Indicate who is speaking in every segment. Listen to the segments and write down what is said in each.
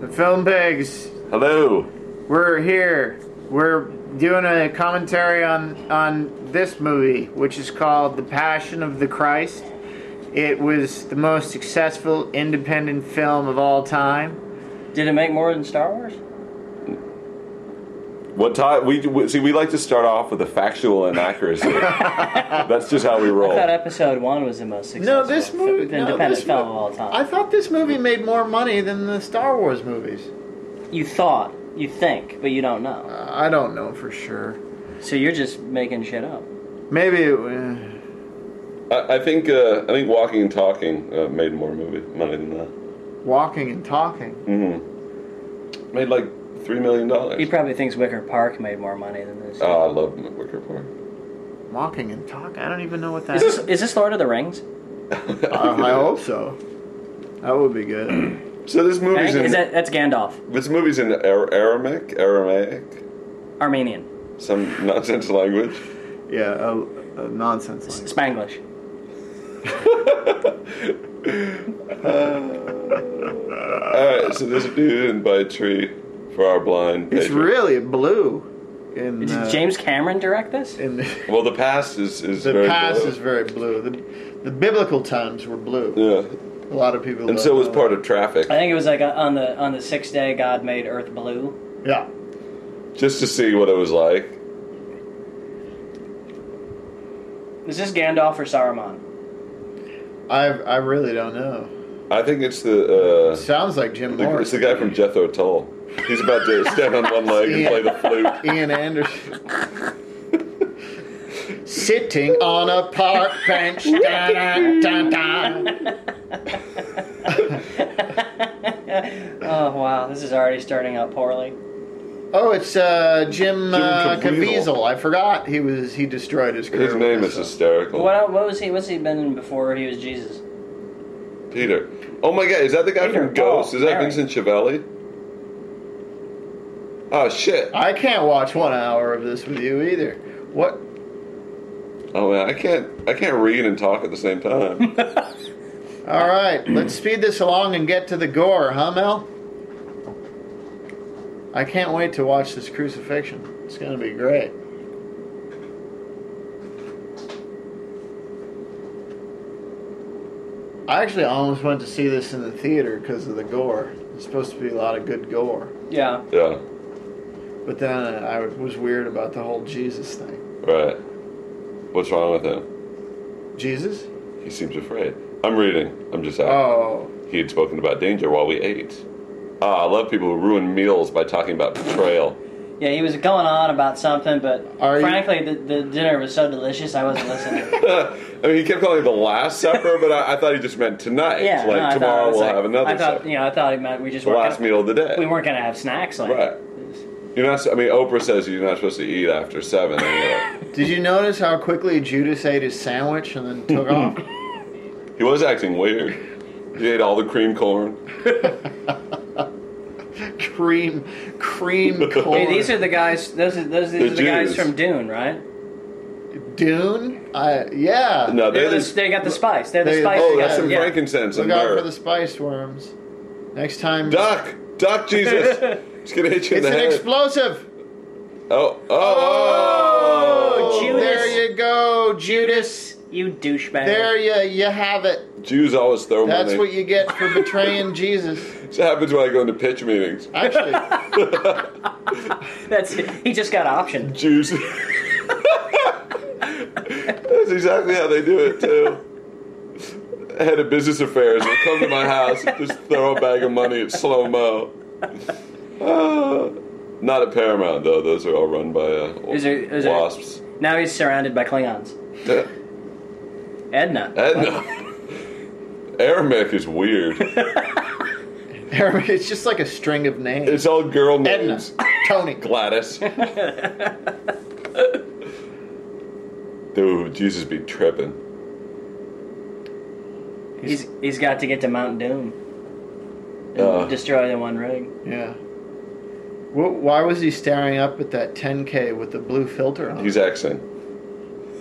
Speaker 1: The Film Pigs.
Speaker 2: Hello.
Speaker 1: We're here. We're doing a commentary on on this movie, which is called The Passion of the Christ. It was the most successful independent film of all time.
Speaker 3: Did it make more than Star Wars?
Speaker 1: Oh.
Speaker 2: What time? We, we see. We like to start off with a factual inaccuracy. That's just how we roll.
Speaker 3: I thought Episode One was the most successful.
Speaker 1: No, this movie.
Speaker 3: fi-
Speaker 1: no,
Speaker 3: independent
Speaker 1: this
Speaker 3: film
Speaker 1: mo-
Speaker 3: of all time.
Speaker 1: I thought this movie made more money than the Star Wars movies.
Speaker 3: you thought, you think, but you don't know.
Speaker 1: Uh, I don't know for sure.
Speaker 3: So you're just making shit up.
Speaker 1: Maybe. It, uh,
Speaker 2: I, I think. Uh, I think Walking and Talking uh, made more movie money than that.
Speaker 1: walking and talking.
Speaker 2: Mm-hmm. Made like three million
Speaker 3: He
Speaker 2: dollars.
Speaker 3: probably thinks Wicker Park made more money than this.
Speaker 1: Uh.
Speaker 2: Oh, I love Wicker Park.
Speaker 1: Walking and talking. I don't even know what that
Speaker 3: is this is this Lord of the Rings?
Speaker 1: Uh, I hope so. That would be good.
Speaker 2: so this movie's in
Speaker 3: Is that that's Gandalf,
Speaker 2: this movie's in Ar- Aramaic, Aramaic,
Speaker 3: Armenian,
Speaker 2: some nonsense language.
Speaker 1: Yeah, a, a nonsense.
Speaker 3: S-
Speaker 1: language.
Speaker 3: Spanglish?
Speaker 2: All right, so this dude in by a tree for our blind.
Speaker 1: It's
Speaker 2: patron.
Speaker 1: really blue. In
Speaker 3: Did
Speaker 1: uh,
Speaker 3: James Cameron direct this?
Speaker 1: In the,
Speaker 2: Well, the past is is
Speaker 1: the
Speaker 2: very
Speaker 1: past
Speaker 2: blue.
Speaker 1: is very blue. The, the biblical times were blue.
Speaker 2: yeah,
Speaker 1: A lot of people.
Speaker 2: and so was part of traffic.
Speaker 3: I think it was like on the on the sixth day God made Earth blue.
Speaker 1: Yeah.
Speaker 2: just to see what it was like.
Speaker 3: Is this Gandalf or Saruman?
Speaker 1: I I really don't know.
Speaker 2: I think it's the, uh,
Speaker 1: Sounds like Jim
Speaker 2: the it's the
Speaker 1: Morrison.
Speaker 2: guy from Jethro Tull. He's about to stand on one leg and play the flute.
Speaker 1: Ian Anderson. Sitting on a park bench. da, da, da, da.
Speaker 3: Oh wow, this is already starting out poorly.
Speaker 1: Oh, it's uh, Jim,
Speaker 2: Jim
Speaker 1: uh,
Speaker 2: Caviezel.
Speaker 1: Caviezel. I forgot he was he destroyed his career.
Speaker 2: His
Speaker 1: with
Speaker 2: name
Speaker 1: this
Speaker 2: is
Speaker 1: song.
Speaker 2: hysterical.
Speaker 3: What what was he? What's he been in before he was Jesus?
Speaker 2: Peter. Oh my God, is that the guy
Speaker 3: Peter,
Speaker 2: from Ghost?
Speaker 3: oh,
Speaker 2: is that
Speaker 3: Mary.
Speaker 2: Vincent Chiavelli? Oh shit!
Speaker 1: I can't watch one hour of this with you either. What?
Speaker 2: Oh man, I can't I can't read and talk at the same time.
Speaker 1: All right, let's speed this along and get to the gore, huh, Mel? I can't wait to watch this crucifixion. It's gonna be great. I actually almost went to see this in the theater because of the gore. It's supposed to be a lot of good gore,
Speaker 3: Yeah.
Speaker 2: yeah,
Speaker 1: but then I was weird about the whole Jesus thing.
Speaker 2: right. What's wrong with him?
Speaker 1: Jesus?
Speaker 2: He seems afraid. I'm reading. I'm just out.
Speaker 1: Oh,
Speaker 2: He had spoken about danger while we ate. Ah, I love people who ruin meals by talking about betrayal.
Speaker 3: Yeah, he was going on about something, but
Speaker 1: Are you-
Speaker 3: frankly, the, the dinner was so delicious I wasn't listening.
Speaker 2: I mean, he kept calling it the Last Supper, but I, I thought he just meant tonight.
Speaker 3: yeah,
Speaker 2: like
Speaker 3: no, I thought- I
Speaker 2: tomorrow
Speaker 3: was
Speaker 2: we'll
Speaker 3: like-
Speaker 2: have another
Speaker 3: I thought,
Speaker 2: supper.
Speaker 3: you know, I thought he meant we just
Speaker 2: the
Speaker 3: weren't
Speaker 2: last
Speaker 3: gonna,
Speaker 2: meal of the day.
Speaker 3: we weren't gonna have snacks like
Speaker 2: Right. You're not. I mean, Oprah says you're not supposed to eat after seven. and you're like-
Speaker 1: Did you notice how quickly Judas ate his sandwich and then took off?
Speaker 2: he was acting weird. He ate all the cream corn.
Speaker 1: Cream, cream corn.
Speaker 3: Hey, these are the guys. Those are those, these
Speaker 2: The
Speaker 3: are the guys
Speaker 2: Jews.
Speaker 3: from Dune, right?
Speaker 1: Dune. I yeah.
Speaker 2: No,
Speaker 3: They're
Speaker 2: they're
Speaker 3: the,
Speaker 2: just.
Speaker 3: they got the spice. They're the
Speaker 1: They-
Speaker 3: spice.
Speaker 2: Oh,
Speaker 3: guys.
Speaker 2: that's some
Speaker 3: yeah.
Speaker 2: frankincense
Speaker 1: Look
Speaker 2: and
Speaker 1: out for
Speaker 2: myrrh.
Speaker 1: the spice worms. Next time.
Speaker 2: Duck, duck, Jesus! It's gonna hit you in
Speaker 1: It's
Speaker 2: the
Speaker 1: an
Speaker 2: head.
Speaker 1: explosive.
Speaker 2: oh, oh, oh,
Speaker 3: Oh, Judas.
Speaker 1: There you go, Judas.
Speaker 3: You douchebag.
Speaker 1: There you you have it.
Speaker 2: Jews always throw
Speaker 1: That's
Speaker 2: money.
Speaker 1: what you get for betraying Jesus.
Speaker 2: This happens when I go into pitch meetings.
Speaker 1: Actually,
Speaker 3: That's he just got optioned.
Speaker 2: Jews. That's exactly how they do it too. Head of business affairs will come to my house and just throw a bag of money at slow mo. not at Paramount though; those are all run by uh,
Speaker 3: Is there- is there-
Speaker 2: wasps. Eh,
Speaker 3: Now he's surrounded by Klingons. Edna.
Speaker 2: and Aramaic is weird.
Speaker 1: it's just like a string of names.
Speaker 2: It's all girl
Speaker 1: Edna,
Speaker 2: names.
Speaker 1: Tony.
Speaker 2: Gladys. Dude, Jesus be tripping.
Speaker 3: He's he's got to get to Mount Doom. And
Speaker 2: Uh.
Speaker 3: destroy the one rig.
Speaker 1: Yeah. Wh- Why was he staring up at that 10K with the blue filter on?
Speaker 2: He's accent.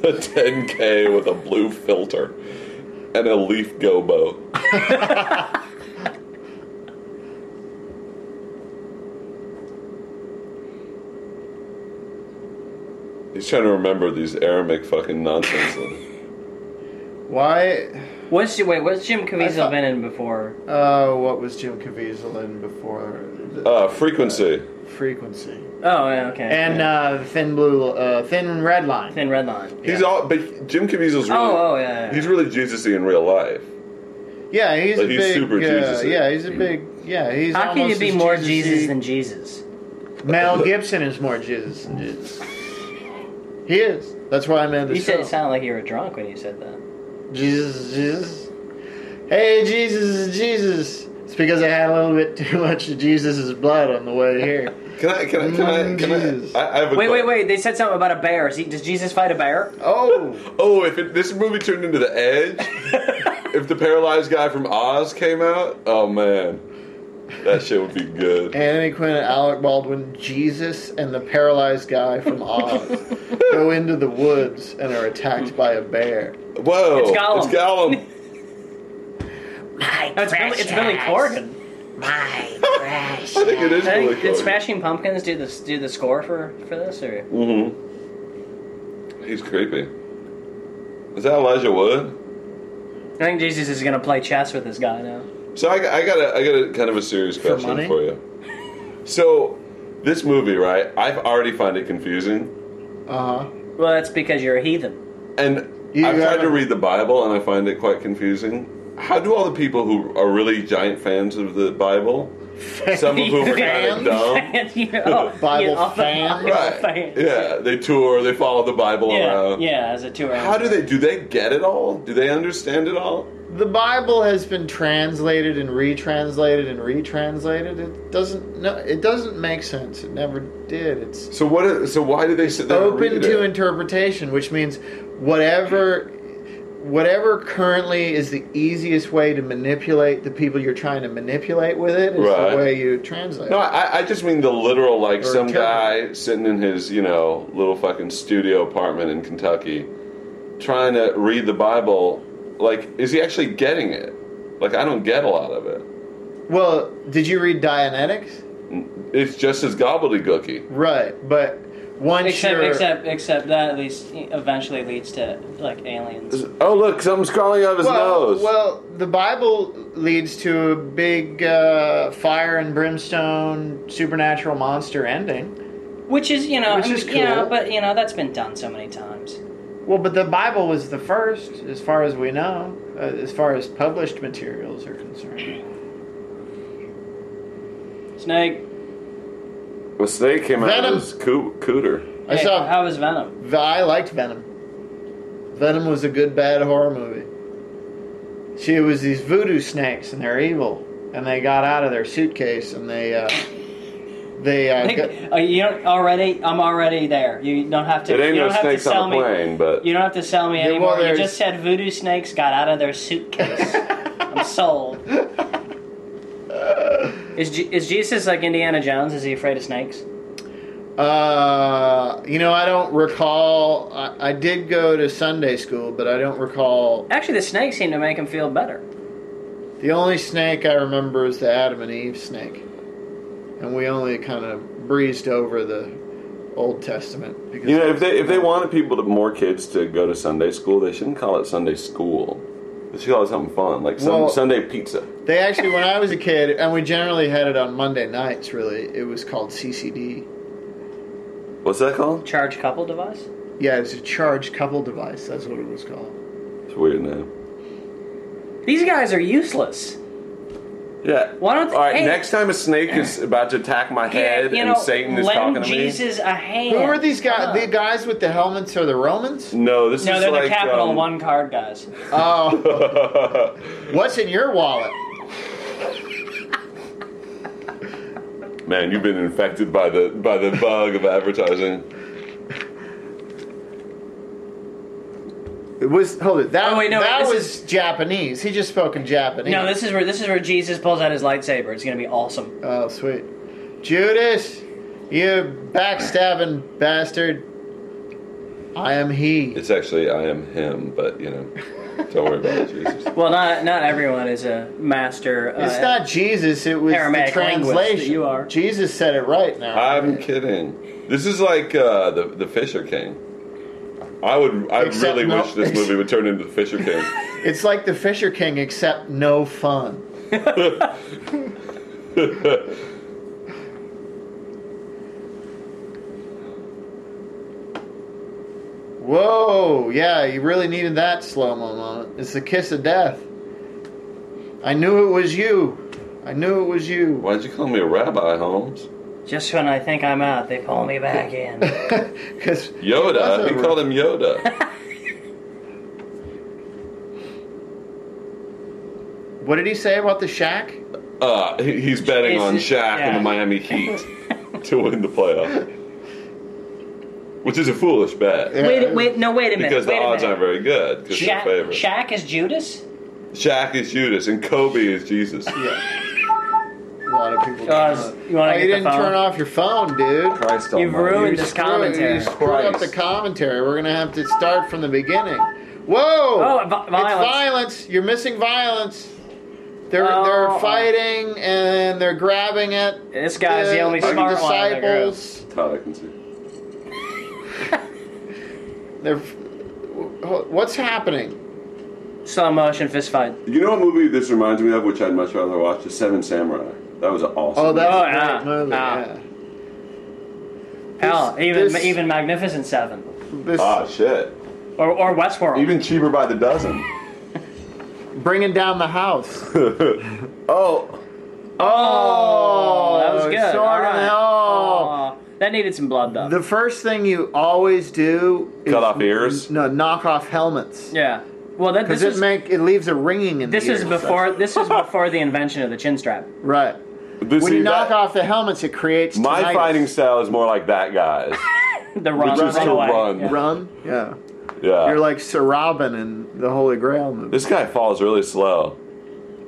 Speaker 2: A 10K with a blue filter and a leaf gobo. He's trying to remember these Aramic fucking nonsense.
Speaker 1: Why?
Speaker 3: What's wait? What's Jim
Speaker 1: I
Speaker 3: Caviezel
Speaker 1: thought-
Speaker 3: been in before?
Speaker 1: Uh, what was Jim Caviezel in before? The
Speaker 2: uh, frequency.
Speaker 1: frequency.
Speaker 3: Oh, yeah, okay.
Speaker 1: And uh, thin blue, uh, thin red line.
Speaker 3: Thin Red Line.
Speaker 2: He's all, but Jim Caviezel's really,
Speaker 3: Oh, oh, yeah.
Speaker 2: he's really Jesusy in real life.
Speaker 1: Yeah, he's
Speaker 2: Like,
Speaker 1: a
Speaker 2: he's
Speaker 1: big.
Speaker 2: super
Speaker 1: uh,
Speaker 2: Jesus-y.
Speaker 1: Yeah, he's a big. Yeah, he's.
Speaker 3: How can you
Speaker 1: almost
Speaker 3: be
Speaker 1: as
Speaker 3: more
Speaker 1: Jesus-y-
Speaker 3: Jesus than Jesus?
Speaker 1: Mel Gibson is more Jesus than Jesus. He is. That's why I'm in the
Speaker 3: You said
Speaker 1: show.
Speaker 3: it sounded like you were drunk when you said that.
Speaker 1: Jesus, is Jesus. Hey, Jesus, is Jesus. It's because I had a little bit too much of Jesus' blood on the way here.
Speaker 2: Can I? Can I? Can I?
Speaker 1: Mm,
Speaker 2: Can
Speaker 1: Jesus.
Speaker 2: I, I, I have a
Speaker 3: Wait,
Speaker 2: que-
Speaker 3: wait, wait. They said something about a bear. Is he, does Jesus fight a bear?
Speaker 1: Oh,
Speaker 2: Oh, if it, this movie turned into The Edge, if the paralyzed guy from Oz came out, oh man, that shit would be good.
Speaker 1: Anthony Quinn and Alec Baldwin, Jesus, and the paralyzed guy from Oz go into the woods and are attacked by a bear.
Speaker 2: Whoa,
Speaker 3: It's Gollum.
Speaker 2: It's Gollum.
Speaker 1: My
Speaker 3: That's Billy, it's Billy Corgan.
Speaker 1: My
Speaker 2: I think it is
Speaker 3: I think-
Speaker 2: really
Speaker 3: did Smashing Pumpkins do the do the score for for this or?
Speaker 2: Mm-hmm. He's creepy. Is that Elijah Wood?
Speaker 3: I think Jesus is gonna play chess with this guy now.
Speaker 2: So I, I got a, I got a kind of a serious question
Speaker 1: money?
Speaker 2: for you. So this movie, right? I've already find it confusing,
Speaker 1: Uh huh.
Speaker 3: Well, that's because you're a heathen.
Speaker 2: and
Speaker 1: You
Speaker 2: I've tried
Speaker 1: gotta-
Speaker 2: to read the Bible, and I find it quite confusing. How do all the people who are really giant fans of the Bible, some of whom are kind
Speaker 1: Fans?
Speaker 2: of dumb,
Speaker 3: You- oh,
Speaker 1: Bible
Speaker 3: you- all the
Speaker 1: fan?
Speaker 3: Bible
Speaker 2: right?
Speaker 3: fans.
Speaker 2: Yeah, they tour, they follow the Bible
Speaker 3: Yeah,
Speaker 2: around.
Speaker 3: yeah, as a tour.
Speaker 2: How do they do they get it all? Do they understand it all?
Speaker 1: The Bible has been translated and retranslated and retranslated. It doesn't no, it doesn't make sense. It never did. It's
Speaker 2: So what? are- So why do they sit there? and
Speaker 1: open
Speaker 2: read
Speaker 1: to
Speaker 2: it?
Speaker 1: interpretation, which means whatever whatever currently is the easiest way to manipulate the people you're trying to manipulate with it is
Speaker 2: Right.
Speaker 1: the way you translate.
Speaker 2: No,
Speaker 1: it.
Speaker 2: I, I just mean the literal, like
Speaker 1: Or
Speaker 2: some
Speaker 1: terrible.
Speaker 2: guy sitting in his, you know, little fucking studio apartment in Kentucky, trying to read the Bible. Like, is he actually getting it? Like, I don't get a lot of it.
Speaker 1: Well, did you read Dianetics?
Speaker 2: It's just as gobbledygooky.
Speaker 1: Right, but once
Speaker 3: Except,
Speaker 1: you're
Speaker 3: except, except that at least eventually leads to like aliens.
Speaker 2: Oh, look, something's crawling out of his
Speaker 1: well,
Speaker 2: nose.
Speaker 1: well, the Bible leads to a big uh, fire and brimstone supernatural monster ending.
Speaker 3: Which is, you know,
Speaker 1: Which
Speaker 3: I mean,
Speaker 1: is
Speaker 3: you know,
Speaker 1: cool.
Speaker 3: but you know, that's been done so many times.
Speaker 1: Well, but the Bible was the first, as far as we know, uh, as far as published materials are concerned.
Speaker 3: Snake.
Speaker 2: the snake came out
Speaker 1: Venom.
Speaker 2: of his coo- cooter.
Speaker 1: I
Speaker 3: hey,
Speaker 1: saw.
Speaker 3: how was Venom?
Speaker 1: I liked Venom. Venom was a good bad horror movie. She was these voodoo snakes, and they're evil, and they got out of their suitcase, and they uh, they
Speaker 3: I
Speaker 1: uh,
Speaker 3: think,
Speaker 1: got-
Speaker 3: uh, you don't already. I'm already there. You don't have to.
Speaker 2: It ain't
Speaker 3: you
Speaker 2: no
Speaker 3: don't have to
Speaker 2: snakes
Speaker 3: sell
Speaker 2: on a
Speaker 3: me.
Speaker 2: plane, but
Speaker 3: You don't have to sell me
Speaker 1: Yeah, well,
Speaker 3: anymore. you
Speaker 1: there's-
Speaker 3: just said voodoo snakes got out of their suitcase. I'm sold. Is, Je- is Jesus like Indiana Jones? Is he afraid of snakes?
Speaker 1: uh, you know I don't recall. I, I did go to Sunday school, but I don't recall.
Speaker 3: Actually, the snakes seem to make him feel better.
Speaker 1: The only snake I remember is the Adam and Eve snake, and we only kind of breezed over the Old Testament because
Speaker 2: you know, if they if they wanted people to more kids to go to Sunday school, they shouldn't call it Sunday school. They should call it something fun, like some
Speaker 1: Well-
Speaker 2: Sunday pizza.
Speaker 1: They actually, when I was a kid, and we generally had it on Monday nights. Really, it was called CCD.
Speaker 2: What's that called?
Speaker 3: Charge couple device.
Speaker 1: Yeah, it's a charged couple device. That's what it was called.
Speaker 2: It's a weird now.
Speaker 3: These guys are useless.
Speaker 2: Yeah.
Speaker 3: Why don't-
Speaker 2: All right.
Speaker 3: hey.
Speaker 2: Next time a snake is about to attack my head
Speaker 3: you
Speaker 2: and
Speaker 3: know,
Speaker 2: Satan is
Speaker 3: lend
Speaker 2: talking to
Speaker 3: Jesus a hand.
Speaker 1: Who are these guys?
Speaker 3: Come on.
Speaker 1: The guys with the helmets are the Romans.
Speaker 2: me. No, this
Speaker 3: No,
Speaker 2: is
Speaker 3: they're
Speaker 2: like
Speaker 3: the Capital
Speaker 2: um,
Speaker 3: One card guys.
Speaker 1: Oh, what's in your wallet?
Speaker 2: Man, you've been infected by the by the bug of advertising.
Speaker 1: It was hold it. That,
Speaker 3: Oh, wait, no, wait,
Speaker 1: that
Speaker 3: this
Speaker 1: was Japanese. He just spoke in Japanese.
Speaker 3: No, this is where this is where Jesus pulls out his lightsaber. It's gonna be awesome.
Speaker 1: Oh, sweet, Judas, you backstabbing bastard! I am he.
Speaker 2: It's actually I am him, but you know. Don't worry about it, Jesus.
Speaker 3: Well, not not everyone is a master. Uh,
Speaker 1: It's not Jesus. It was the
Speaker 3: Aramaic linguist that
Speaker 1: translation.
Speaker 3: you are.
Speaker 1: Jesus said it right now.
Speaker 2: I'm kidding. This is like uh, the the Fisher King. I would. I
Speaker 1: Except
Speaker 2: really
Speaker 1: no-
Speaker 2: wish this movie would turn into the Fisher King.
Speaker 1: it's like the Fisher King, except no fun. Whoa! Yeah, you really needed that slow mo moment. It's the kiss of death. I knew it was you. I knew it was you.
Speaker 2: Why'd you call me a rabbi, Holmes?
Speaker 3: Just when I think I'm out, they call me back in.
Speaker 1: Because
Speaker 2: Yoda. He called him Yoda.
Speaker 1: What did he say about the shack?
Speaker 2: Uh, he- he's betting on
Speaker 3: Is
Speaker 2: Shaq
Speaker 3: it-
Speaker 2: and the
Speaker 3: yeah.
Speaker 2: Miami Heat to win the playoff, which is a foolish bet.
Speaker 3: wait, wait, no, wait a minute.
Speaker 2: Because the
Speaker 3: wait a
Speaker 2: odds
Speaker 3: minute.
Speaker 2: aren't very good. Because
Speaker 3: Shaq,
Speaker 2: they're favored. Shaq.
Speaker 3: Shaq is Judas.
Speaker 2: is Judas and Kobe is Jesus.
Speaker 1: Yeah. A lot of people.
Speaker 3: Guys, you wanna
Speaker 1: Oh,
Speaker 3: get the
Speaker 1: didn't
Speaker 3: phone?
Speaker 1: turn off your phone, dude.
Speaker 4: Christ
Speaker 3: You've
Speaker 4: almighty.
Speaker 3: ruined
Speaker 4: You
Speaker 3: this
Speaker 4: screwed-
Speaker 3: commentary.
Speaker 4: you
Speaker 1: You screwed up the
Speaker 4: Christ.
Speaker 1: commentary. We're gonna have to start from the beginning. Whoa!
Speaker 3: Oh, vi-
Speaker 1: It's
Speaker 3: violence.
Speaker 1: violence. You're missing violence. They're
Speaker 3: Oh.
Speaker 1: they're fighting and they're grabbing at
Speaker 3: This guy's the only smart one in the group.
Speaker 1: disciples.
Speaker 2: Todd, I can see.
Speaker 1: They're f- what's happening?
Speaker 3: Slow motion fist fight.
Speaker 2: You know what movie this reminds me of, which I'd much rather watch? The Seven Samurai. That was awesome.
Speaker 1: Oh, that's a
Speaker 3: Oh,
Speaker 1: great
Speaker 3: yeah.
Speaker 1: movie.
Speaker 3: Ah.
Speaker 1: yeah.
Speaker 3: Hell,
Speaker 1: This-
Speaker 3: even
Speaker 1: this-
Speaker 3: even Magnificent Seven
Speaker 1: This
Speaker 2: Ah, shit.
Speaker 3: or or Westworld.
Speaker 2: Even cheaper by the dozen.
Speaker 1: bringing down the house.
Speaker 2: oh,
Speaker 3: oh, that was
Speaker 1: Oh,
Speaker 3: good.
Speaker 1: sword
Speaker 3: All
Speaker 1: in the
Speaker 3: right. Oh.
Speaker 1: hole.
Speaker 3: Aw, that needed some blood though.
Speaker 1: The first thing you always do is
Speaker 2: Cut off ears?
Speaker 1: No, knock off helmets.
Speaker 3: yeah. Well, that,
Speaker 1: Because
Speaker 3: this
Speaker 1: it
Speaker 3: is
Speaker 1: make it leaves a ringing in
Speaker 3: this
Speaker 1: the
Speaker 3: is
Speaker 1: ears.
Speaker 3: before this is before the invention of the chin strap.
Speaker 1: right.
Speaker 2: this
Speaker 1: When
Speaker 2: see,
Speaker 1: you knock
Speaker 2: that-
Speaker 1: off the helmets, it creates
Speaker 2: My
Speaker 1: tinnitus.
Speaker 2: fighting style is more like that guy's.
Speaker 3: The run,
Speaker 2: Which is
Speaker 3: run
Speaker 2: to
Speaker 3: away.
Speaker 2: run.
Speaker 3: Yeah.
Speaker 1: run. Yeah,
Speaker 2: Yeah.
Speaker 1: you're like Sir Robin in the Holy Grail movie.
Speaker 2: this guy falls really slow.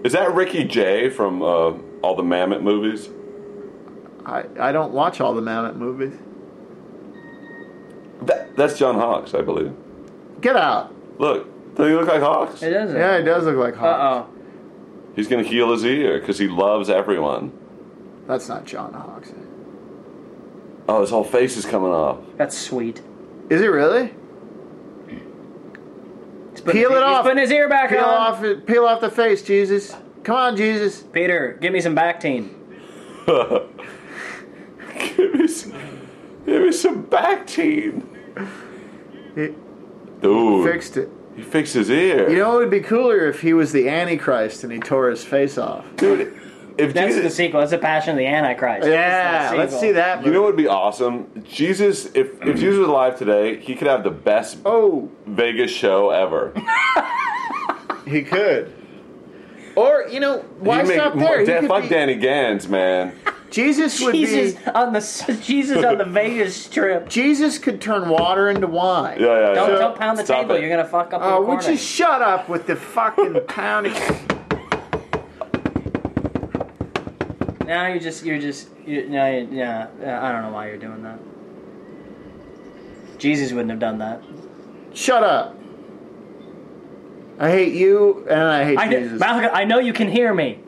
Speaker 2: Is that Ricky Jay from uh, all the Mammoth movies?
Speaker 1: I, I don't watch all the Mammoth movies.
Speaker 2: That, that's John Hawks, I believe.
Speaker 1: Get out.
Speaker 2: Look, does he look like Hawks?
Speaker 3: It doesn't.
Speaker 1: Yeah, it does look like Hawk.
Speaker 3: Uh oh.
Speaker 2: He's gonna heal his ear because he loves everyone.
Speaker 1: That's not John Hawks.
Speaker 2: Oh, his whole face is coming off.
Speaker 3: That's sweet.
Speaker 1: Is it really?
Speaker 3: He's putting
Speaker 1: Peel
Speaker 3: his,
Speaker 1: it
Speaker 3: he's
Speaker 1: off.
Speaker 3: putting his ear back
Speaker 1: Peel
Speaker 3: on.
Speaker 1: off, peel off the face, Jesus. Come on, Jesus.
Speaker 3: Peter, give me some back team.
Speaker 2: give me some, give me some back team.
Speaker 1: He
Speaker 2: Dude,
Speaker 1: fixed it.
Speaker 2: he fixed his ear.
Speaker 1: You know, it would be cooler if he was the Antichrist and he tore his face off.
Speaker 2: Dude, if
Speaker 3: That's the
Speaker 2: Jesus,
Speaker 3: sequel. That's the Passion of the Antichrist. That's
Speaker 1: Yeah,
Speaker 3: the
Speaker 1: let's
Speaker 3: sequel.
Speaker 1: see that.
Speaker 2: you know what would be awesome? Jesus, if if Jesus was alive today, he could have the best
Speaker 1: Oh,
Speaker 2: Vegas show ever.
Speaker 1: he could. Or you know, why
Speaker 2: He'd make
Speaker 1: stop
Speaker 2: more-
Speaker 1: there? He
Speaker 2: Dan-
Speaker 1: could
Speaker 2: fuck
Speaker 1: be-
Speaker 2: Danny Gans, man.
Speaker 1: Jesus would
Speaker 3: Jesus
Speaker 1: be.
Speaker 3: on the Jesus on the Vegas Strip.
Speaker 1: Jesus could turn water into wine.
Speaker 2: Yeah, yeah, yeah.
Speaker 3: Don't, don't pound the
Speaker 2: Stop
Speaker 3: table.
Speaker 2: it.
Speaker 3: You're gonna fuck up the
Speaker 1: Oh, would
Speaker 3: recording.
Speaker 1: you shut up with the fucking pounding?
Speaker 3: now you're just you're just you now you, yeah. yeah, I don't know why you're doing that. Jesus wouldn't have done that.
Speaker 1: Shut up. I hate you and I hate
Speaker 3: I kn-
Speaker 1: Jesus.
Speaker 3: Malcolm, I know you can hear me.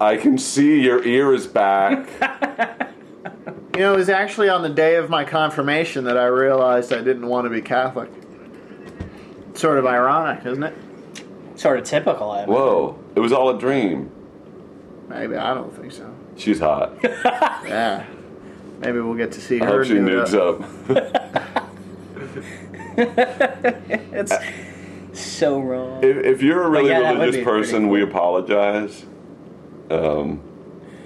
Speaker 2: I can see your ear is back.
Speaker 1: You know, it was actually on the day of my confirmation that I realized I didn't want to be Catholic. Sort of ironic, isn't it?
Speaker 3: Sort of typical. I mean.
Speaker 2: Whoa, it was all a dream.
Speaker 1: Maybe I don't think so.
Speaker 2: She's hot.
Speaker 1: Yeah. Maybe we'll get to see
Speaker 2: I
Speaker 1: her.
Speaker 2: hope she
Speaker 1: nude
Speaker 2: nudes
Speaker 1: up.
Speaker 2: up.
Speaker 3: It's so wrong.
Speaker 2: if, if you're a really
Speaker 3: yeah, that would
Speaker 2: religious
Speaker 3: be pretty
Speaker 2: person, we apologize. Um,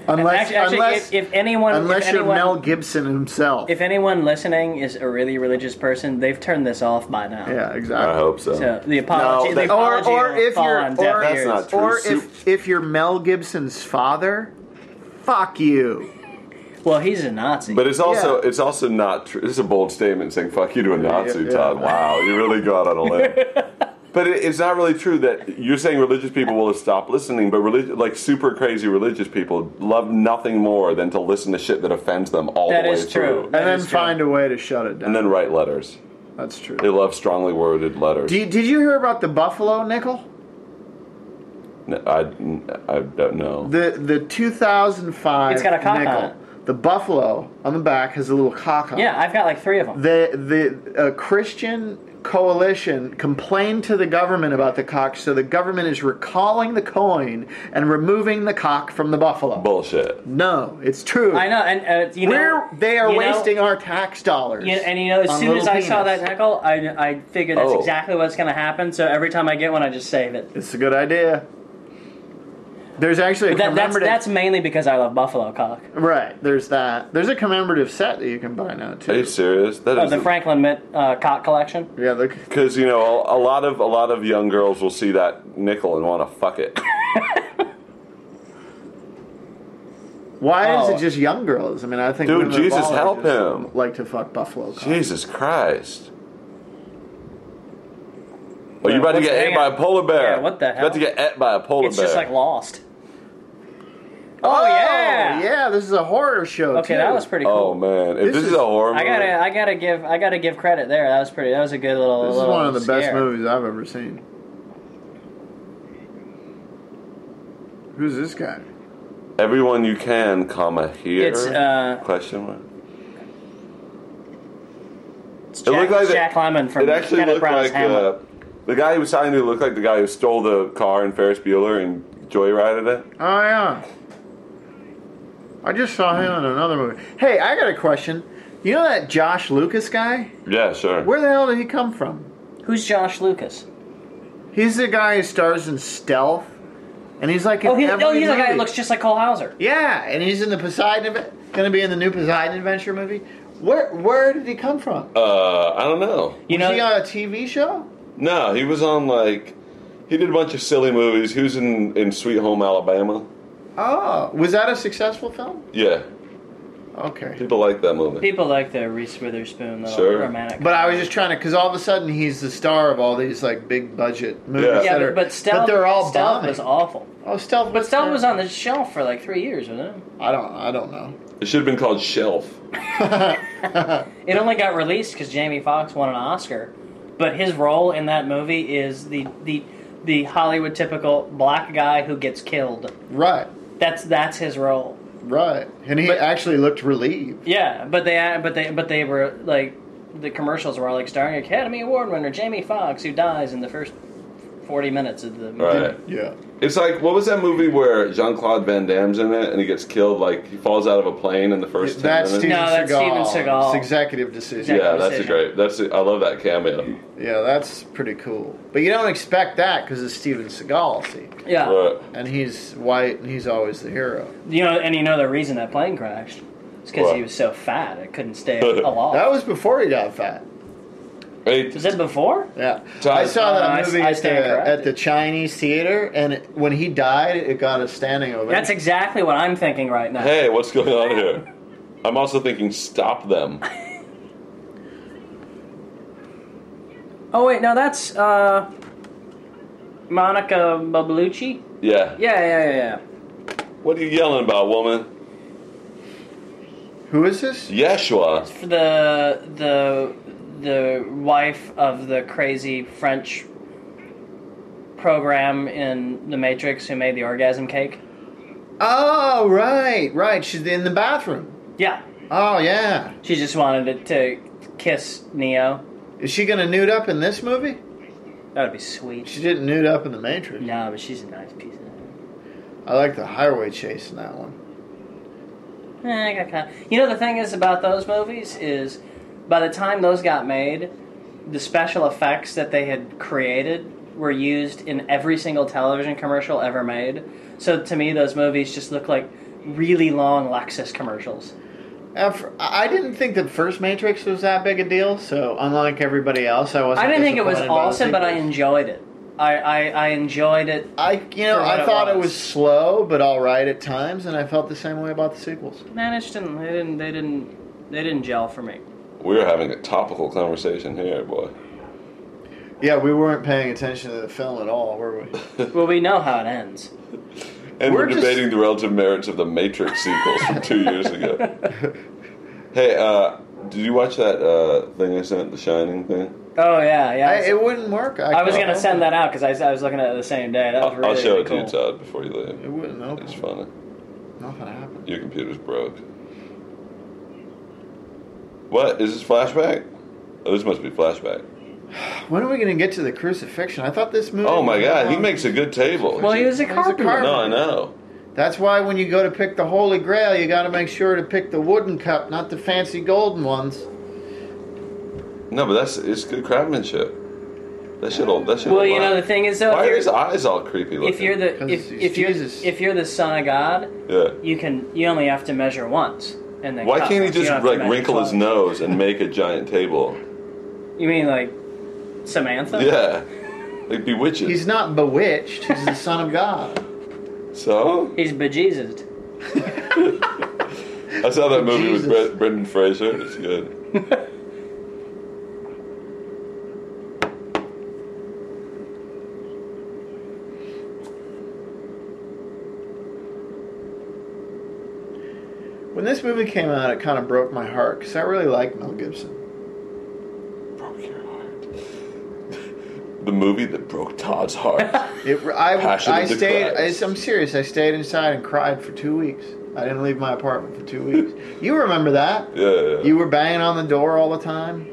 Speaker 1: Unless,
Speaker 3: actually, actually
Speaker 1: unless,
Speaker 3: if, if anyone,
Speaker 1: unless
Speaker 3: if
Speaker 1: you're
Speaker 3: anyone,
Speaker 1: Mel Gibson himself.
Speaker 3: if anyone listening is a really religious person, they've turned this off by now.
Speaker 1: yeah, exactly.
Speaker 2: I hope so.
Speaker 3: So the apology,
Speaker 2: Uh, No,
Speaker 3: Oh, the
Speaker 2: that-
Speaker 1: Or,
Speaker 3: apology
Speaker 1: or
Speaker 3: will
Speaker 1: if
Speaker 3: fall
Speaker 1: you're,
Speaker 3: on deaf
Speaker 1: or,
Speaker 2: That's
Speaker 3: ears.
Speaker 2: not true.
Speaker 1: or
Speaker 2: Soup-
Speaker 1: if if you're Mel Gibson's father, fuck you.
Speaker 3: Well, he's a Nazi.
Speaker 2: But it's also
Speaker 1: Yeah.
Speaker 2: it's also not true. This is a bold statement saying "fuck you" to a Nazi,
Speaker 1: yeah.
Speaker 2: Todd. Wow, you really got on a limb. but it, it's not really true that you're saying religious people will stop listening. But relig- like super crazy religious people love nothing more than to listen to shit that offends them all
Speaker 3: That
Speaker 2: the way
Speaker 3: is
Speaker 2: through,
Speaker 3: true.
Speaker 1: And
Speaker 3: That
Speaker 1: then
Speaker 3: is true.
Speaker 1: find a way to shut it down.
Speaker 2: and then write letters.
Speaker 1: that's true.
Speaker 2: They love strongly worded letters.
Speaker 1: Did, did you hear about the Buffalo nickel?
Speaker 2: N- I, n- I don't know.
Speaker 1: The the 2005
Speaker 3: It's got a cock on
Speaker 1: nickel. The buffalo on the back has a little cock on. it.
Speaker 3: Yeah, I've got like three of them.
Speaker 1: The the uh, Christian coalition complained to the government about the cock, so the government is recalling the coin and removing the cock from the buffalo.
Speaker 2: Bullshit.
Speaker 1: no, it's true.
Speaker 3: I know, and uh, you know
Speaker 1: We're, they are
Speaker 3: you know-
Speaker 1: wasting our tax dollars.
Speaker 3: Yeah, and you know, as
Speaker 1: on
Speaker 3: soon as
Speaker 1: little
Speaker 3: I saw
Speaker 1: penis.
Speaker 3: that nickel, I, I figured that's
Speaker 2: Oh.
Speaker 3: exactly what's going to happen. So every time I get one, I just save it.
Speaker 1: it's a good idea. There's actually a
Speaker 3: But that, that's,
Speaker 1: commemorative
Speaker 3: that's mainly because I love buffalo cock.
Speaker 1: right. There's that. There's a commemorative set that you can buy now
Speaker 2: Are you
Speaker 1: too.
Speaker 2: serious? That
Speaker 3: Oh,
Speaker 2: is
Speaker 3: the Franklin Mint uh, cock collection.
Speaker 1: Yeah, look.
Speaker 2: because you know a lot of a lot of young girls will see that nickel and want to fuck it.
Speaker 1: Why
Speaker 3: Oh.
Speaker 1: is it just young girls? I mean, I think
Speaker 2: Dude,
Speaker 1: women of
Speaker 2: Jesus
Speaker 1: all
Speaker 2: help
Speaker 1: ages
Speaker 2: him.
Speaker 1: Like to fuck buffalo. cock.
Speaker 2: Jesus Christ. Are you about to
Speaker 3: What's-
Speaker 2: get ate
Speaker 3: hang
Speaker 2: by
Speaker 3: on.
Speaker 2: a polar bear?
Speaker 3: Yeah, what the
Speaker 2: About to
Speaker 3: hell?
Speaker 2: get ate by a polar
Speaker 3: It's
Speaker 2: bear.
Speaker 3: just like lost. Oh, yeah.
Speaker 1: yeah. This is a horror show.
Speaker 3: Okay,
Speaker 1: too.
Speaker 3: that was pretty
Speaker 2: oh
Speaker 3: cool.
Speaker 2: man,
Speaker 1: This
Speaker 2: if this, is,
Speaker 1: is-
Speaker 2: a horror
Speaker 3: I
Speaker 2: movie,
Speaker 3: gotta, I gotta give, I gotta give credit there. That was pretty. That was a good little.
Speaker 1: This is
Speaker 3: little
Speaker 1: one of the best
Speaker 3: scare.
Speaker 1: movies I've ever seen. Who's this guy?
Speaker 2: everyone you can, comma here.
Speaker 3: uh, It's, uh,
Speaker 2: question mark.
Speaker 3: It's
Speaker 2: It
Speaker 3: Jack,
Speaker 2: looked like
Speaker 3: Jack
Speaker 2: the-
Speaker 3: Lemmon from
Speaker 2: It actually
Speaker 3: Kenneth
Speaker 2: looked
Speaker 3: Branagh's
Speaker 2: like
Speaker 3: Hamlet.
Speaker 2: uh, the guy who was talking to looked like the guy who stole the car in Ferris Bueller and joyrided it.
Speaker 1: Oh yeah. I just saw him in another movie. Hey, I got a question. You know that Josh Lucas guy?
Speaker 2: Yeah, sure.
Speaker 1: Where the hell did he come from?
Speaker 2: uh,
Speaker 3: Who's Josh Lucas?
Speaker 1: He's the guy who stars in Stealth, and he's like in
Speaker 3: Oh, he,
Speaker 1: every
Speaker 3: oh, he's the guy that
Speaker 1: movie.
Speaker 3: looks just like Cole Hauser.
Speaker 1: Yeah, and he's in the Poseidon. Going to be in the new Poseidon Adventure movie. Where Where did he come from?
Speaker 2: uh, I don't know.
Speaker 3: You
Speaker 1: Was he uh,
Speaker 3: know,
Speaker 1: on a TV show?
Speaker 2: No, he was on like he did a bunch of silly movies. He was in in Sweet Home Alabama.
Speaker 1: Oh, was that a successful film?
Speaker 2: Yeah,
Speaker 1: Okay.
Speaker 2: people like that movie.
Speaker 3: people like the Reese Witherspoon, the
Speaker 2: Sure.
Speaker 3: romantic.
Speaker 1: But I was just trying to, because all of a sudden he's the star of all these like big budget movies.
Speaker 2: Yeah.
Speaker 1: that
Speaker 3: yeah,
Speaker 1: are-
Speaker 3: but, but Stealth,
Speaker 1: they're all
Speaker 3: Stealth
Speaker 1: bombing.
Speaker 3: was awful.
Speaker 1: oh, stealth.
Speaker 3: But Stealth was on the shelf for like three years, wasn't
Speaker 1: I don't. I don't know.
Speaker 2: It should have been called Shelf.
Speaker 3: it? It only got released because Jamie Foxx won an Oscar, but his role in that movie is the the the Hollywood typical black guy who gets killed.
Speaker 1: Right.
Speaker 3: That's that's his role.
Speaker 1: Right. And he
Speaker 3: But-
Speaker 1: actually looked relieved.
Speaker 3: Yeah, but they but they but they were like the commercials were like starring Academy Award winner Jamie Foxx who dies in the first forty minutes of the.
Speaker 2: All right.
Speaker 1: Yeah.
Speaker 2: It's like what was that movie where Jean Claude Van Damme's in it and he gets killed? Like he falls out of a plane in the first ten
Speaker 1: That's
Speaker 2: minutes.
Speaker 1: Steven
Speaker 3: No, that's Steven
Speaker 1: Seagal.
Speaker 3: Seagal.
Speaker 1: It's executive decision.
Speaker 2: yeah, that's a
Speaker 3: Decision.
Speaker 2: great. That's a, I love that cameo.
Speaker 1: Yeah. that's pretty cool. But you don't expect that because it's Steven Seagal, see,
Speaker 3: Yeah,
Speaker 2: Right.
Speaker 1: and he's white and he's always the hero.
Speaker 3: you know, and you know the reason that plane crashed. It's because
Speaker 2: What?
Speaker 3: he was so fat, it couldn't stay aloft.
Speaker 1: That was before he got fat.
Speaker 2: Hey,
Speaker 3: was it before?
Speaker 1: Yeah,
Speaker 2: So
Speaker 1: I
Speaker 2: I-
Speaker 1: saw
Speaker 3: Uh, I-
Speaker 1: that movie
Speaker 3: I
Speaker 1: at,
Speaker 3: stand
Speaker 1: the,
Speaker 3: corrected.
Speaker 1: at the Chinese theater, and it, when he died, it got a standing ovation.
Speaker 3: That's exactly what I'm thinking right now.
Speaker 2: hey, what's going on here? I'm also thinking, stop them.
Speaker 3: Oh wait, no, that's uh, Monica Bablucci.
Speaker 2: Yeah.
Speaker 3: Yeah, yeah, yeah, yeah.
Speaker 2: What are you yelling about, woman?
Speaker 1: Who is this?
Speaker 2: Yeshua.
Speaker 3: For the the the wife of the crazy French program in The Matrix who made the orgasm cake.
Speaker 1: Oh, right, right. She's in the bathroom.
Speaker 3: Yeah,
Speaker 1: Oh, yeah.
Speaker 3: she just wanted to, to kiss Neo.
Speaker 1: Is she gonna nude up in this movie?
Speaker 3: That would be sweet.
Speaker 1: She didn't nude up in The Matrix.
Speaker 3: No, but she's a nice piece of.
Speaker 1: I like the highway chase in that one.
Speaker 3: Eh, I got kind of, you know the thing is about those movies is by the time those got made, the special effects that they had created were used in every single television commercial ever made. So to me, those movies just look like really long Lexus commercials.
Speaker 1: Uh, fr- I I didn't think the first Matrix was that big a deal, so unlike everybody else, I wasn't.
Speaker 3: I didn't think it was
Speaker 1: disappointed by the
Speaker 3: awesome, but I
Speaker 1: sequels.
Speaker 3: enjoyed it. I, I, I enjoyed it.
Speaker 1: I, you know,
Speaker 3: for what
Speaker 1: I
Speaker 3: it
Speaker 1: thought it
Speaker 3: was.
Speaker 1: was slow but all right at times, and I felt the same way about the sequels.
Speaker 3: Man, it just didn't. They didn't. They didn't. They didn't gel for me.
Speaker 2: We're having a topical conversation here, boy.
Speaker 1: Yeah, we weren't paying attention to the film at all, were we?
Speaker 3: Well, we know how it ends.
Speaker 2: And we're,
Speaker 1: We're just-
Speaker 2: debating the relative merits of the Matrix sequels from two years ago. hey, uh, Did you watch that uh, thing I sent, the Shining thing?
Speaker 3: Oh yeah, yeah.
Speaker 1: I, it oh, wouldn't work.
Speaker 3: I was
Speaker 1: can't
Speaker 3: gonna
Speaker 1: open
Speaker 3: send that out because I, I was looking at it the same day. That was
Speaker 2: I'll,
Speaker 3: really,
Speaker 2: I'll show
Speaker 3: really
Speaker 2: it to
Speaker 3: cool.
Speaker 2: you, Todd, before you
Speaker 1: It.
Speaker 2: leave.
Speaker 1: It wouldn't
Speaker 2: It's
Speaker 1: open.
Speaker 2: funny.
Speaker 1: Nothing happened.
Speaker 2: Your computer's broke. What is this flashback? Oh, this must be flashback.
Speaker 1: When are we gonna get to the crucifixion? I thought this movie.
Speaker 2: Oh my
Speaker 1: was
Speaker 2: God, he
Speaker 1: long.
Speaker 2: makes a good table.
Speaker 3: Well, he was a
Speaker 1: He's a
Speaker 3: carpenter.
Speaker 1: carpenter.
Speaker 2: no, I know.
Speaker 1: That's why when you go to pick the Holy Grail, you got to make sure to pick the wooden cup, not the fancy golden ones.
Speaker 2: No, but that's it's good craftsmanship. That shit all that shit.
Speaker 3: Well, you know the thing is though,
Speaker 2: why
Speaker 3: if
Speaker 2: are
Speaker 3: you're,
Speaker 2: his eyes all creepy looking?
Speaker 3: if you're the
Speaker 1: 'Cause
Speaker 3: if,
Speaker 1: he's
Speaker 3: if you're
Speaker 1: Jesus.
Speaker 3: if you're the son of God,
Speaker 2: yeah.
Speaker 3: you can you only have to measure once and then.
Speaker 2: Why
Speaker 3: cut
Speaker 2: can't he
Speaker 3: once. You
Speaker 2: just
Speaker 3: don't have to
Speaker 2: like
Speaker 3: measure
Speaker 2: wrinkle his
Speaker 3: twice.
Speaker 2: nose and make a giant table?
Speaker 3: You mean like Samantha?
Speaker 2: Yeah, like bewitches.
Speaker 1: He's not bewitched. He's the Son of God.
Speaker 2: so
Speaker 3: He's bejesused.
Speaker 2: I saw that movie with
Speaker 1: Jesus.
Speaker 2: Bre- Brendan Fraser. It's good.
Speaker 1: When this movie came out, it kind of broke my heart because I really like Mel Gibson.
Speaker 2: Broke your heart. The movie that broke Todd's heart.
Speaker 1: It, I,
Speaker 2: Passion of
Speaker 1: I
Speaker 2: the
Speaker 1: stayed. I,
Speaker 2: Christ.
Speaker 1: I'm serious. I stayed inside and cried for two weeks. I didn't leave my apartment for two weeks. you remember that?
Speaker 2: yeah, yeah.
Speaker 1: You were banging on the door all the time.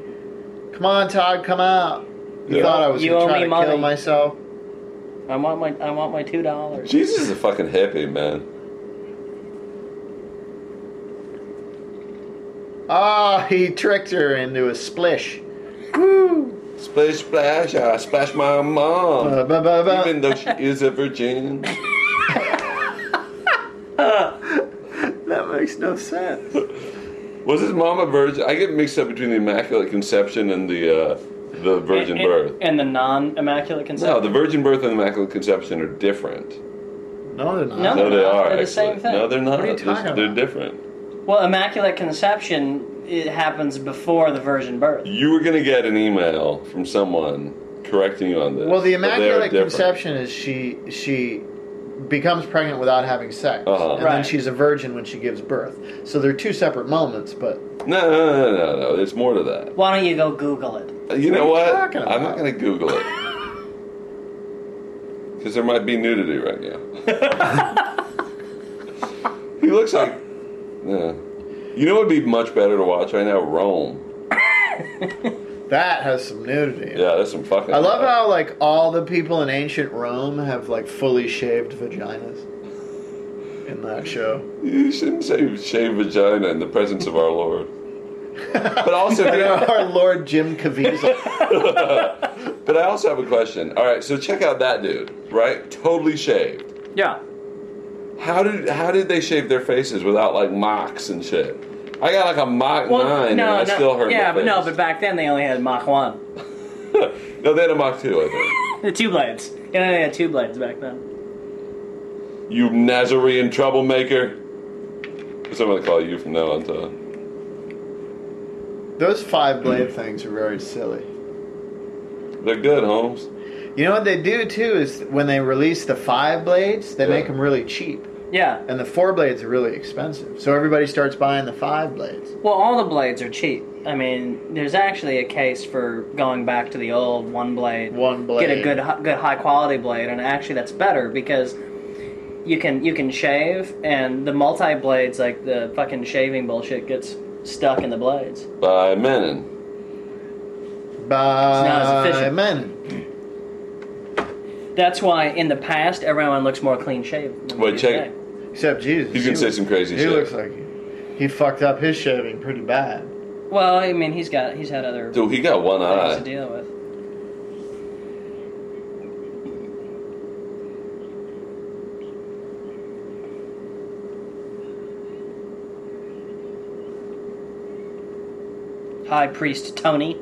Speaker 1: Come on, Todd, come out. You
Speaker 2: Yeah.
Speaker 1: thought I was
Speaker 3: You
Speaker 1: gonna
Speaker 3: owe
Speaker 1: try
Speaker 3: me
Speaker 1: to
Speaker 3: money.
Speaker 1: kill myself.
Speaker 3: I want my I want my two dollars.
Speaker 2: Jesus is a fucking hippie, man.
Speaker 1: Ah, he tricked her into a splish. Woo!
Speaker 2: Splish splash, I splash my mom.
Speaker 1: Uh, ba- ba- ba-
Speaker 2: Even though she is a virgin.
Speaker 1: That makes no sense.
Speaker 2: Was his mom a virgin? I get mixed up between the Immaculate Conception and the uh, the Virgin
Speaker 3: and,
Speaker 2: Birth.
Speaker 3: and the non immaculate
Speaker 2: No,
Speaker 3: conception.
Speaker 2: the Virgin Birth and the Immaculate Conception are different.
Speaker 1: No, they're not.
Speaker 3: No.
Speaker 2: No, they
Speaker 3: they're
Speaker 2: are.
Speaker 3: the
Speaker 2: actually.
Speaker 3: same thing.
Speaker 2: No, they're not.
Speaker 1: What are you
Speaker 2: They're-
Speaker 1: talking
Speaker 2: they're
Speaker 1: about?
Speaker 2: different.
Speaker 3: well, immaculate conception it happens before the virgin birth.
Speaker 2: You were gonna get an email from someone correcting you on this.
Speaker 1: Well, the
Speaker 2: but they are
Speaker 1: immaculate
Speaker 2: different.
Speaker 1: conception is she she becomes pregnant without having sex,
Speaker 2: Uh-huh.
Speaker 1: and then
Speaker 3: Right.
Speaker 1: she's a virgin when she gives birth. So they're two separate moments, but
Speaker 2: No, no, no, no, no. There's more to that.
Speaker 3: Why don't you go Google it?
Speaker 2: You know
Speaker 1: What are you
Speaker 2: what?
Speaker 1: talking
Speaker 2: I'm not
Speaker 1: about?
Speaker 2: gonna Google it because there might be nudity right now. he looks like. Yeah. You know what would be much better to watch right now? Rome.
Speaker 1: that has some nudity. in it.
Speaker 2: Yeah, that's some fucking.
Speaker 1: I love how like all the people in ancient Rome have like fully shaved vaginas in that show.
Speaker 2: You shouldn't say shave vagina in the presence of our Lord. But also,
Speaker 1: You
Speaker 2: you
Speaker 1: know,
Speaker 2: know,
Speaker 1: Our Lord Jim Caviezel.
Speaker 2: But I also have a question. All right, so check out that dude, right? Totally shaved.
Speaker 3: Yeah.
Speaker 2: How did how did they shave their faces without like mocks and shit? I got like a mock
Speaker 3: Well,
Speaker 2: nine,
Speaker 3: no,
Speaker 2: and I
Speaker 3: no,
Speaker 2: still hurt.
Speaker 3: yeah,
Speaker 2: my
Speaker 3: but no,
Speaker 2: face.
Speaker 3: but back then they only had Mach one.
Speaker 2: no, they had a mock two. I think
Speaker 3: The two blades. Yeah, they had two blades back then.
Speaker 2: you Nazarene troublemaker. That's what I'm gonna call you from now on, Todd.
Speaker 1: Those five blade things are very silly.
Speaker 2: They're good, Holmes.
Speaker 1: You know what they do too is when they release the five blades, they
Speaker 2: Yeah.
Speaker 1: make 'em make them really cheap,
Speaker 3: Yeah.
Speaker 1: and the four blades are really expensive. So everybody starts buying the five blades.
Speaker 3: Well, all the blades are cheap. I mean, there's actually a case for going back to the old one blade.
Speaker 1: One blade.
Speaker 3: Get a good, hi- good high quality blade, and actually that's better because you can you can shave, and the multi blades like the fucking shaving bullshit gets stuck in the blades.
Speaker 2: By Menon.
Speaker 1: By
Speaker 3: as efficient.
Speaker 1: men.
Speaker 3: That's why in the past everyone looks more clean shaved. than they
Speaker 2: Wait,
Speaker 3: do
Speaker 2: check-
Speaker 3: today.
Speaker 1: Except Jesus.
Speaker 2: You can
Speaker 1: He
Speaker 2: say
Speaker 1: looks-
Speaker 2: some crazy
Speaker 1: he
Speaker 2: shit.
Speaker 1: looks like he, he fucked up his shaving pretty bad.
Speaker 3: Well, I mean, he's got he's had other
Speaker 2: Dude, he got one
Speaker 3: things to
Speaker 2: eye.
Speaker 3: deal with. High Priest Tony.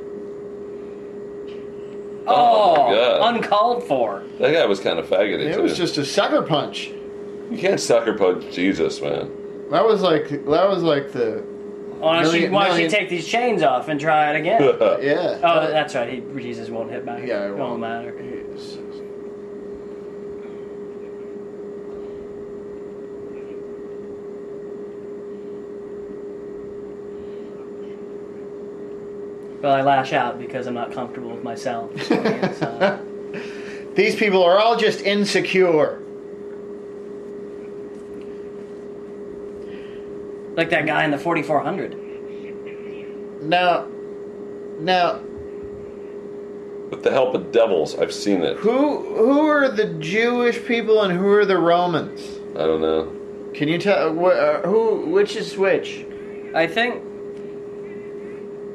Speaker 3: Oh,
Speaker 2: my God.
Speaker 3: uncalled for.
Speaker 2: That guy was kind of faggoty
Speaker 1: It
Speaker 2: too.
Speaker 1: was just a sucker punch.
Speaker 2: you can't sucker punch Jesus, man.
Speaker 1: That was like that was like the
Speaker 3: Why don't, you,
Speaker 1: Million-
Speaker 3: why don't you
Speaker 1: million-
Speaker 3: take these chains off and try it again?
Speaker 1: yeah.
Speaker 3: oh, that's right. He, Jesus won't hit back.
Speaker 1: Yeah, it
Speaker 3: it
Speaker 1: won't.
Speaker 3: won't matter.
Speaker 1: Yes.
Speaker 3: Well, I lash out because I'm not comfortable with myself. So it's, uh,
Speaker 1: These people are all just insecure.
Speaker 3: like that guy in the 4400.
Speaker 1: Now, now,
Speaker 2: With the help of devils, I've seen it.
Speaker 1: who who are the Jewish people and who are the Romans?
Speaker 2: I don't know.
Speaker 1: Can you tell wh- uh, who which is which?
Speaker 3: I think.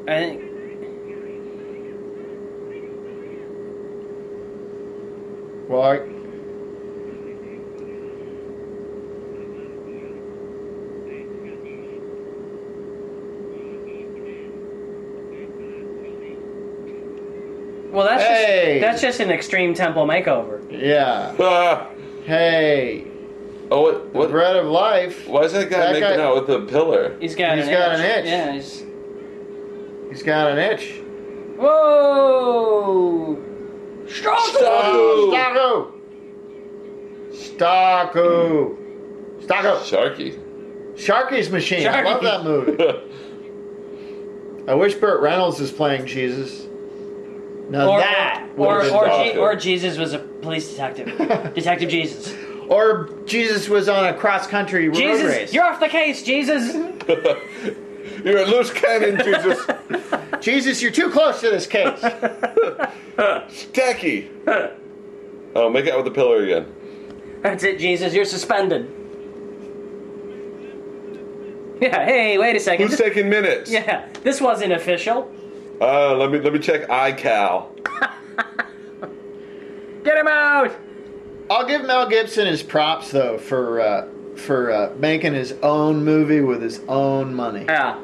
Speaker 3: I think.
Speaker 1: Well, I,
Speaker 3: Well, that's
Speaker 1: Hey!
Speaker 3: just that's just an extreme temple makeover.
Speaker 1: yeah.
Speaker 2: Ah!
Speaker 1: Hey,
Speaker 2: Oh, what?
Speaker 1: the
Speaker 2: what
Speaker 1: bread of life.
Speaker 2: why is that guy
Speaker 1: That
Speaker 2: making
Speaker 1: guy-
Speaker 2: out with the pillar?
Speaker 3: He's got
Speaker 1: He's
Speaker 3: an
Speaker 1: got
Speaker 3: itch.
Speaker 1: an itch.
Speaker 3: Yeah. He's,
Speaker 1: He's got an itch.
Speaker 3: whoa.
Speaker 2: Stop.
Speaker 3: Strong.
Speaker 1: Stocko. Stocko. Stocko.
Speaker 2: Sharky.
Speaker 1: Sharky's Machine. I love
Speaker 3: Sharky.
Speaker 1: that movie. I wish Burt Reynolds was playing Jesus. Now
Speaker 3: Or,
Speaker 1: that would
Speaker 3: or,
Speaker 1: have
Speaker 3: or,
Speaker 2: been
Speaker 3: Je-
Speaker 2: awesome.
Speaker 3: or Jesus was a police detective. detective Jesus.
Speaker 1: been- or Jesus was on a cross country road
Speaker 3: Jesus,
Speaker 1: race.
Speaker 3: you're off the case, Jesus.
Speaker 2: You're a loose cannon, Jesus.
Speaker 1: Jesus, you're too close to this case.
Speaker 2: Tacky. oh, make out with the pillar again.
Speaker 3: That's it, Jesus. You're suspended. Yeah. Hey, wait a second.
Speaker 2: Who's taking minutes?
Speaker 3: yeah, this wasn't official.
Speaker 2: Uh, let me let me check iCal.
Speaker 3: Get him out.
Speaker 1: I'll give Mel Gibson his props though for uh, for uh, making his own movie with his own money.
Speaker 3: Yeah.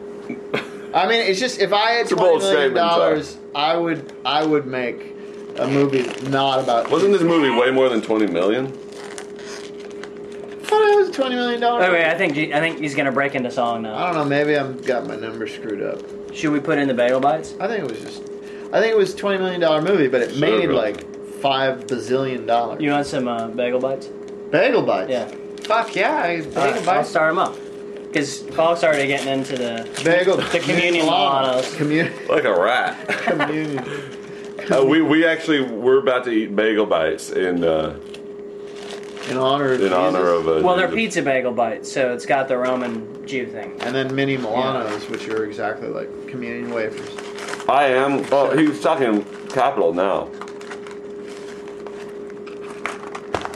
Speaker 1: I mean, it's just if I had
Speaker 2: a
Speaker 1: twenty
Speaker 2: bold
Speaker 1: million
Speaker 2: statement,
Speaker 1: dollars, I would I would make a movie not about.
Speaker 2: Wasn't this movie way more than twenty million?
Speaker 1: I thought it was a twenty million dollars.
Speaker 3: Okay, I think Je- I think he's gonna break into song now.
Speaker 1: I don't know. Maybe I've got my number screwed up.
Speaker 3: Should we put in the bagel bites?
Speaker 1: I think it was just. I think it was a twenty million dollar movie, but it made
Speaker 2: bro.
Speaker 1: like five bazillion dollars.
Speaker 3: You want some uh, bagel bites?
Speaker 1: bagel bites.
Speaker 3: Yeah.
Speaker 1: Fuck yeah, I-
Speaker 3: All
Speaker 1: bagel
Speaker 3: right, I'll
Speaker 1: bites.
Speaker 3: start him up. Because folks already getting into the.
Speaker 1: Bagel.
Speaker 3: The communion Milanos.
Speaker 1: Communion.
Speaker 2: Like a rat.
Speaker 1: communion.
Speaker 2: uh, we we actually were about to eat bagel bites in uh,
Speaker 1: In honor of.
Speaker 2: in
Speaker 1: Jesus.
Speaker 2: honor of uh, a.
Speaker 3: Well, they're pizza bagel bites, so it's got the Roman Jew thing.
Speaker 1: And then mini Milanos, which are exactly like communion wafers.
Speaker 2: I am. Oh, he's talking capital now.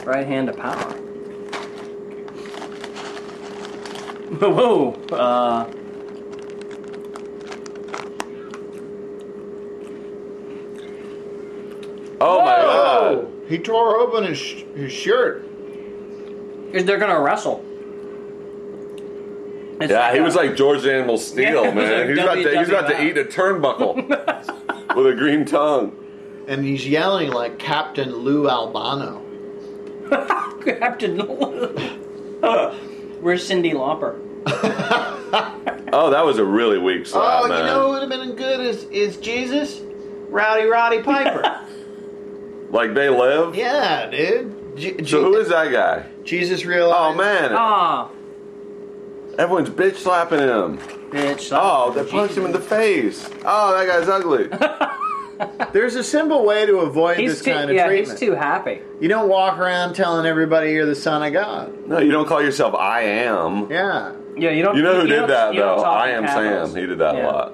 Speaker 3: Right hand of power. Whoa! Uh,
Speaker 2: Oh my god.
Speaker 1: Oh, he tore open his, sh- his shirt.
Speaker 3: they're gonna wrestle. It's
Speaker 2: Yeah, he
Speaker 3: a-
Speaker 2: was like George Animal Steel,
Speaker 3: Yeah, it was
Speaker 2: man.
Speaker 3: like
Speaker 2: He's about, to, he's about to
Speaker 3: WWF.
Speaker 2: eat a turnbuckle with a green tongue.
Speaker 1: And he's yelling like Captain Lou Albano.
Speaker 3: Captain We're Cindy Lauper.
Speaker 2: Oh, that was a really weak slap,
Speaker 1: oh,
Speaker 2: Ah, man.
Speaker 1: you know what would have been good is, is Jesus? Rowdy Roddy Piper.
Speaker 2: Like they live.
Speaker 1: yeah, dude. J-
Speaker 2: So who is that guy?
Speaker 1: Jesus realized.
Speaker 2: Oh man,
Speaker 3: Ah,
Speaker 2: everyone's bitch slapping him.
Speaker 3: bitch.
Speaker 2: Oh, they punched him in the face. Oh, that guy's ugly.
Speaker 1: There's a simple way to avoid
Speaker 3: He's
Speaker 1: this
Speaker 3: too,
Speaker 1: kind of
Speaker 3: yeah,
Speaker 1: treatment.
Speaker 3: he's too happy.
Speaker 1: you don't walk around telling everybody you're the son of God.
Speaker 2: No, you don't call yourself I am.
Speaker 1: Yeah.
Speaker 3: Yeah, you don't.
Speaker 2: You know who
Speaker 3: don't-
Speaker 2: did that
Speaker 3: you don't
Speaker 2: though?
Speaker 3: talk
Speaker 2: I
Speaker 3: in
Speaker 2: am
Speaker 3: capitals.
Speaker 2: Sam. He did that
Speaker 3: Yeah.
Speaker 2: a lot.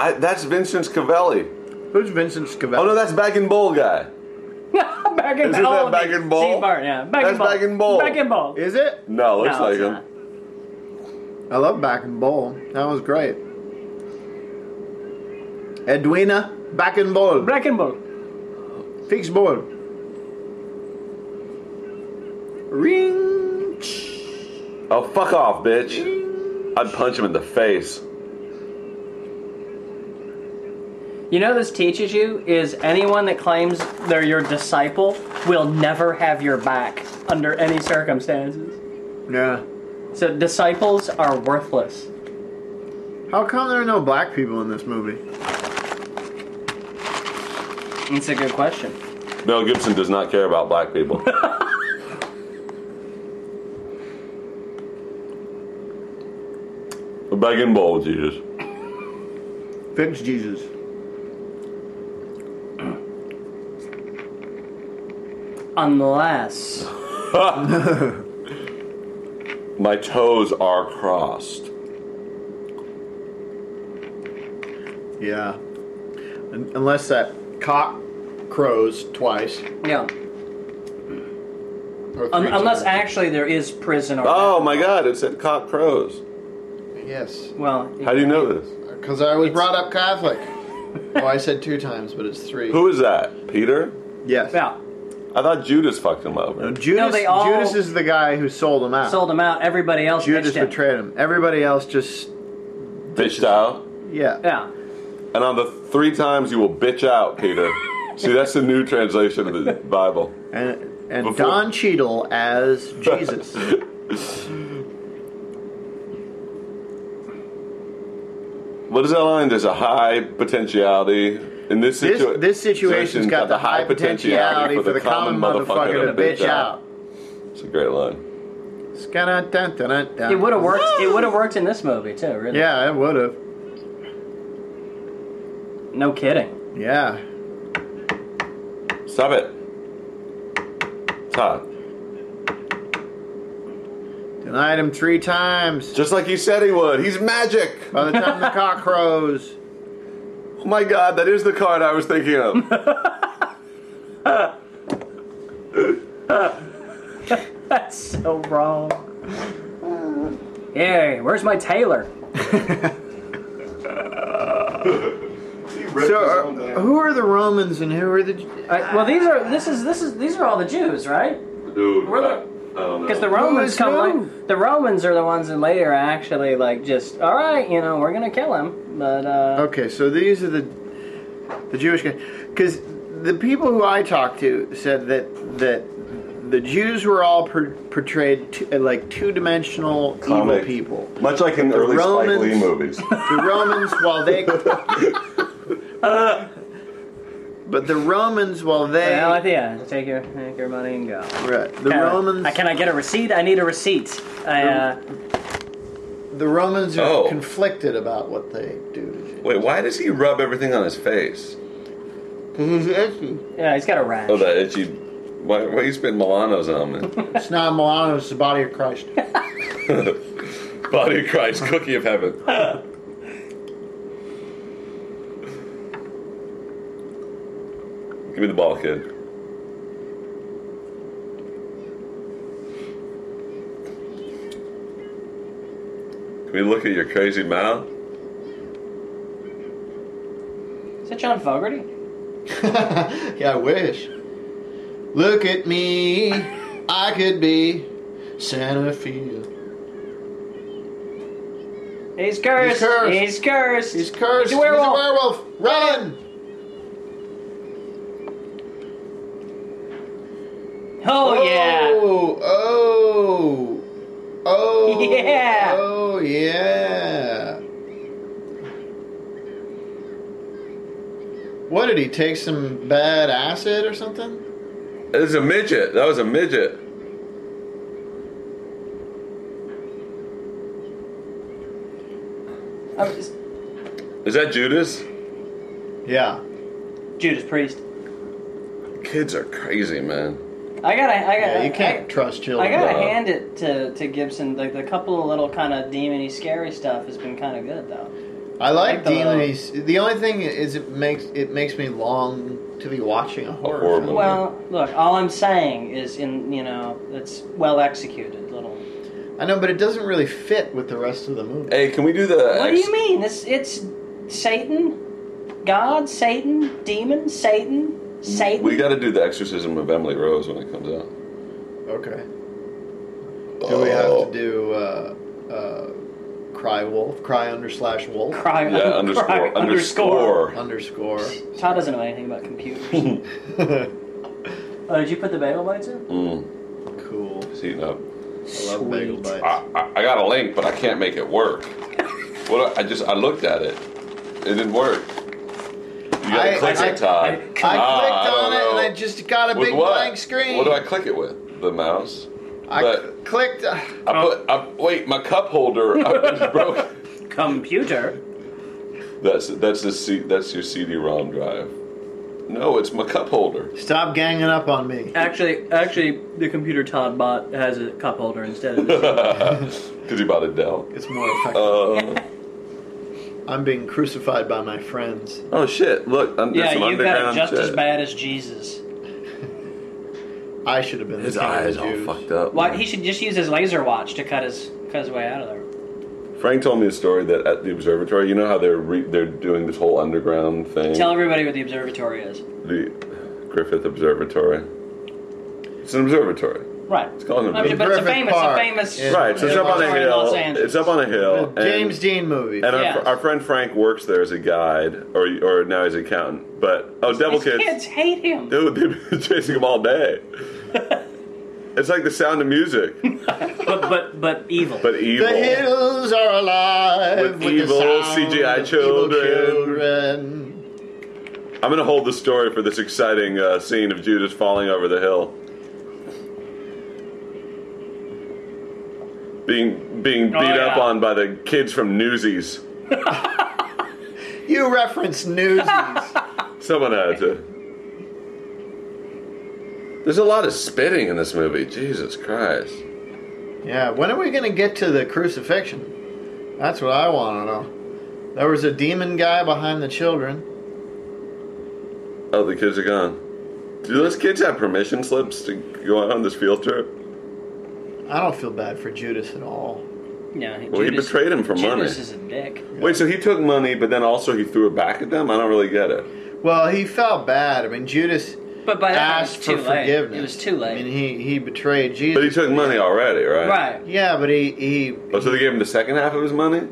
Speaker 2: I, that's Vincent Scavelli.
Speaker 1: Who's Vincent Scavelli?
Speaker 2: Oh no, that's Back and Bowl guy.
Speaker 3: back
Speaker 2: Isn't
Speaker 3: in
Speaker 2: that
Speaker 3: ball.
Speaker 2: back in ball?
Speaker 3: Steve Martin, yeah. Back
Speaker 2: That's
Speaker 3: in ball.
Speaker 2: back in ball.
Speaker 3: Back in ball.
Speaker 1: is it?
Speaker 2: No, looks
Speaker 3: No,
Speaker 2: like
Speaker 3: it's
Speaker 2: him.
Speaker 3: not.
Speaker 1: I love Back and Bowl. That was great. Edwina Back and Bowl.
Speaker 3: Back in ball.
Speaker 1: Fix Bowl. Ring.
Speaker 2: Oh fuck off, bitch! I'd punch him in the face.
Speaker 3: You know, this teaches you is anyone that claims they're your disciple will never have your back under any circumstances.
Speaker 1: Yeah.
Speaker 3: So disciples are worthless.
Speaker 1: How come there are no black people in this movie?
Speaker 3: It's a good question.
Speaker 2: Mel Gibson does not care about black people. Bacon bowl, Jesus.
Speaker 1: Thanks, Jesus.
Speaker 3: Unless
Speaker 2: My toes are crossed.
Speaker 1: Yeah. Un- Unless that cock crows twice.
Speaker 3: yeah.
Speaker 1: Or
Speaker 3: Un-
Speaker 1: three
Speaker 3: unless
Speaker 1: times.
Speaker 3: actually there is prison or
Speaker 2: Oh my God! It said cock crows.
Speaker 5: Yes,
Speaker 3: well
Speaker 2: How do you know this?
Speaker 5: because I was brought up Catholic. well, I said two times, but it's three.
Speaker 2: Who is that? Peter?
Speaker 1: Yes.
Speaker 3: yeah
Speaker 2: I thought Judas fucked him
Speaker 1: No,
Speaker 2: over.
Speaker 1: Judas,
Speaker 3: No, they all-
Speaker 1: Judas is the guy who sold him out.
Speaker 3: sold him out everybody else
Speaker 1: Judas
Speaker 3: ditched him.
Speaker 1: betrayed him. Everybody else just,
Speaker 2: Bitched out.
Speaker 1: yeah.
Speaker 3: yeah
Speaker 2: And on the three times you will bitch out, Peter. See, that's the new translation of the Bible.
Speaker 1: And, and
Speaker 2: Before-
Speaker 1: Don Cheadle as Jesus.
Speaker 2: What is that line? There's a high potentiality in this
Speaker 1: this
Speaker 2: situation.
Speaker 1: this situation's got, the high potentiality for the common motherfucker to bitch out.
Speaker 2: It's a great line.
Speaker 1: Skanadantantantanta.
Speaker 3: it would have worked it would have worked in this movie too really
Speaker 1: Yeah, it would have.
Speaker 3: no kidding
Speaker 1: Yeah.
Speaker 2: Stop it, Todd.
Speaker 1: Denied him three times.
Speaker 2: Just like you said he would. He's magic.
Speaker 1: By the time the cock crows,
Speaker 2: Oh my God, that is the card I was thinking of.
Speaker 3: that's so wrong Yay, where's my tailor
Speaker 1: So, uh, who are the Romans and who are the?
Speaker 3: I, well these are this is this is these are all the Jews right
Speaker 2: Dude,
Speaker 3: Where the-
Speaker 2: I don't know.
Speaker 3: Because the Romans
Speaker 1: is
Speaker 3: come
Speaker 1: who?
Speaker 3: like the Romans are the ones that later actually like just all right, you know, we're gonna kill him, but uh,
Speaker 1: Okay, so these are the the Jewish guys, because the people who I talked to said that that the Jews were all per, portrayed t- uh, like two dimensional evil
Speaker 2: Comic.
Speaker 1: people.
Speaker 2: Much like in early
Speaker 1: Romans-
Speaker 2: Spike Lee movies.
Speaker 1: The Romans, while they Uh, but the Romans, while they
Speaker 3: well, yeah, take your take your money and go.
Speaker 1: right, the
Speaker 3: Can I-
Speaker 1: Romans,
Speaker 3: I, can I get a receipt? I need a receipt. I, uh,
Speaker 1: the Romans are
Speaker 2: Oh.
Speaker 1: conflicted about what they do to Jews.
Speaker 2: Wait, why does he rub everything on his face?
Speaker 1: Because he's itchy.
Speaker 3: yeah, he's got a rash.
Speaker 2: Oh, that itchy. Why, why you spit Milano's on me?
Speaker 1: It's not Milano; it's the body of Christ.
Speaker 2: Body of Christ, cookie of heaven. Give me the ball, kid. Can we look at your crazy mouth?
Speaker 3: Is that John Fogerty?
Speaker 5: yeah, I wish.
Speaker 1: Look at me, I could be Santa Fe.
Speaker 3: He's
Speaker 1: He's
Speaker 3: cursed.
Speaker 1: cursed.
Speaker 3: He's cursed.
Speaker 1: He's cursed.
Speaker 3: He's a werewolf.
Speaker 1: He's a werewolf. Run!
Speaker 3: Oh yeah.
Speaker 1: Oh, oh, oh.
Speaker 3: Yeah.
Speaker 1: Oh, yeah. What did he take? Some bad acid or something?
Speaker 2: It's a midget. That was a midget.
Speaker 3: I'm just-
Speaker 2: Is that Judas?
Speaker 1: Yeah.
Speaker 3: Judas Priest.
Speaker 2: Kids are crazy, man.
Speaker 3: I gotta. I gotta.
Speaker 1: Yeah, you can't
Speaker 3: I-
Speaker 1: trust
Speaker 3: I
Speaker 1: children.
Speaker 3: gotta
Speaker 2: No.
Speaker 3: hand it to, to Gibson. Like the couple of little kind of demony scary stuff has been kind of good though.
Speaker 1: I like
Speaker 3: like the-
Speaker 1: demons. The only thing is, it makes it makes me long to be watching a horror.
Speaker 2: horror
Speaker 1: film.
Speaker 2: movie.
Speaker 3: Well, look, all I'm saying is in you know it's well executed little.
Speaker 1: I know, but it doesn't really fit with the rest of the movie.
Speaker 2: Hey, can we do the?
Speaker 3: What do
Speaker 2: ex-
Speaker 3: you mean? It's it's Satan, God, Satan, demon, Satan, Satan.
Speaker 2: We got to do the exorcism of Emily Rose when it comes out. Eh.
Speaker 1: Okay. Do we have
Speaker 2: Oh.
Speaker 1: to do uh, uh, cry wolf, cry under slash wolf
Speaker 3: cry,
Speaker 2: Yeah, underscore,
Speaker 3: cry-
Speaker 2: underscore.
Speaker 1: underscore?
Speaker 3: Todd doesn't know anything about computers. oh, did you put the bagel bites in?
Speaker 2: Mm,
Speaker 1: cool.
Speaker 2: it's eating up.
Speaker 1: I love bagel
Speaker 3: Sweet.
Speaker 1: bites.
Speaker 2: I, I, I got a link, but I can't make it work. What I, I just I looked at it, it didn't work. You gotta
Speaker 1: I-
Speaker 2: click
Speaker 1: I-
Speaker 2: it, Todd.
Speaker 1: I clicked
Speaker 2: Ah, don't
Speaker 1: on it and
Speaker 2: know.
Speaker 1: I just got a
Speaker 2: With
Speaker 1: big
Speaker 2: what?
Speaker 1: blank screen.
Speaker 2: What do I click it with? The mouse.
Speaker 1: I
Speaker 2: but
Speaker 1: cl- clicked. uh,
Speaker 2: I put. I, wait, my cup holder I, is broken.
Speaker 3: computer.
Speaker 2: That's that's the C, that's your CD-ROM drive. No, it's my cup holder.
Speaker 1: Stop ganging up on me.
Speaker 3: Actually, actually, the computer Todd bought has a cup holder instead of this.
Speaker 2: Because you bought a Dell.
Speaker 1: It's more effective.
Speaker 2: Uh,
Speaker 1: I'm being crucified by my friends.
Speaker 2: oh shit! Look, um,
Speaker 3: yeah,
Speaker 2: that's some
Speaker 3: you got it
Speaker 2: underground
Speaker 3: just
Speaker 2: shit.
Speaker 3: as bad as Jesus.
Speaker 1: I should have been.
Speaker 2: His
Speaker 1: the king of
Speaker 2: eyes
Speaker 1: the
Speaker 2: all
Speaker 1: Jews.
Speaker 2: fucked up.
Speaker 3: Why
Speaker 2: man.
Speaker 3: he should just use his laser watch to cut his cut his way out of there.
Speaker 2: Frank told me a story that at the observatory, you know how they're re- they're doing this whole underground thing.
Speaker 3: Tell everybody what the observatory is.
Speaker 2: the Griffith Observatory. It's an observatory.
Speaker 3: Right.
Speaker 2: It's called an
Speaker 3: I mean,
Speaker 2: observatory.
Speaker 3: but it's a
Speaker 1: Griffith
Speaker 3: famous,
Speaker 1: Park.
Speaker 3: a famous.
Speaker 1: Yeah.
Speaker 2: Right, so it's up on a
Speaker 3: observatory in Los
Speaker 2: hill.
Speaker 3: Angeles.
Speaker 2: It's up on a hill.
Speaker 1: The James
Speaker 2: and-
Speaker 1: Dean movie.
Speaker 2: And
Speaker 3: Yeah.
Speaker 2: our, our friend Frank works there as a guide, or or now he's an accountant. But oh, Devil
Speaker 3: His
Speaker 2: Kids,
Speaker 3: kids hate him.
Speaker 2: dude, they've been chasing him all day. it's like the sound of music,
Speaker 3: But but but evil.
Speaker 2: but evil.
Speaker 1: The hills are alive
Speaker 2: With
Speaker 1: with,
Speaker 2: evil
Speaker 1: the sound
Speaker 2: CGI
Speaker 1: of evil
Speaker 2: children.
Speaker 1: children.
Speaker 2: I'm gonna hold the story for this exciting uh, scene of Judas falling over the hill, being being beat
Speaker 3: Oh, yeah.
Speaker 2: up on by the kids from Newsies.
Speaker 1: You reference Newsies.
Speaker 2: Someone had to. There's a lot of spitting in this movie. Jesus Christ.
Speaker 1: yeah. When are we gonna get to the crucifixion? That's what I want to know. There was a demon guy behind the children.
Speaker 2: Oh, the kids are gone. Do those kids have permission slips to go out on this field trip?
Speaker 1: I don't feel bad for Judas at all.
Speaker 3: yeah,
Speaker 2: Well, he betrayed him for
Speaker 3: Judas
Speaker 2: money.
Speaker 3: Judas is a dick.
Speaker 2: Wait, so he took money, but then also he threw it back at them? I don't really get it.
Speaker 1: Well, he felt bad. I mean, Judas
Speaker 3: But by that time,
Speaker 1: asked
Speaker 3: it was too
Speaker 1: for
Speaker 3: late.
Speaker 1: forgiveness.
Speaker 3: It was too late.
Speaker 1: I mean, he he betrayed Jesus.
Speaker 2: But he took money already, right?
Speaker 3: right.
Speaker 1: yeah, but he he.
Speaker 2: Oh, so they gave him the second half of his money?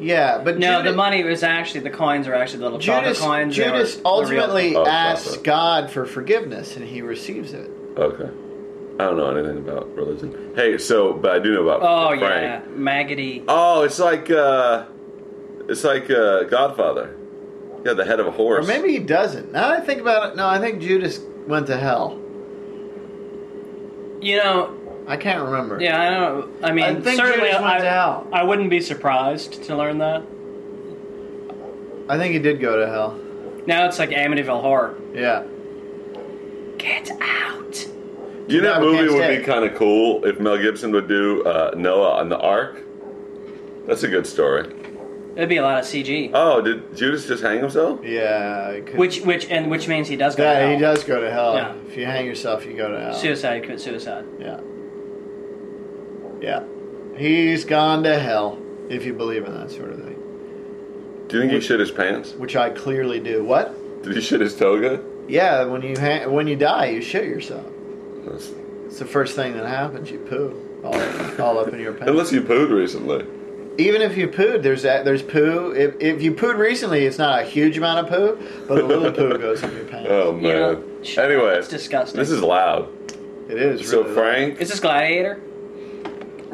Speaker 1: Yeah, but
Speaker 3: No,
Speaker 1: Judas,
Speaker 3: the money was actually the coins are actually the little
Speaker 1: Judas,
Speaker 3: chocolate coins. They
Speaker 1: Judas
Speaker 3: were the real-
Speaker 1: ultimately
Speaker 2: Oh,
Speaker 1: asks
Speaker 2: chocolate.
Speaker 1: God for forgiveness, and he receives it.
Speaker 2: Okay. I don't know anything about religion. Hey, so, but I do know about
Speaker 3: Oh
Speaker 2: Frank.
Speaker 3: yeah, maggoty.
Speaker 2: Oh, it's like, uh, it's like, uh, Godfather. Yeah, the head of a
Speaker 1: Or
Speaker 2: horse.
Speaker 1: maybe he doesn't. Now that I think about it, no, I think Judas went to hell.
Speaker 3: You know,
Speaker 1: I can't remember.
Speaker 3: yeah. I don't. I mean,
Speaker 1: I think
Speaker 3: certainly,
Speaker 1: Judas went
Speaker 3: I,
Speaker 1: to hell.
Speaker 3: I wouldn't be surprised to learn that.
Speaker 1: I think he did go to hell.
Speaker 3: Now it's like Amityville Horror.
Speaker 1: Yeah.
Speaker 3: Get out.
Speaker 2: You
Speaker 1: No,
Speaker 2: know, that
Speaker 1: we
Speaker 2: movie
Speaker 1: can't
Speaker 2: would
Speaker 1: stay.
Speaker 2: be kind of cool if Mel Gibson would do uh, Noah on the Ark. That's a good story.
Speaker 3: It'd be a lot of CG.
Speaker 2: Oh, did Judas just hang himself?
Speaker 1: Yeah. he could-
Speaker 3: Which which and which means he does go. to
Speaker 1: Yeah,
Speaker 3: hell.
Speaker 1: he does go to hell.
Speaker 3: Yeah.
Speaker 1: If you hang yourself, you go to hell.
Speaker 3: Suicide, commit suicide.
Speaker 1: Yeah. Yeah. He's gone to hell, if you believe in that sort of thing.
Speaker 2: Do you think he shit his pants?
Speaker 1: Which I clearly do. What?
Speaker 2: Did he shit his toga?
Speaker 1: Yeah, when you ha- when you die, you shit yourself.
Speaker 2: That's-
Speaker 1: It's the first thing that happens. You poo all, all up in your pants.
Speaker 2: Unless you pooed recently.
Speaker 1: Even if you pooed, there's that, there's poo. If, if you pooed recently, it's not a huge amount of poo, but a little poo goes in your pants.
Speaker 2: Oh man.
Speaker 3: You know, sh-
Speaker 2: anyway,
Speaker 3: it's disgusting.
Speaker 2: This is loud.
Speaker 1: It is.
Speaker 2: So
Speaker 1: really
Speaker 2: Frank,
Speaker 3: Is this Gladiator?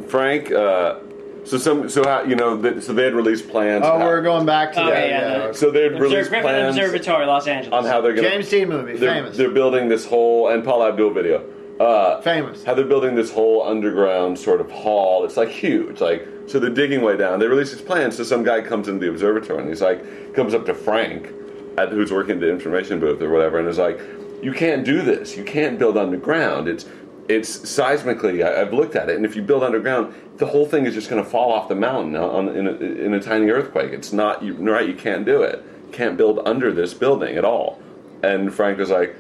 Speaker 2: Frank. Uh, so some. So how you know? Th- so they had released plans.
Speaker 1: Oh, we're going back to
Speaker 3: Oh,
Speaker 1: that.
Speaker 3: yeah,
Speaker 1: yeah.
Speaker 3: yeah.
Speaker 2: So they had
Speaker 3: Observe,
Speaker 2: released
Speaker 3: Griffin
Speaker 2: plans
Speaker 3: Observatory, Los Angeles.
Speaker 2: on how they're going.
Speaker 1: James Dean movie,
Speaker 2: they're,
Speaker 1: famous,
Speaker 2: They're building this whole and Paul Abdul video. Uh,
Speaker 1: famous.
Speaker 2: how they're building this whole underground sort of hall. It's like huge. Like so they're digging way down. They release these plans. So some guy comes into the observatory and he's like comes up to Frank, at, who's working the information booth or whatever, and is like, "You can't do this. You can't build underground. It's it's seismically. I, I've looked at it, and if you build underground, the whole thing is just going to fall off the mountain on, in, a, in a tiny earthquake. It's not you, right. You can't do it. Can't build under this building at all." And Frank was like,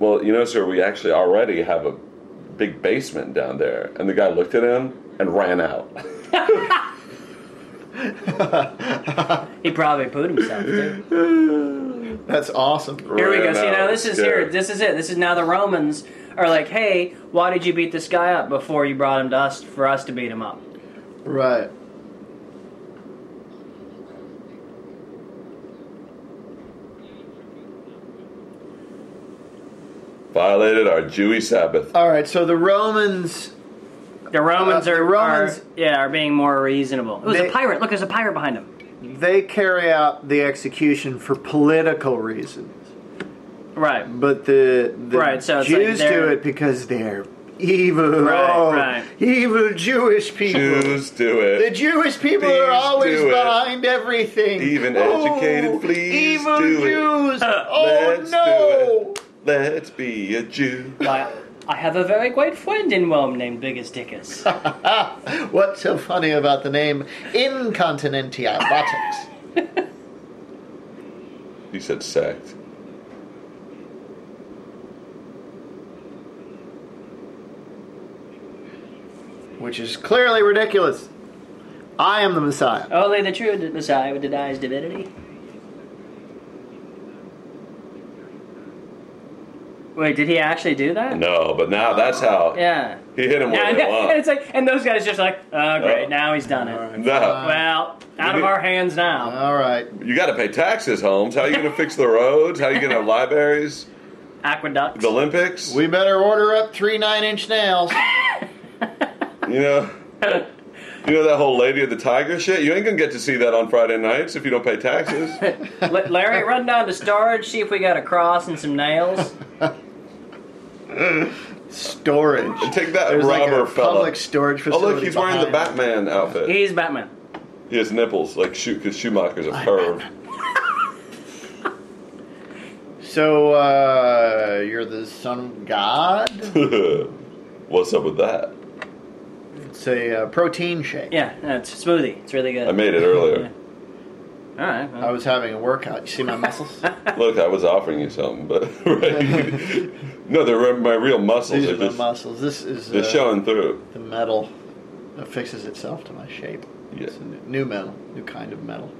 Speaker 2: "Well, you know, sir, we actually already have a big basement down there. And the guy looked at him and ran out.
Speaker 3: He probably pooed himself too.
Speaker 1: That's awesome.
Speaker 3: Here we go.
Speaker 2: Ran
Speaker 3: See
Speaker 2: out.
Speaker 3: now this is
Speaker 2: Yeah.
Speaker 3: here. This is it. This is now the Romans are like, hey, why did you beat this guy up before you brought him to us for us to beat him up?
Speaker 1: Right.
Speaker 2: Violated our Jewy Sabbath.
Speaker 1: All right. So the Romans.
Speaker 3: The Romans
Speaker 1: Uh, the
Speaker 3: are
Speaker 1: Romans-
Speaker 3: are- yeah are being more reasonable. It was
Speaker 1: They-
Speaker 3: a pirate. Look, there's a pirate behind him.
Speaker 1: They carry out the execution for political reasons,
Speaker 3: Right.
Speaker 1: but the, the
Speaker 3: Right, so it's like
Speaker 1: Jews do
Speaker 3: they're-
Speaker 1: it because they're
Speaker 6: evil,
Speaker 3: Right,
Speaker 6: oh,
Speaker 3: right.
Speaker 6: evil Jewish people.
Speaker 2: Jews do
Speaker 1: The
Speaker 2: it.
Speaker 1: Jewish people are
Speaker 2: Please
Speaker 1: always
Speaker 2: do it.
Speaker 1: behind everything.
Speaker 2: Even
Speaker 1: Oh,
Speaker 2: educated, please
Speaker 1: evil
Speaker 2: do it.
Speaker 1: Jews. Oh
Speaker 2: Let's
Speaker 1: no!
Speaker 2: Let's be a Jew.
Speaker 3: Why, I have a very great friend in Rome named Biggest Dickus.
Speaker 1: Ah, What's so funny about the name Incontinentia Buttocks?
Speaker 2: He said sacked.
Speaker 1: Which is clearly ridiculous. I am the Messiah.
Speaker 3: Only the true Messiah denies divinity. Wait, did he actually do that?
Speaker 2: No, but now that's
Speaker 1: Oh,
Speaker 2: how
Speaker 3: Yeah.
Speaker 2: he hit him with
Speaker 3: Yeah,
Speaker 2: it
Speaker 3: and
Speaker 2: once.
Speaker 3: it's like, and those guys just like, oh great,
Speaker 2: Oh.
Speaker 3: now he's done it.
Speaker 2: No.
Speaker 3: Well, out of
Speaker 2: Maybe- Uh,
Speaker 3: our hands now.
Speaker 1: All right.
Speaker 2: You got to pay taxes, Holmes. How are you going to fix the roads? How are you going to have libraries?
Speaker 3: Aqueducts.
Speaker 2: The Olympics?
Speaker 1: We better order up three nine-inch nails.
Speaker 2: you know, you know that whole Lady of the Tiger shit. You ain't gonna get to see that on Friday nights if you don't pay taxes.
Speaker 3: Let Larry run down to storage, see if we got a cross and some nails.
Speaker 1: Storage.
Speaker 2: And take that
Speaker 1: There's like
Speaker 2: robber
Speaker 1: a
Speaker 2: fella.
Speaker 1: public storage
Speaker 2: oh
Speaker 1: facility.
Speaker 2: look, he's wearing the
Speaker 1: behind
Speaker 2: Batman outfit.
Speaker 3: He's Batman.
Speaker 2: He has nipples like shoot because Schumacher's a perv.
Speaker 1: it. So uh, you're the son of God.
Speaker 2: What's up with that?
Speaker 1: It's a uh, protein shake.
Speaker 3: Yeah, no, it's a smoothie. It's really good.
Speaker 2: I made it earlier.
Speaker 3: All right.
Speaker 1: I
Speaker 3: well.
Speaker 1: was having a workout. You see my muscles?
Speaker 2: Look, I was offering you something, but right? no, they're my real
Speaker 1: These
Speaker 2: muscles. They're,
Speaker 1: are my
Speaker 2: just,
Speaker 1: muscles. This is
Speaker 2: they're
Speaker 1: uh,
Speaker 2: showing through.
Speaker 1: the metal that fixes itself to my shape.
Speaker 2: Yeah.
Speaker 1: It's a new- new metal, new kind of metal.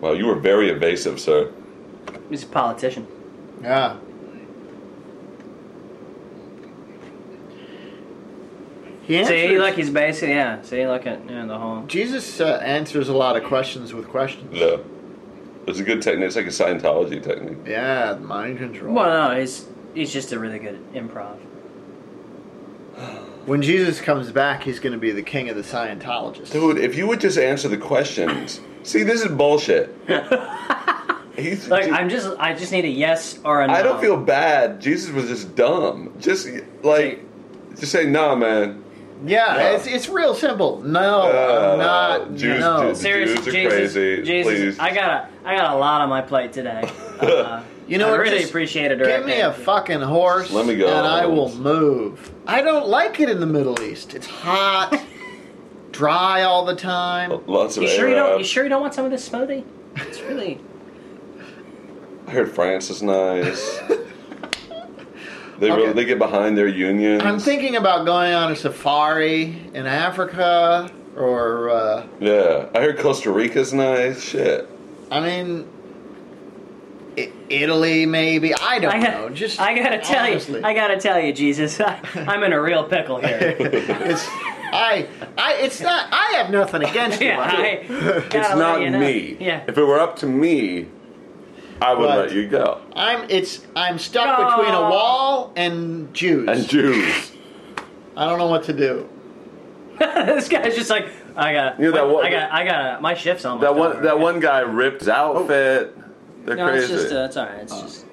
Speaker 2: Wow, you were very evasive, sir.
Speaker 3: He's a politician.
Speaker 1: Yeah. He
Speaker 3: See,
Speaker 1: answers-
Speaker 3: look, he's basically yeah. See, look at yeah, the whole.
Speaker 1: Jesus uh, answers a lot of questions with questions.
Speaker 2: Yeah. It's a good technique. It's like a Scientology technique.
Speaker 1: Yeah, mind control.
Speaker 3: Well, no, he's he's just a really good improv.
Speaker 1: When Jesus comes back, he's going to be the king of the Scientologists.
Speaker 2: Dude, if you would just answer the questions. See, this is bullshit. He's,
Speaker 3: Like I'm just I just need a yes or a no.
Speaker 2: I don't feel bad. Jesus was just dumb. Just like, just say nah, man.
Speaker 1: Yeah,
Speaker 2: No.
Speaker 1: it's, it's real simple. No,
Speaker 2: Uh,
Speaker 1: I'm not.
Speaker 2: Jews
Speaker 1: no.
Speaker 2: do-
Speaker 3: Seriously,
Speaker 2: Jews are
Speaker 3: Jesus,
Speaker 2: crazy,
Speaker 3: Jesus,
Speaker 2: please.
Speaker 3: I got a I got a lot on my plate today. Uh,
Speaker 1: You know
Speaker 3: I
Speaker 1: what,
Speaker 3: really
Speaker 1: just
Speaker 3: appreciate it.
Speaker 1: Give me a fucking horse,
Speaker 2: Let me go.
Speaker 1: and I will move. I don't like it in the Middle East. It's hot, dry all the time.
Speaker 2: Lots of
Speaker 3: You sure you don't? You
Speaker 2: Arabs.
Speaker 3: sure you don't want some of this smoothie? It's really.
Speaker 2: I heard France is nice. they
Speaker 1: Okay.
Speaker 2: really they get behind their unions.
Speaker 1: I'm thinking about going on a safari in Africa, or uh,
Speaker 2: Yeah, I heard Costa Rica's nice. Shit.
Speaker 1: I mean, I- Italy maybe. I don't
Speaker 3: I
Speaker 1: know.
Speaker 3: got,
Speaker 1: Just
Speaker 3: I gotta tell
Speaker 1: honestly.
Speaker 3: you, I gotta tell you, Jesus, I, I'm in a real pickle here.
Speaker 1: it's I I it's not. I have nothing against you.
Speaker 3: yeah, I, gotta
Speaker 2: It's
Speaker 3: let
Speaker 2: not
Speaker 3: you know.
Speaker 2: me.
Speaker 3: Yeah,
Speaker 2: If it were up to me, I would
Speaker 1: But-
Speaker 2: let you go.
Speaker 1: I'm it's I'm stuck
Speaker 3: No.
Speaker 1: between a wall and Jews.
Speaker 2: And Jews.
Speaker 1: I don't know what to do.
Speaker 3: this guy's just like, I got,
Speaker 2: You know that one-
Speaker 3: I got, I got, my shift's almost
Speaker 2: That one,
Speaker 3: over.
Speaker 2: that one guy ripped his outfit. They're
Speaker 3: No,
Speaker 2: crazy.
Speaker 3: it's just, uh, it's all right. It's just.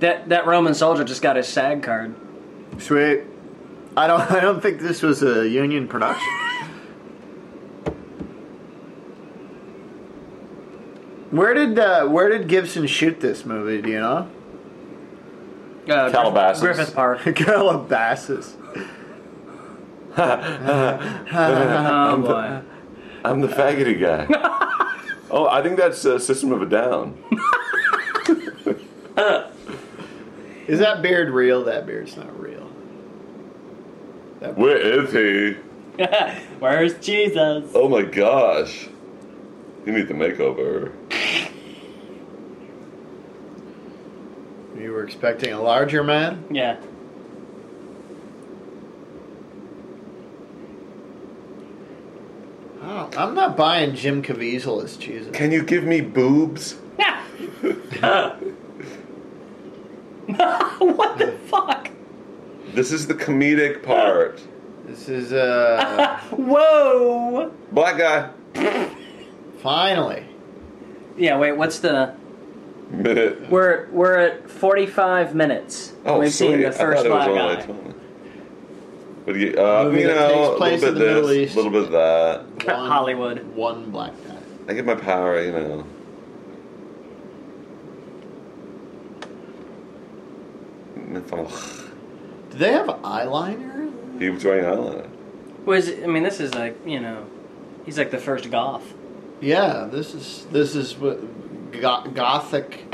Speaker 3: That that Roman soldier just got his SAG card.
Speaker 1: Sweet. I don't I don't think this was a union production. Where did uh, where did Gibson shoot this movie? Do you know?
Speaker 3: Uh, Griff-
Speaker 2: Calabasas.
Speaker 3: Griffith Park.
Speaker 1: Calabasas.
Speaker 3: Oh boy.
Speaker 2: I'm the faggoty guy. oh, I think that's uh, System of a Down.
Speaker 1: Is that beard real? That beard's not real.
Speaker 2: Where is he?
Speaker 3: Where's Jesus?
Speaker 2: Oh my gosh. You need the makeover.
Speaker 1: You were expecting a larger man?
Speaker 3: Yeah.
Speaker 1: I don't, Oh, I'm not buying Jim Caviezel as Jesus.
Speaker 2: Can you give me boobs?
Speaker 3: Yeah. what the fuck?
Speaker 2: This is the comedic part.
Speaker 1: This is uh
Speaker 3: Whoa!
Speaker 2: Black guy.
Speaker 1: finally.
Speaker 3: Yeah, wait. What's the?
Speaker 2: Minute.
Speaker 3: We're we're at forty five minutes.
Speaker 2: Oh,
Speaker 3: We've seen
Speaker 2: sweet.
Speaker 3: the first
Speaker 2: I thought
Speaker 3: black
Speaker 2: it was only
Speaker 3: guy.
Speaker 2: 20. But you, uh,
Speaker 1: Movie
Speaker 2: you
Speaker 1: that takes
Speaker 2: know, a
Speaker 1: place
Speaker 2: little bit
Speaker 1: in the Middle
Speaker 2: this,
Speaker 1: East.
Speaker 2: a little bit that.
Speaker 1: One,
Speaker 3: Hollywood.
Speaker 1: One black guy.
Speaker 2: I get my power, you know.
Speaker 1: Do they have eyeliner?
Speaker 2: He was wearing eyeliner.
Speaker 3: Was I mean, this is like you know, he's like the first goth.
Speaker 1: Yeah, this is this is what go- gothic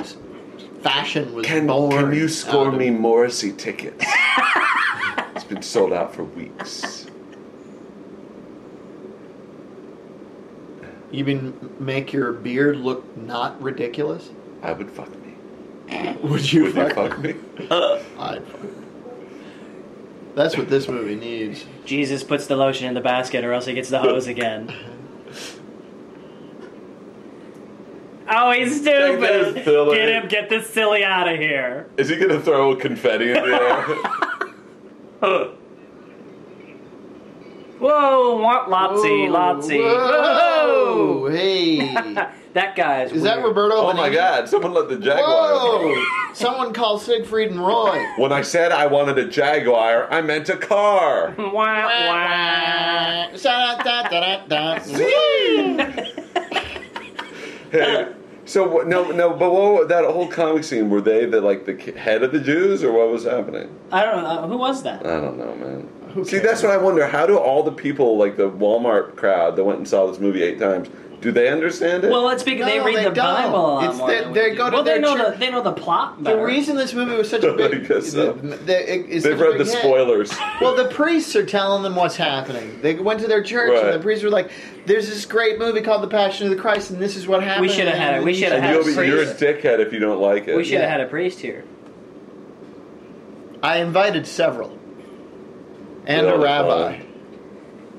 Speaker 1: fashion was
Speaker 2: Can,
Speaker 1: born.
Speaker 2: Oh, can you
Speaker 1: out
Speaker 2: score
Speaker 1: of-
Speaker 2: me Morrissey tickets? it's been sold out for weeks.
Speaker 1: You mean make your beard look not ridiculous?
Speaker 2: I would fuck me.
Speaker 1: Would you?
Speaker 2: Would you fuck me?
Speaker 1: I'd fuck. That's what this movie needs.
Speaker 3: Jesus puts the lotion in the basket, or else he gets the hose again. Oh, he's
Speaker 2: Take this,
Speaker 3: stupid!
Speaker 2: Philly.
Speaker 3: Get him! Get this silly out of here!
Speaker 2: Is he gonna throw confetti in the air?
Speaker 3: Ugh. Whoa! wa- Lopsy,
Speaker 1: Whoa,
Speaker 3: Lopsy!
Speaker 1: Whoa, hey.
Speaker 3: that guy's.
Speaker 1: Is that
Speaker 3: weird.
Speaker 1: Roberto?
Speaker 2: oh my
Speaker 1: Benigni?
Speaker 2: god, someone let the Jaguar.
Speaker 1: Whoa! Someone called Siegfried and Roy.
Speaker 2: When I said I wanted a Jaguar, I meant a car.
Speaker 3: Wah, wah.
Speaker 1: Uh,
Speaker 2: Hey, so what- no, no, but what, wa- that whole comic scene were they the like the ki- head of the Jews or what was happening?
Speaker 3: I don't know uh, who was that.
Speaker 2: I don't know, man.
Speaker 1: Who
Speaker 2: See,
Speaker 1: cares?
Speaker 2: that's what I wonder. How do all the people like the Walmart crowd that went and saw this movie eight times? Do they understand it?
Speaker 3: Well, it's because they
Speaker 1: No,
Speaker 3: read
Speaker 1: they
Speaker 3: the
Speaker 1: don't.
Speaker 3: Bible a lot
Speaker 1: It's
Speaker 3: more
Speaker 1: they-
Speaker 3: than we
Speaker 1: they
Speaker 3: do.
Speaker 1: go to
Speaker 3: Well, they
Speaker 1: their
Speaker 3: know
Speaker 1: church-
Speaker 3: the they know the plot.
Speaker 1: The
Speaker 3: better.
Speaker 1: reason this movie was such a
Speaker 2: I
Speaker 1: big,
Speaker 2: guess so.
Speaker 1: the- the- it- it's such
Speaker 2: They've
Speaker 1: a
Speaker 2: read the
Speaker 1: big hit.
Speaker 2: spoilers.
Speaker 1: Well, the priests are telling them what's happening. They went to their church,
Speaker 2: Right.
Speaker 1: and the priests were like, "There's this great movie called The Passion of the Christ, and this is what happened."
Speaker 3: shoulda had it. We
Speaker 1: And-
Speaker 3: shoulda
Speaker 2: and
Speaker 3: had
Speaker 2: you'll be, you're a
Speaker 3: priest.
Speaker 2: dickhead if you don't like it.
Speaker 3: we should have
Speaker 1: Yeah.
Speaker 3: had a priest here.
Speaker 1: I invited several, and
Speaker 2: They're
Speaker 1: a
Speaker 2: all
Speaker 1: rabbi.
Speaker 2: fine.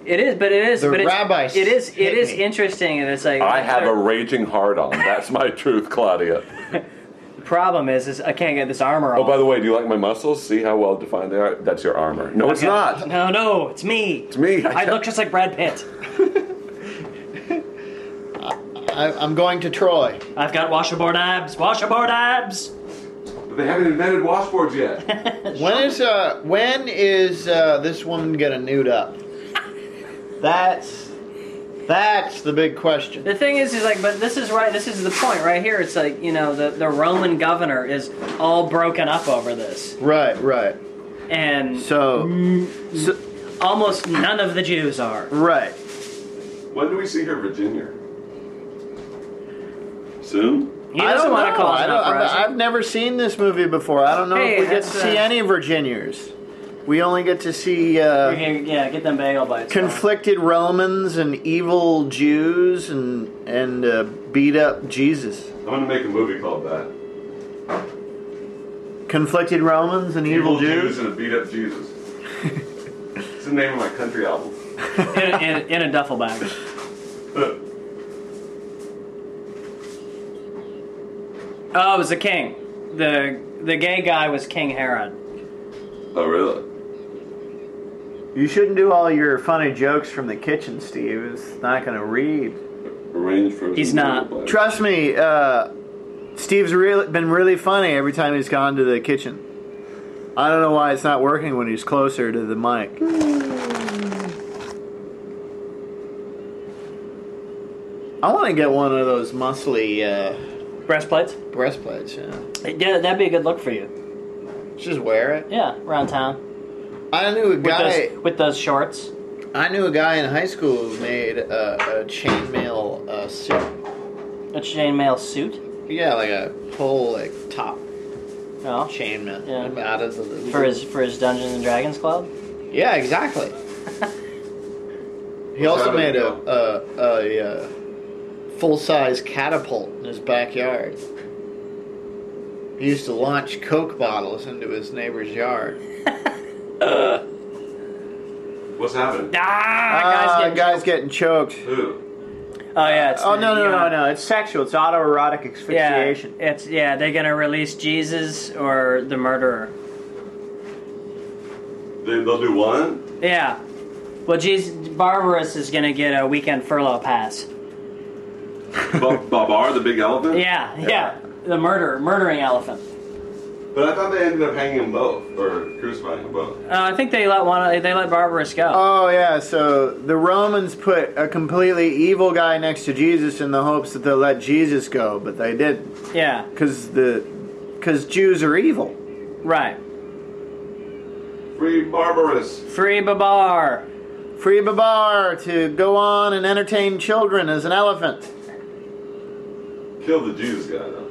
Speaker 3: It is, but it is,
Speaker 1: The
Speaker 3: but it's,
Speaker 1: rabbis
Speaker 3: it is,
Speaker 1: hit
Speaker 3: it is
Speaker 1: me.
Speaker 3: interesting, and it's like
Speaker 2: I have a raging hard on. That's my truth, Claudia.
Speaker 3: The problem is, is I can't get this armor off.
Speaker 2: Oh, by the way, do you like my muscles? See how well defined they are? That's your armor. No, it's
Speaker 3: Okay.
Speaker 2: not.
Speaker 3: No, no, it's me.
Speaker 2: It's me.
Speaker 3: I look just like Brad Pitt.
Speaker 1: I, I'm going to Troy.
Speaker 3: I've got washboard abs. Washboard abs.
Speaker 2: They haven't invented washboards yet.
Speaker 1: When is uh when is uh this woman gonna nude up? That's that's the big question.
Speaker 3: The thing is, is like, but this is right. This is the point right here. It's like you know, the the Roman governor is all broken up over this,
Speaker 1: Right, right.
Speaker 3: and
Speaker 1: So so
Speaker 3: almost none of the Jews are.
Speaker 1: right.
Speaker 2: when do we see her, Virginia? Soon?
Speaker 3: He doesn't want to
Speaker 1: know.
Speaker 3: call
Speaker 1: I
Speaker 3: it an
Speaker 1: don't- I've,
Speaker 3: uprising.
Speaker 1: I've never seen this movie before. I don't know
Speaker 3: Hey,
Speaker 1: if we get to
Speaker 3: that's,
Speaker 1: see
Speaker 3: uh,
Speaker 1: any Virginians. We only get to see uh,
Speaker 3: Okay, yeah, get them bagel bites.
Speaker 1: conflicted Romans and evil Jews and and uh, beat up Jesus.
Speaker 2: I'm going to make a movie called that.
Speaker 1: Conflicted Romans and evil, Jews.
Speaker 2: and a beat up Jesus. it's the name of my country album.
Speaker 3: in, a, in, a- in a duffel bag. Oh, it was the king. The the gay guy was King Herod.
Speaker 2: oh, really?
Speaker 1: You shouldn't do all your funny jokes from the kitchen, Steve. It's not going to read.
Speaker 2: Arranged for.
Speaker 3: He's not.
Speaker 1: Trust me, uh, Steve's really been really funny every time he's gone to the kitchen. I don't know why it's not working when he's closer to the mic. I want to get one of those muscly uh,
Speaker 3: Breastplates?
Speaker 1: breastplates. You know,
Speaker 3: Yeah, that'd be a good look for you.
Speaker 1: just wear it.
Speaker 3: Yeah, around town.
Speaker 1: I knew a
Speaker 3: With,
Speaker 1: guy.
Speaker 3: those, with those shorts.
Speaker 1: I knew a guy in high school who made a, a chainmail uh, suit.
Speaker 3: A chainmail suit.
Speaker 1: Yeah, like a full like top
Speaker 3: Oh.
Speaker 1: chainmail
Speaker 3: Yeah.
Speaker 1: out of the
Speaker 3: For his for his Dungeons and Dragons club.
Speaker 1: Yeah, exactly. he
Speaker 2: What's
Speaker 1: also
Speaker 2: happening
Speaker 1: made a,
Speaker 2: now?
Speaker 1: a, a, uh full size catapult in his backyard. He used to launch Coke bottles into his neighbor's yard.
Speaker 2: What's happening?
Speaker 3: Ah,
Speaker 1: Ah, guy's getting choked.
Speaker 2: Who?
Speaker 3: Oh yeah. It's
Speaker 1: Oh, no, no,
Speaker 3: you
Speaker 1: no,
Speaker 3: know-
Speaker 1: no. It's sexual. It's autoerotic
Speaker 3: Yeah,
Speaker 1: asphyxiation.
Speaker 3: it's yeah. They're gonna release Jesus or the murderer.
Speaker 2: They, they'll do what?
Speaker 3: Yeah. Well, geez, Barbarous is gonna get a weekend furlough pass.
Speaker 2: Ba- Babar, the big elephant?
Speaker 3: Yeah, yeah. The murder, murdering elephant.
Speaker 2: But I thought they ended up hanging them both, or crucifying them both.
Speaker 3: Uh, I think they let one. They let Barbarous go.
Speaker 1: Oh yeah, so the Romans put a completely evil guy next to Jesus in the hopes that they'll let Jesus go, but they didn't,
Speaker 3: yeah.
Speaker 1: because the because Jews are evil.
Speaker 3: Right.
Speaker 2: Free Barbarous!
Speaker 3: Free Babar.
Speaker 1: Free Babar to go on and entertain children as an elephant.
Speaker 2: Kill the Jews guy, though.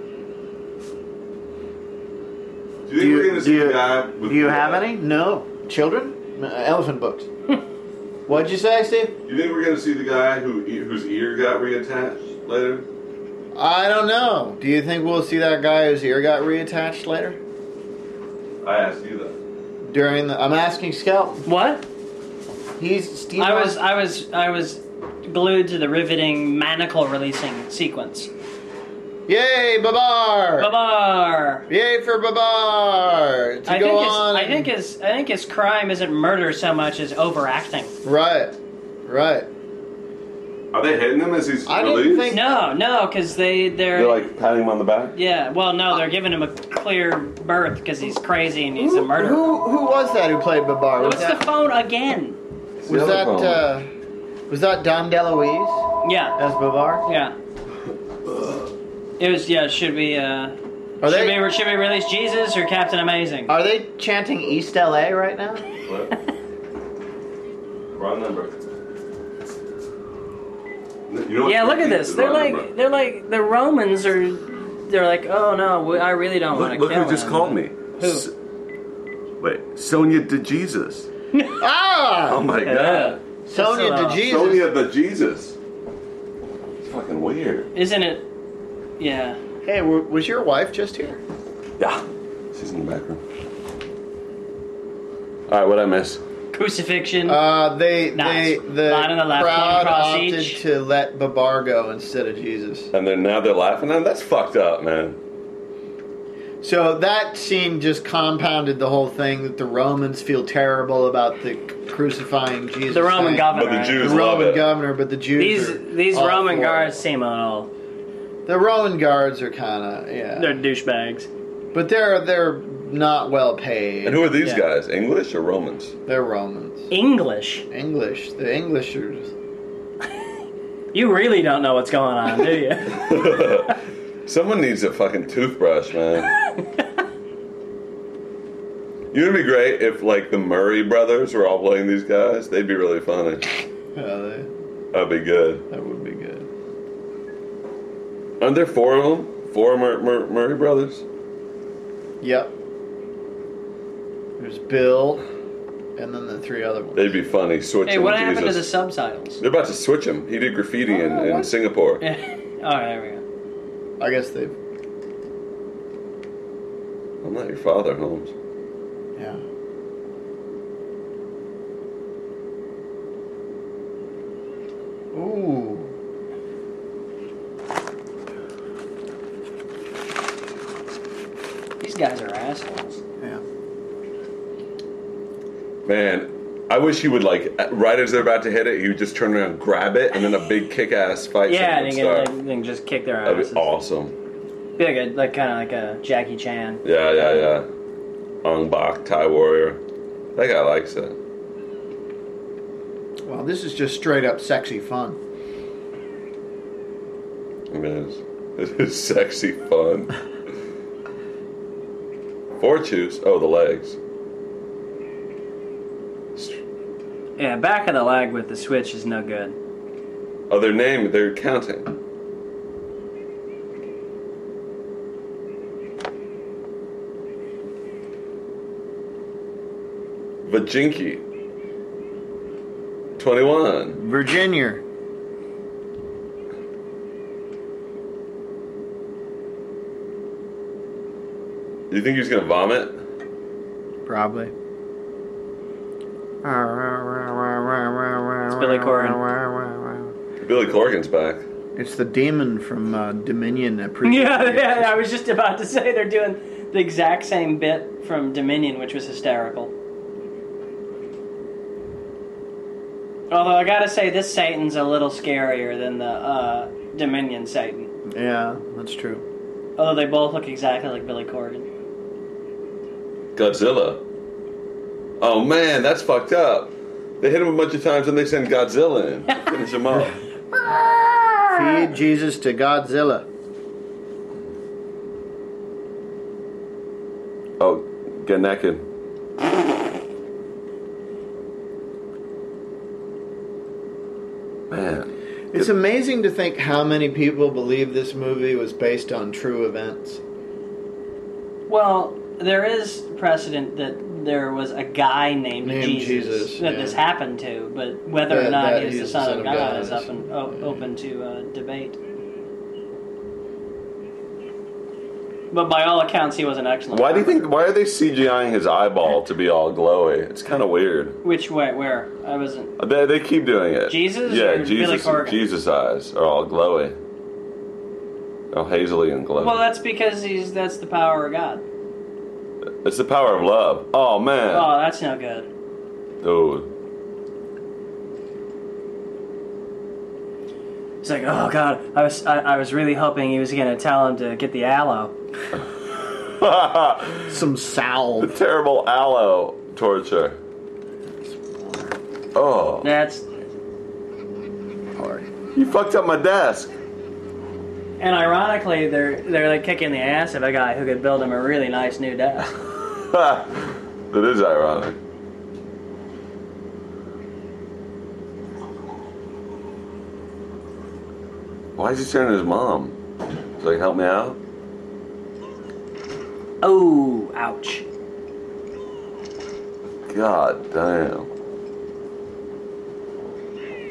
Speaker 2: Do you think
Speaker 1: Do you,
Speaker 2: we're
Speaker 1: do
Speaker 2: gonna see a
Speaker 1: you,
Speaker 2: guy
Speaker 1: do
Speaker 2: with
Speaker 1: you
Speaker 2: blood?
Speaker 1: have any? No. Children? Uh, elephant books. What'd you say, Steve?
Speaker 2: You think we're gonna see the guy who e-, whose ear got reattached later?
Speaker 1: I don't know. Do you think we'll see that guy whose ear got reattached later?
Speaker 2: I asked you that.
Speaker 1: During the, I'm asking Scout.
Speaker 3: What?
Speaker 1: He's Steve.
Speaker 3: I was, I was, I was glued to the riveting manacle releasing sequence.
Speaker 1: Yay,
Speaker 3: Oh,
Speaker 1: Babar!
Speaker 3: Babar.
Speaker 1: Yay for Babar! To
Speaker 3: I
Speaker 1: go
Speaker 3: think, his,
Speaker 1: on.
Speaker 3: I think
Speaker 1: and-
Speaker 3: his, I think his crime isn't murder so much as overacting.
Speaker 1: right, right.
Speaker 2: Are they hitting him as he's
Speaker 1: I didn't
Speaker 2: released?
Speaker 1: think-
Speaker 3: No, no, because they, they're,
Speaker 2: They're like patting him on the back.
Speaker 3: yeah. Well, no, they're giving him a clear berth because he's crazy and he's a
Speaker 1: who,
Speaker 3: murderer.
Speaker 1: Who who was that who played Babar? Was
Speaker 3: What's the
Speaker 1: that
Speaker 3: phone again?
Speaker 2: It's the
Speaker 1: was
Speaker 2: other
Speaker 1: that
Speaker 2: phone.
Speaker 1: uh, was that Don DeLuise
Speaker 3: Yeah,
Speaker 1: as Babar?
Speaker 3: yeah. It was yeah. Should we uh,
Speaker 1: Are
Speaker 3: should
Speaker 1: they
Speaker 3: we should we release Jesus or Captain Amazing?
Speaker 1: are they chanting East LA right now?
Speaker 2: What? Wrong number. You know what's
Speaker 3: yeah, look at
Speaker 2: crazy?
Speaker 3: this.
Speaker 2: The
Speaker 3: They're
Speaker 2: wrong
Speaker 3: like
Speaker 2: number.
Speaker 3: they're like the Romans are. They're like, oh no, we, I really don't want to
Speaker 2: Look,
Speaker 3: kill
Speaker 2: look who just
Speaker 3: him."
Speaker 2: called me.
Speaker 3: Who?
Speaker 2: S- wait, Sonia de Jesus. Oh
Speaker 1: Ah,
Speaker 2: my
Speaker 3: Yeah.
Speaker 2: god.
Speaker 1: Sonia
Speaker 3: Just, uh,
Speaker 1: to Jesus.
Speaker 2: Sonia de Jesus. It's fucking weird.
Speaker 3: Isn't it? Yeah.
Speaker 1: Hey, w- was your wife just here?
Speaker 2: Yeah. She's in the back room. Alright, what'd I miss?
Speaker 3: Crucifixion.
Speaker 1: Uh, they
Speaker 3: Nice.
Speaker 1: they the
Speaker 3: Line on the left, one
Speaker 1: crowd
Speaker 3: across
Speaker 1: opted
Speaker 3: each.
Speaker 1: to let Babar go instead of Jesus.
Speaker 2: And then now they're laughing at him? That's fucked up, man.
Speaker 1: So that scene just compounded the whole thing that the Romans feel terrible about the crucifying Jesus.
Speaker 3: the Roman
Speaker 1: thing.
Speaker 3: governor.
Speaker 2: But the
Speaker 1: The
Speaker 2: Jews love
Speaker 1: Roman
Speaker 2: it.
Speaker 1: governor, but the Jews. are
Speaker 3: These these
Speaker 2: Oh,
Speaker 1: all
Speaker 3: Roman
Speaker 1: for it.
Speaker 3: guards seem a little.
Speaker 1: The Roman guards are kind of yeah,
Speaker 3: They're douchebags.
Speaker 1: but they're they're not well paid.
Speaker 2: And who are these
Speaker 3: Yeah.
Speaker 2: guys? English or Romans?
Speaker 1: they're Romans.
Speaker 3: English.
Speaker 1: English. The English are. Just,
Speaker 3: You really don't know what's going on, do you?
Speaker 2: Someone needs a fucking toothbrush, man. you know, it'd be great if like the Murray brothers were all playing these guys. They'd be really funny.
Speaker 1: yeah, they,
Speaker 2: That'd be good.
Speaker 1: that would be good.
Speaker 2: Aren't there four of them? Four Mur- Mur- Murray brothers?
Speaker 1: Yep. There's Bill, and then the three other ones.
Speaker 2: They'd be funny switching.
Speaker 3: hey, what
Speaker 2: Jesus.
Speaker 3: happened to the subtitles?
Speaker 2: They're about to switch him. He did graffiti in,
Speaker 1: Oh,
Speaker 2: in
Speaker 1: what?
Speaker 2: Singapore.
Speaker 3: Yeah. All right, there we go.
Speaker 1: I guess they've.
Speaker 2: I'm not your father, Holmes.
Speaker 1: Yeah. Ooh.
Speaker 3: These guys are assholes.
Speaker 1: Yeah.
Speaker 2: Man, I wish he would like uh, right as they're about to hit it, he would just turn around, grab it, and then a big kick-ass fight. scene
Speaker 3: Yeah,
Speaker 2: would
Speaker 3: and they
Speaker 2: start.
Speaker 3: can, like, they can just kick their
Speaker 2: That'd
Speaker 3: asses.
Speaker 2: be awesome.
Speaker 3: Be like a like kind of like a Jackie Chan.
Speaker 2: Yeah, yeah, yeah. Ong Bak, Thai Warrior. That guy likes it.
Speaker 1: Well, this is just straight up sexy fun.
Speaker 2: It is. It is sexy fun. Four choose. Oh, the legs.
Speaker 3: Yeah, back of the leg with the switch is no good.
Speaker 2: Oh, their name, they're counting. Vajinki. 21.
Speaker 1: Virginia.
Speaker 2: You think he's gonna vomit?
Speaker 1: Probably. It's
Speaker 3: Billy
Speaker 1: Corgan.
Speaker 2: Billy Corgan's back.
Speaker 1: It's the demon from uh, Dominion. that preaches
Speaker 3: Yeah,
Speaker 1: the
Speaker 3: yeah. I
Speaker 1: exorcist.
Speaker 3: was just about to say they're doing the exact same bit from Dominion, which was hysterical. Although I gotta say, this Satan's a little scarier than the uh, Dominion Satan.
Speaker 1: Yeah, that's true.
Speaker 3: Although they both look exactly like Billy Corgan.
Speaker 2: Godzilla. Oh man, that's fucked up. They hit him a bunch of times, and they send Godzilla in to finish him off.
Speaker 1: Feed Jesus to Godzilla.
Speaker 2: Oh, get naked. Man,
Speaker 1: It's amazing to think how many people believe this movie was based on true events.
Speaker 3: Well, there is precedent that there was a guy named,
Speaker 1: Named Jesus,
Speaker 3: that
Speaker 1: yeah.
Speaker 3: this happened to, but whether or
Speaker 1: That-
Speaker 3: not
Speaker 1: that
Speaker 3: he's the son of God, is
Speaker 1: is-
Speaker 3: up and, o- open to uh, debate. But by all accounts, he was an excellent.
Speaker 2: why do you
Speaker 3: farmer.
Speaker 2: think? Why are they CGIing his eyeball to be all glowy? It's kind of weird.
Speaker 3: Which way? Where? I wasn't.
Speaker 2: They, they keep doing it.
Speaker 3: Jesus
Speaker 2: Yeah,
Speaker 3: or Billy
Speaker 2: Jesus.
Speaker 3: Corgan?
Speaker 2: Jesus eyes are all glowy. All hazily and glowy.
Speaker 3: Well, that's because he's. That's the power of God.
Speaker 2: it's the power of love. Oh man.
Speaker 3: Oh, that's no good.
Speaker 2: Dude.
Speaker 3: It's like, oh god, I was I, I was really hoping he was gonna tell him to get the aloe.
Speaker 2: the
Speaker 1: Some salve.
Speaker 2: terrible aloe torture. Oh.
Speaker 3: That's
Speaker 2: You fucked up my desk.
Speaker 3: and ironically, they're they're like kicking the ass of a guy who could build him a really nice new desk.
Speaker 2: that is ironic. Why is he turning to his mom? He's like, help me out?
Speaker 3: oh, ouch!
Speaker 2: God damn.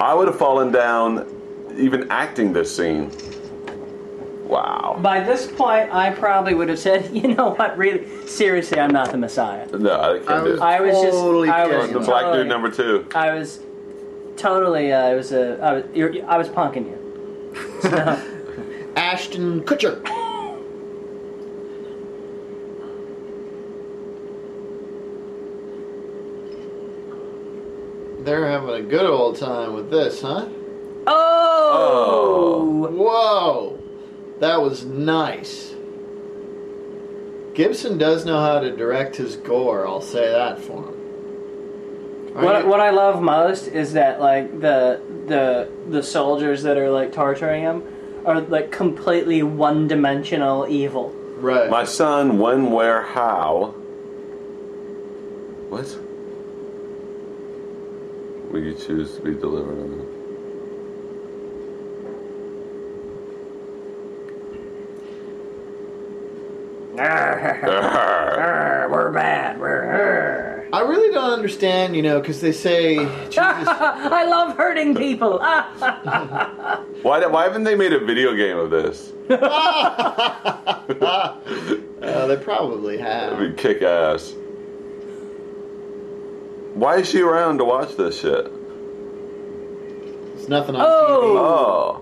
Speaker 2: I would have fallen down even acting this scene. Wow.
Speaker 3: By this point, I probably would have said, you know what, really seriously, I'm not the Messiah.
Speaker 2: No, I can't
Speaker 1: I
Speaker 2: do
Speaker 1: was-
Speaker 2: it.
Speaker 3: I was just
Speaker 1: Totally
Speaker 3: I was
Speaker 1: kidding.
Speaker 2: the black
Speaker 3: totally-
Speaker 2: dude number two.
Speaker 3: I was totally uh, I was a I was you're, I was punking you.
Speaker 1: Ashton Kutcher. They're having a good old time with this, huh?
Speaker 3: Oh.
Speaker 1: Whoa! That was nice. Gibson does know how to direct his gore, I'll say that for him. Are
Speaker 3: What,
Speaker 1: you-
Speaker 3: what I love most is that like the the the soldiers that are like torturing him are like completely one dimensional evil.
Speaker 1: right.
Speaker 2: My son, when, where, how. What? Will you choose to be delivered on that?
Speaker 3: we're bad. We're.
Speaker 1: I really don't understand, you know, because they say Jesus.
Speaker 3: I love hurting people.
Speaker 2: Why, do- why haven't they made a video game of this?
Speaker 1: Uh, they probably
Speaker 2: That'd
Speaker 1: have.
Speaker 2: be kick ass. Why is she around to watch this shit?
Speaker 1: There's nothing on TV.
Speaker 3: Oh!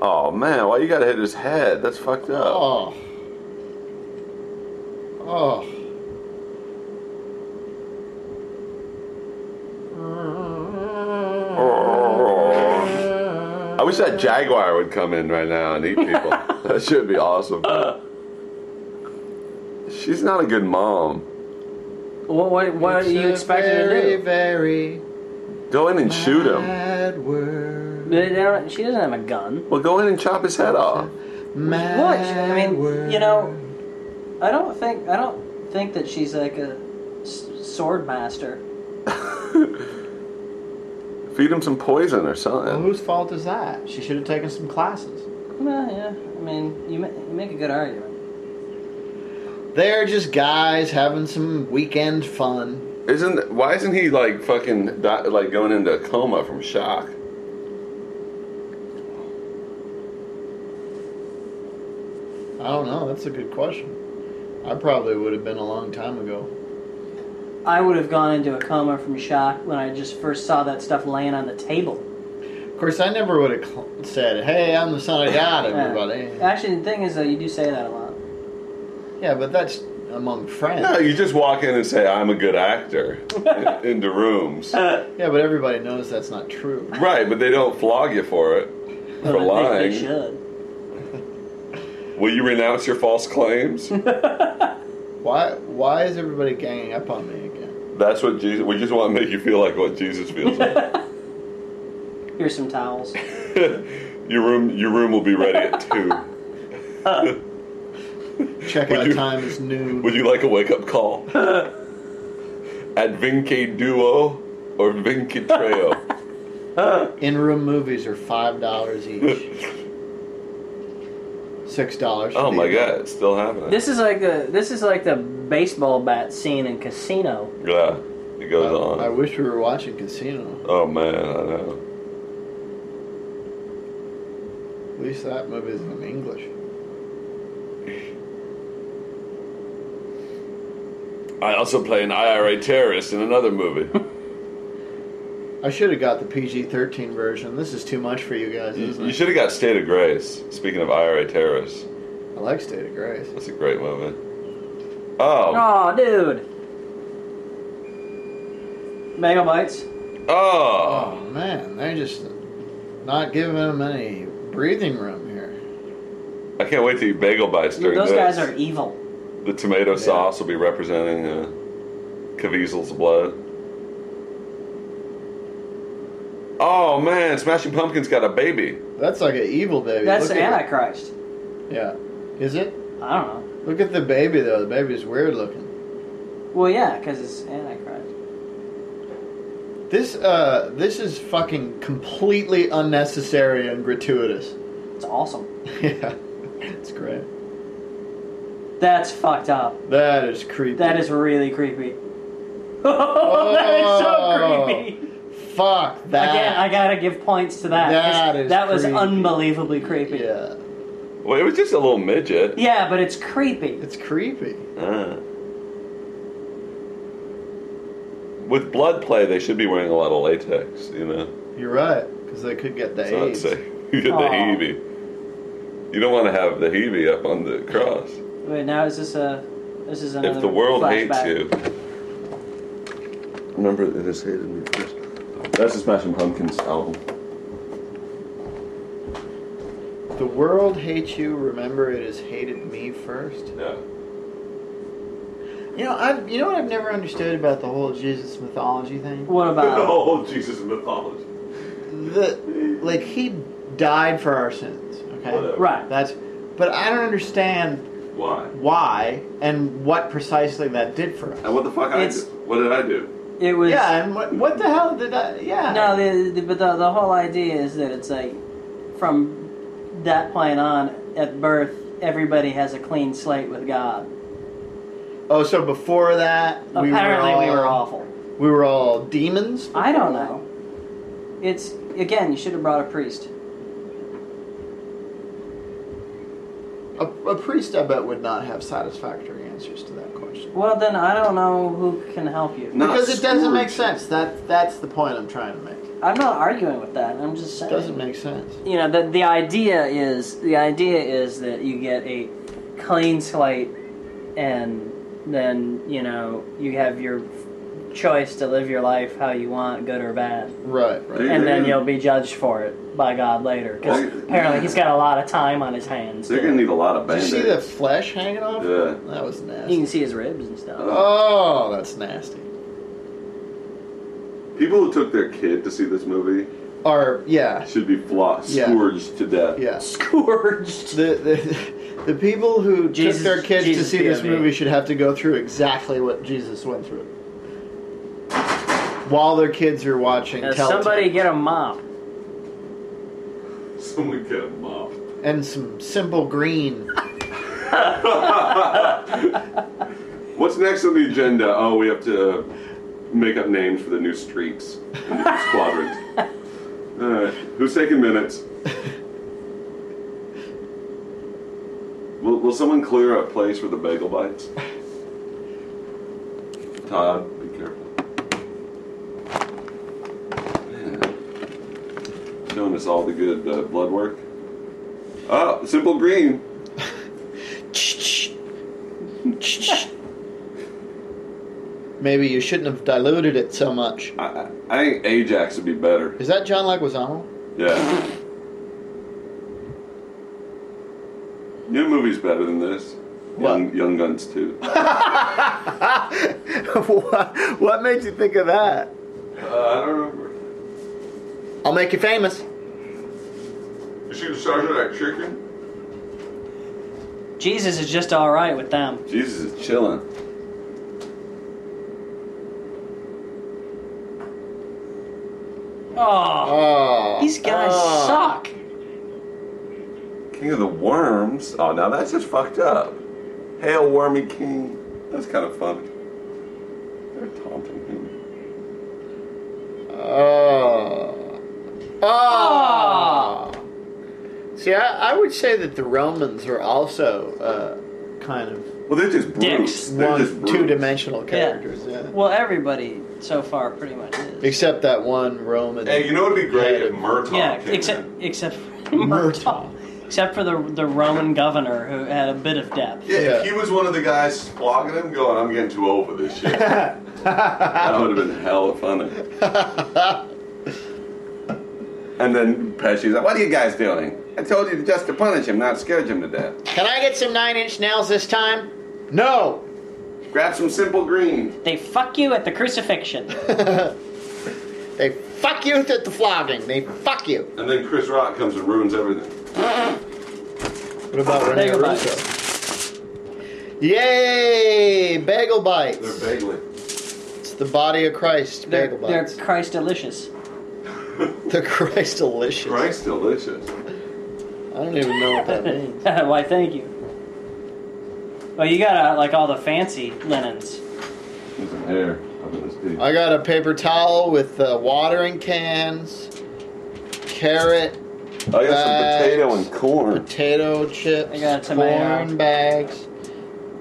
Speaker 2: Oh. Oh man, why you gotta hit his head? That's fucked up.
Speaker 1: Oh. Oh.
Speaker 2: I wish that jaguar would come in right now and eat people. that should be awesome. She's not a good mom.
Speaker 3: what what, what
Speaker 1: It's
Speaker 3: do you
Speaker 1: a
Speaker 3: expect her
Speaker 1: very,
Speaker 3: to do?
Speaker 1: Very
Speaker 2: Go in and shoot him.
Speaker 1: Mad word.
Speaker 3: They don't- She doesn't have a gun.
Speaker 2: Well, go in and chop his head off.
Speaker 1: Mad
Speaker 3: What? I mean,
Speaker 1: word.
Speaker 3: you know, I don't think I don't think that she's like a s- sword master.
Speaker 2: Feed him some poison or
Speaker 1: Well,
Speaker 2: something.
Speaker 1: whose fault is that? She should have taken some classes.
Speaker 3: Well, yeah. I mean, you, ma- you make a good argument.
Speaker 1: They're just guys having some weekend fun.
Speaker 2: Isn't why isn't he like fucking di- like going into a coma from shock?
Speaker 1: I don't know. That's a good question. I probably would have been a long time ago.
Speaker 3: I would have gone into a coma from shock when I just first saw that stuff laying on the table.
Speaker 1: Of course, I never would have cl- said, "Hey, I'm the son of God,
Speaker 3: Yeah.
Speaker 1: everybody."
Speaker 3: Actually, the thing is, though, you do say that a lot.
Speaker 1: Yeah, but that's among friends.
Speaker 2: No, you just walk in and say, I'm a good actor in- into rooms.
Speaker 1: Yeah, but everybody knows that's not true.
Speaker 2: Right, but they don't flog you for it, for
Speaker 3: Well, I think they
Speaker 2: lying.
Speaker 3: should.
Speaker 2: Will you renounce your false claims?
Speaker 1: Why? Why is everybody ganging up on me again?
Speaker 2: That's what Jesus, we just want to make you feel like what Jesus feels like.
Speaker 3: Here's some towels.
Speaker 2: your room your room will be ready at two. Would
Speaker 1: Checkout
Speaker 2: you-
Speaker 1: time is noon.
Speaker 2: Would you like a wake up call? At Vinke Duo or Vinke Treo?
Speaker 1: In-room movies are five dollars each. Six dollars.
Speaker 2: Oh my god, it's still happening.
Speaker 3: This is like the this is like the baseball bat scene in Casino.
Speaker 2: yeah, it
Speaker 1: I,
Speaker 2: goes
Speaker 1: I
Speaker 2: on.
Speaker 1: wish we were watching Casino.
Speaker 2: Oh man, I know.
Speaker 1: At least that movie's in English.
Speaker 2: I also play an IRA terrorist in another movie.
Speaker 1: I should have got the PG-13 version. This is too much for you guys,
Speaker 2: you
Speaker 1: isn't
Speaker 2: you
Speaker 1: it?
Speaker 2: should have got State of Grace. Speaking of IRA terrorists,
Speaker 1: I like State of Grace.
Speaker 2: that's a great movie. Oh,
Speaker 3: Oh, dude. Megabytes.
Speaker 2: oh,
Speaker 1: Oh man, they're just not giving them any breathing room here.
Speaker 2: I can't wait to eat bagel bites during
Speaker 3: Those
Speaker 2: this.
Speaker 3: guys are evil.
Speaker 2: The tomato sauce will be representing uh, Caviezel's blood. Oh man, Smashing Pumpkins got a baby.
Speaker 1: That's like an evil baby.
Speaker 3: That's
Speaker 1: Look
Speaker 3: the
Speaker 1: at it.
Speaker 3: Antichrist.
Speaker 1: Yeah, is it?
Speaker 3: I don't know.
Speaker 1: Look at the baby though. The baby's weird looking.
Speaker 3: Well, yeah, because it's Antichrist.
Speaker 1: This uh, this is fucking completely unnecessary and gratuitous.
Speaker 3: It's awesome.
Speaker 1: yeah, it's great.
Speaker 3: That's fucked up.
Speaker 1: That is creepy.
Speaker 3: That is really creepy. that is so creepy.
Speaker 1: fuck Oh. that.
Speaker 3: Again, I gotta give points to that. 'cause
Speaker 1: That is
Speaker 3: that was
Speaker 1: creepy.
Speaker 3: unbelievably creepy.
Speaker 1: yeah,
Speaker 2: Well, it was just a little midget.
Speaker 3: Yeah, but it's creepy.
Speaker 1: it's creepy.
Speaker 2: Uh. With blood play, they should be wearing a lot of latex. You know,
Speaker 1: You're right, because they could get the
Speaker 2: it's not
Speaker 1: AIDS.
Speaker 2: safe. You get the
Speaker 3: Aw.
Speaker 2: heebie. You don't want to have the heebie up on the cross.
Speaker 3: Wait, now is this a this is another
Speaker 2: If the world
Speaker 3: flashback.
Speaker 2: hates you, remember it has hated me first. That's the Smashing Pumpkins album.
Speaker 1: The world hates you. Remember, it has hated me first.
Speaker 2: Yeah.
Speaker 1: You know, I've you know what I've never understood about the whole Jesus mythology thing.
Speaker 3: What about
Speaker 2: oh, Jesus mythology.
Speaker 1: The like he died for our sins. Okay,
Speaker 2: Whatever.
Speaker 3: right?
Speaker 1: that's. But I don't understand
Speaker 2: Why?
Speaker 1: why and what precisely that did for
Speaker 2: And
Speaker 1: us.
Speaker 2: what the fuck I
Speaker 3: It's-
Speaker 2: do? What did I do?
Speaker 3: It was
Speaker 1: Yeah, and what, what the hell did I? Yeah.
Speaker 3: No, the, the, but the, the whole idea is that it's like from that point on, at birth, everybody has a clean slate with God.
Speaker 1: Oh, so before that, we
Speaker 3: Apparently,
Speaker 1: were all,
Speaker 3: we were awful.
Speaker 1: we were all demons.
Speaker 3: I don't know. It's again, you should have brought a priest.
Speaker 1: A, a priest, I bet, would not have satisfactory answers to that question
Speaker 3: Well, then I don't know who can help you.
Speaker 2: Not
Speaker 1: because it doesn't
Speaker 2: Scrooge.
Speaker 1: make sense. That that's the point I'm trying to make.
Speaker 3: I'm not arguing with that. I'm just
Speaker 1: It
Speaker 3: saying.
Speaker 1: doesn't make sense.
Speaker 3: you know the the idea is the idea is that you get a clean slate and then you know you have your choice to live your life how you want good or bad
Speaker 1: Right. Right.
Speaker 3: and then you'll be judged for it by god later because
Speaker 2: Well,
Speaker 3: apparently he's got a lot of time on his hands
Speaker 2: They're
Speaker 3: to-
Speaker 2: gonna need a lot of
Speaker 1: Did you
Speaker 2: band
Speaker 1: see the flesh hanging off?
Speaker 2: Yeah.
Speaker 1: That was
Speaker 3: you can
Speaker 1: nasty.
Speaker 3: see his ribs and stuff
Speaker 1: Oh, that's nasty.
Speaker 2: People who took their kid to see this movie
Speaker 1: Or yeah,
Speaker 2: should be flogged,
Speaker 1: Yeah.
Speaker 2: scourged to death.
Speaker 1: yeah.
Speaker 3: scourged
Speaker 1: The the, the people who
Speaker 3: Jesus-
Speaker 1: took their kids
Speaker 3: Jesus
Speaker 1: to see this
Speaker 3: POV.
Speaker 1: movie should have to go through exactly what Jesus went through. While their kids are watching
Speaker 3: Now,
Speaker 1: Telltale.
Speaker 3: Uh, somebody get a mop
Speaker 2: Someone get a mop.
Speaker 1: and some simple green.
Speaker 2: What's next on the agenda? Oh, we have to make up names for the new streets in the East Quadrant. All right, who's taking minutes? Will, will someone clear a place for the bagel bites? Todd, be careful. Man, Showing us all the good uh, blood work. Oh, simple green.
Speaker 1: Ch-ch. Ch-ch. maybe you shouldn't have diluted it so much.
Speaker 2: I, I- I think Ajax would be better.
Speaker 1: Is that John Leguizamo?
Speaker 2: Yeah. Your movie's better than this. Young, Young Guns 2.
Speaker 7: Uh,
Speaker 6: what, what made you think of that?
Speaker 2: Uh, I don't remember.
Speaker 1: I'll make you famous.
Speaker 2: You see the size of that chicken?
Speaker 3: Jesus is just all right with them.
Speaker 2: Jesus is chilling.
Speaker 1: Oh.
Speaker 3: Oh, these guys
Speaker 1: Oh.
Speaker 3: suck.
Speaker 2: King of the Worms. Oh, now that's just fucked up. Hail, Wormy King. That's kind of funny. They're taunting him.
Speaker 1: Oh.
Speaker 3: Oh.
Speaker 1: uh. See, I, I would say that the Romans are also uh, kind of
Speaker 2: Well, they're just brutes.
Speaker 3: Dicks.
Speaker 2: They're just
Speaker 1: one
Speaker 2: brutes.
Speaker 1: two-dimensional characters. Yeah.
Speaker 3: Well, everybody so far pretty much is.
Speaker 1: Except that one Roman.
Speaker 7: Hey, you know it'd be great if
Speaker 1: Yeah.
Speaker 7: Murtaugh
Speaker 3: Oh, yeah,
Speaker 7: came
Speaker 3: except
Speaker 7: in.
Speaker 3: except for Murtaugh. Except for the the Roman governor who had a bit of depth.
Speaker 7: Yeah,
Speaker 1: Yeah.
Speaker 7: if he was one of the guys flogging him, going, "I'm getting too old for this shit."
Speaker 2: That would have been hella funny. and then Pesci's like, "What are you guys doing? I told you just to punish him, not scourge him to death.
Speaker 1: Can I get some nine-inch nails this time? No.
Speaker 2: Grab some simple green."
Speaker 3: They fuck you at the crucifixion.
Speaker 1: They fuck you at the flogging. They fuck you.
Speaker 7: and then Chris Rock comes and ruins everything.
Speaker 1: What about Rene
Speaker 3: Bagel
Speaker 1: Russo? Yay! Bagel
Speaker 7: They're
Speaker 1: bites.
Speaker 7: bagling.
Speaker 1: it's the body of Christ.
Speaker 3: They're,
Speaker 1: Bagel
Speaker 3: they're
Speaker 1: bites.
Speaker 3: Christ delicious.
Speaker 1: The Christ delicious.
Speaker 7: Frank's delicious.
Speaker 1: I don't even know what that means.
Speaker 3: Why, thank you. Well, you got uh, like all the fancy linens.
Speaker 2: There's an hair up in his teeth.
Speaker 1: I got a paper towel with uh, watering cans, carrot,
Speaker 2: I got some potato and corn.
Speaker 1: potato chips,
Speaker 3: I got a tomato.
Speaker 1: corn bags,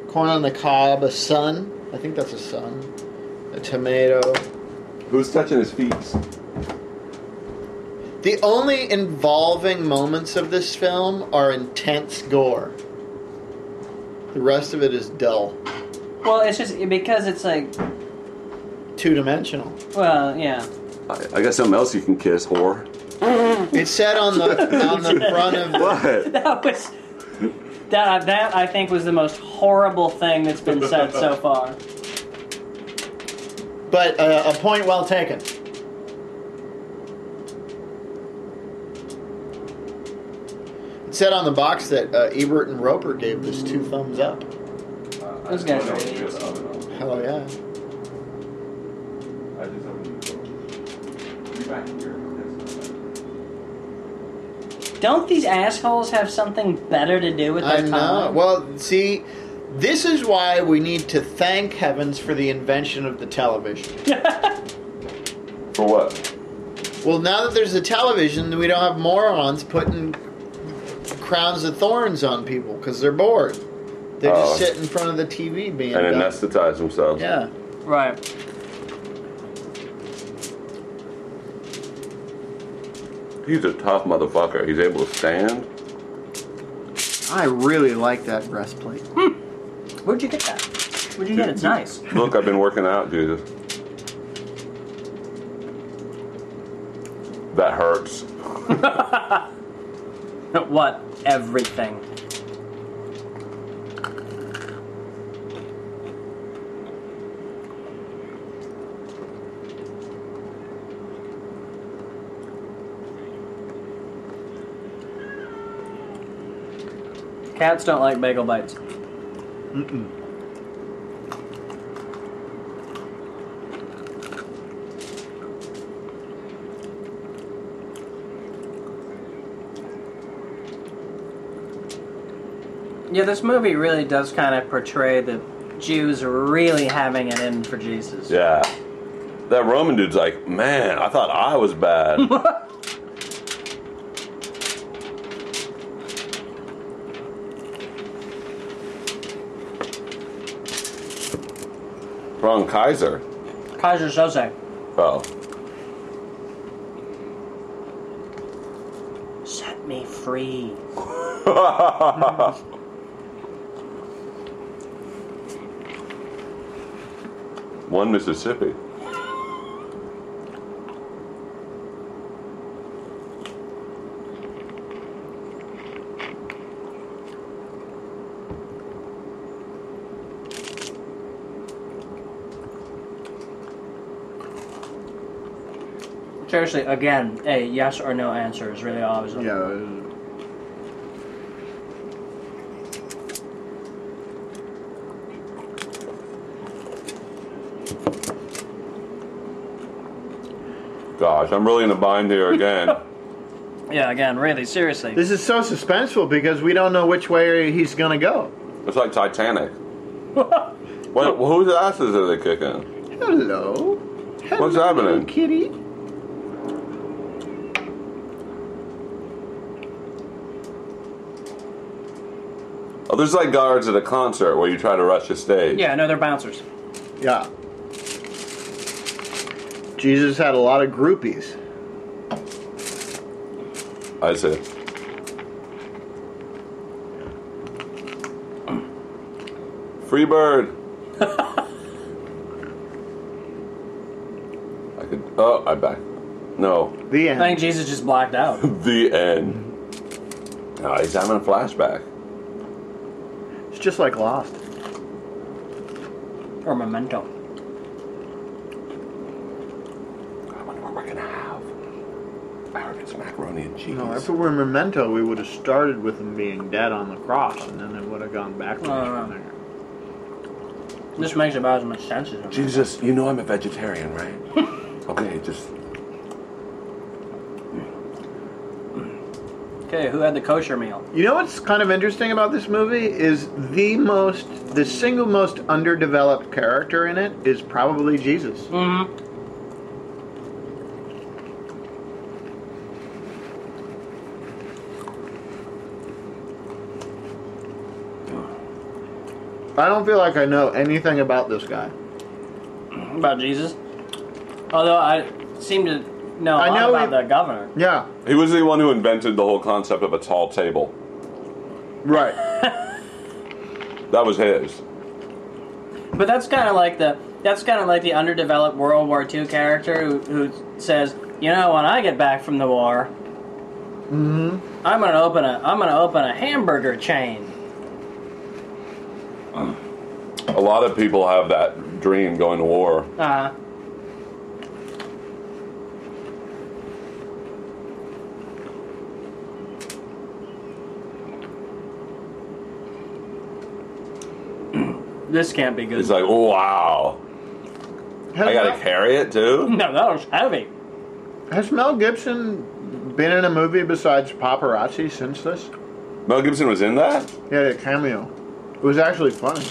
Speaker 1: corn on the cob, a sun. I think that's a sun. A tomato.
Speaker 2: Who's touching his feet?
Speaker 1: The only involving moments of this film are intense gore. The rest of it is dull,
Speaker 3: Well, it's just because it's like,
Speaker 1: two dimensional.
Speaker 3: well, yeah.
Speaker 2: I, I got something else you can kiss, whore.
Speaker 1: It said on the on the front of the,
Speaker 7: Uh,
Speaker 2: What?
Speaker 3: That was that. uh, That I think was the most horrible thing that's been said so far.
Speaker 1: but uh, a point well taken. It said on the box that uh, Ebert and Roper gave this two thumbs up.
Speaker 3: Those guys are idiots.
Speaker 1: Hell yeah!
Speaker 7: I just haven't. Be back here.
Speaker 3: Don't these assholes have something better to do with their
Speaker 1: I know.
Speaker 3: time?
Speaker 1: Well, see, this is why we need to thank heavens for the invention of the television.
Speaker 2: For what?
Speaker 1: Well, now that there's a television, we don't have morons putting crowns of thorns on people because they're bored. They
Speaker 2: Oh.
Speaker 1: just sit in front of the TV being
Speaker 2: And
Speaker 1: dumb.
Speaker 2: anesthetize themselves.
Speaker 1: Yeah.
Speaker 3: Right.
Speaker 2: He's a tough motherfucker. He's able to stand.
Speaker 6: I really like that breastplate.
Speaker 3: Where'd you get that? Where'd you get it? It's nice.
Speaker 2: Look, I've been working out, Jesus. That hurts.
Speaker 3: what? Everything. Cats don't like bagel bites. Yeah, this movie really does kind of portray the Jews really having it in for Jesus.
Speaker 2: Yeah. That Roman dude's like, man, I thought I was bad. Wrong Kaiser.
Speaker 3: Kaiser Soze.
Speaker 2: Oh.
Speaker 3: Set me free.
Speaker 2: Murtaugh One Mississippi.
Speaker 3: Seriously, again, a yes or no answer is really all I was
Speaker 1: Yeah. it was-
Speaker 2: Gosh, I'm really in a bind here again.
Speaker 3: Yeah, again, really, seriously.
Speaker 1: This is so suspenseful because we don't know which way he's gonna go.
Speaker 2: it's like Titanic. what, whose asses are they kicking?
Speaker 1: Hello.
Speaker 2: What's
Speaker 1: Hello,
Speaker 2: happening?
Speaker 1: Kitty.
Speaker 2: Oh, there's like guards at a concert where you try to rush the stage.
Speaker 3: yeah, no, they're bouncers.
Speaker 1: Yeah. Jesus had a lot of groupies.
Speaker 2: I see. Free bird. I could. Oh, I'm back. No,
Speaker 1: The
Speaker 3: I
Speaker 1: end.
Speaker 3: think Jesus just blacked out.
Speaker 2: the end. Oh, he's having a flashback.
Speaker 1: It's just like Lost.
Speaker 3: Or memento.
Speaker 2: I wonder what we're gonna have. I heard it's macaroni and cheese.
Speaker 1: No, if it were Memento, we would have started with him being dead on the cross, and then it would have gone backwards
Speaker 3: Uh,
Speaker 1: from there.
Speaker 3: This makes about as much sense as it makes.
Speaker 2: Jesus, you know I'm a vegetarian, right? okay, just
Speaker 3: Okay, who had the kosher meal?
Speaker 1: You know what's kind of interesting about this movie is the most, the single most underdeveloped character in it is probably Jesus.
Speaker 3: Mm-hmm.
Speaker 1: I don't feel like I know anything about this guy.
Speaker 3: About Jesus. Although I seem to know a
Speaker 1: I
Speaker 3: lot
Speaker 1: know
Speaker 3: about
Speaker 1: we-
Speaker 3: the governor.
Speaker 1: Yeah,
Speaker 2: he was the one who invented the whole concept of a tall table.
Speaker 1: right.
Speaker 2: That was his.
Speaker 3: But that's kind of like the that's kind of like the underdeveloped World War II character who, who says, you know, when I get back from the war,
Speaker 1: Mm-hmm.
Speaker 3: I'm gonna open a I'm gonna open a hamburger chain.
Speaker 2: A lot of people have that dream going to war.
Speaker 3: Uh, this can't be good.
Speaker 2: It's like, wow,
Speaker 1: Has,
Speaker 2: I gotta
Speaker 1: Mel,
Speaker 2: carry it too.
Speaker 3: no, that was heavy.
Speaker 1: has Mel Gibson been in a movie besides Paparazzi since this?
Speaker 2: Mel Gibson was in that.
Speaker 1: He had a cameo. It was actually funny.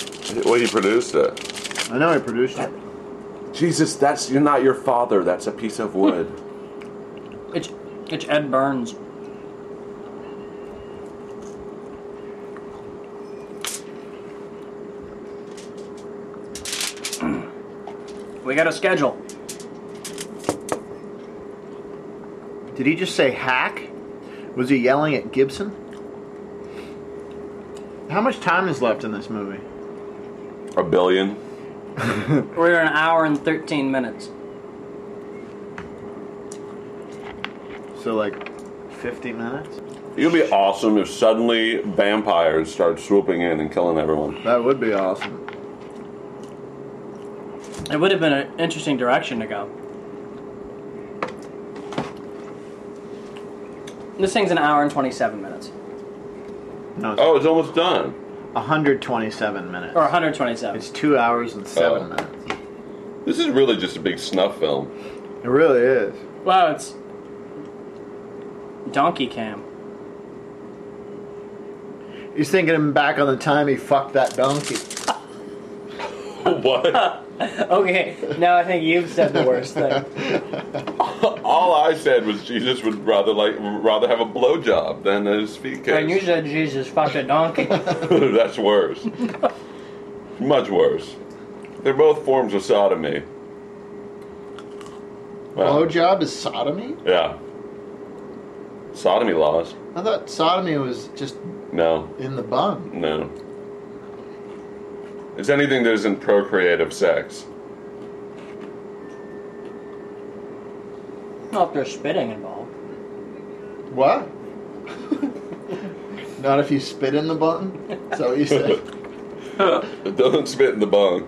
Speaker 2: Well, he produced it.
Speaker 1: I know he produced it.
Speaker 2: Jesus, that's you're not your father. That's a piece of wood.
Speaker 3: It's it's Ed Burns. We got a schedule.
Speaker 1: Did he just say hack? Was he yelling at Gibson? How much time is left in this movie?
Speaker 2: a billion.
Speaker 3: We're an hour and thirteen minutes.
Speaker 1: So like 50 minutes?
Speaker 2: It would be awesome if suddenly vampires start swooping in and killing everyone.
Speaker 1: That would be awesome.
Speaker 3: It would have been an interesting direction to go. This thing's an hour and twenty-seven minutes,
Speaker 1: No, it's
Speaker 2: Oh, it's almost done.
Speaker 1: 127 minutes.
Speaker 3: or one hundred twenty-seven.
Speaker 1: It's 2 hours and 7
Speaker 2: Oh.
Speaker 1: minutes.
Speaker 2: This is really just a big snuff film.
Speaker 1: It really is.
Speaker 3: Wow, it's Donkey Cam.
Speaker 1: He's thinking him back on the time he fucked that donkey.
Speaker 2: what?
Speaker 3: Okay, now I think you've said the worst thing.
Speaker 2: All I said was Jesus would rather like rather have a blowjob than his feet
Speaker 3: And you
Speaker 2: kiss.
Speaker 3: said Jesus fucked a donkey.
Speaker 2: That's worse. Much worse. They're both forms of sodomy. Well,
Speaker 1: Blowjob is sodomy?
Speaker 2: yeah. Sodomy laws?
Speaker 1: I thought sodomy was just
Speaker 2: No,
Speaker 1: in the bum.
Speaker 2: no. It's anything that isn't procreative sex.
Speaker 3: know if there's spitting involved.
Speaker 1: What? Not if you spit in the button? So you said.
Speaker 2: Don't spit in the bung.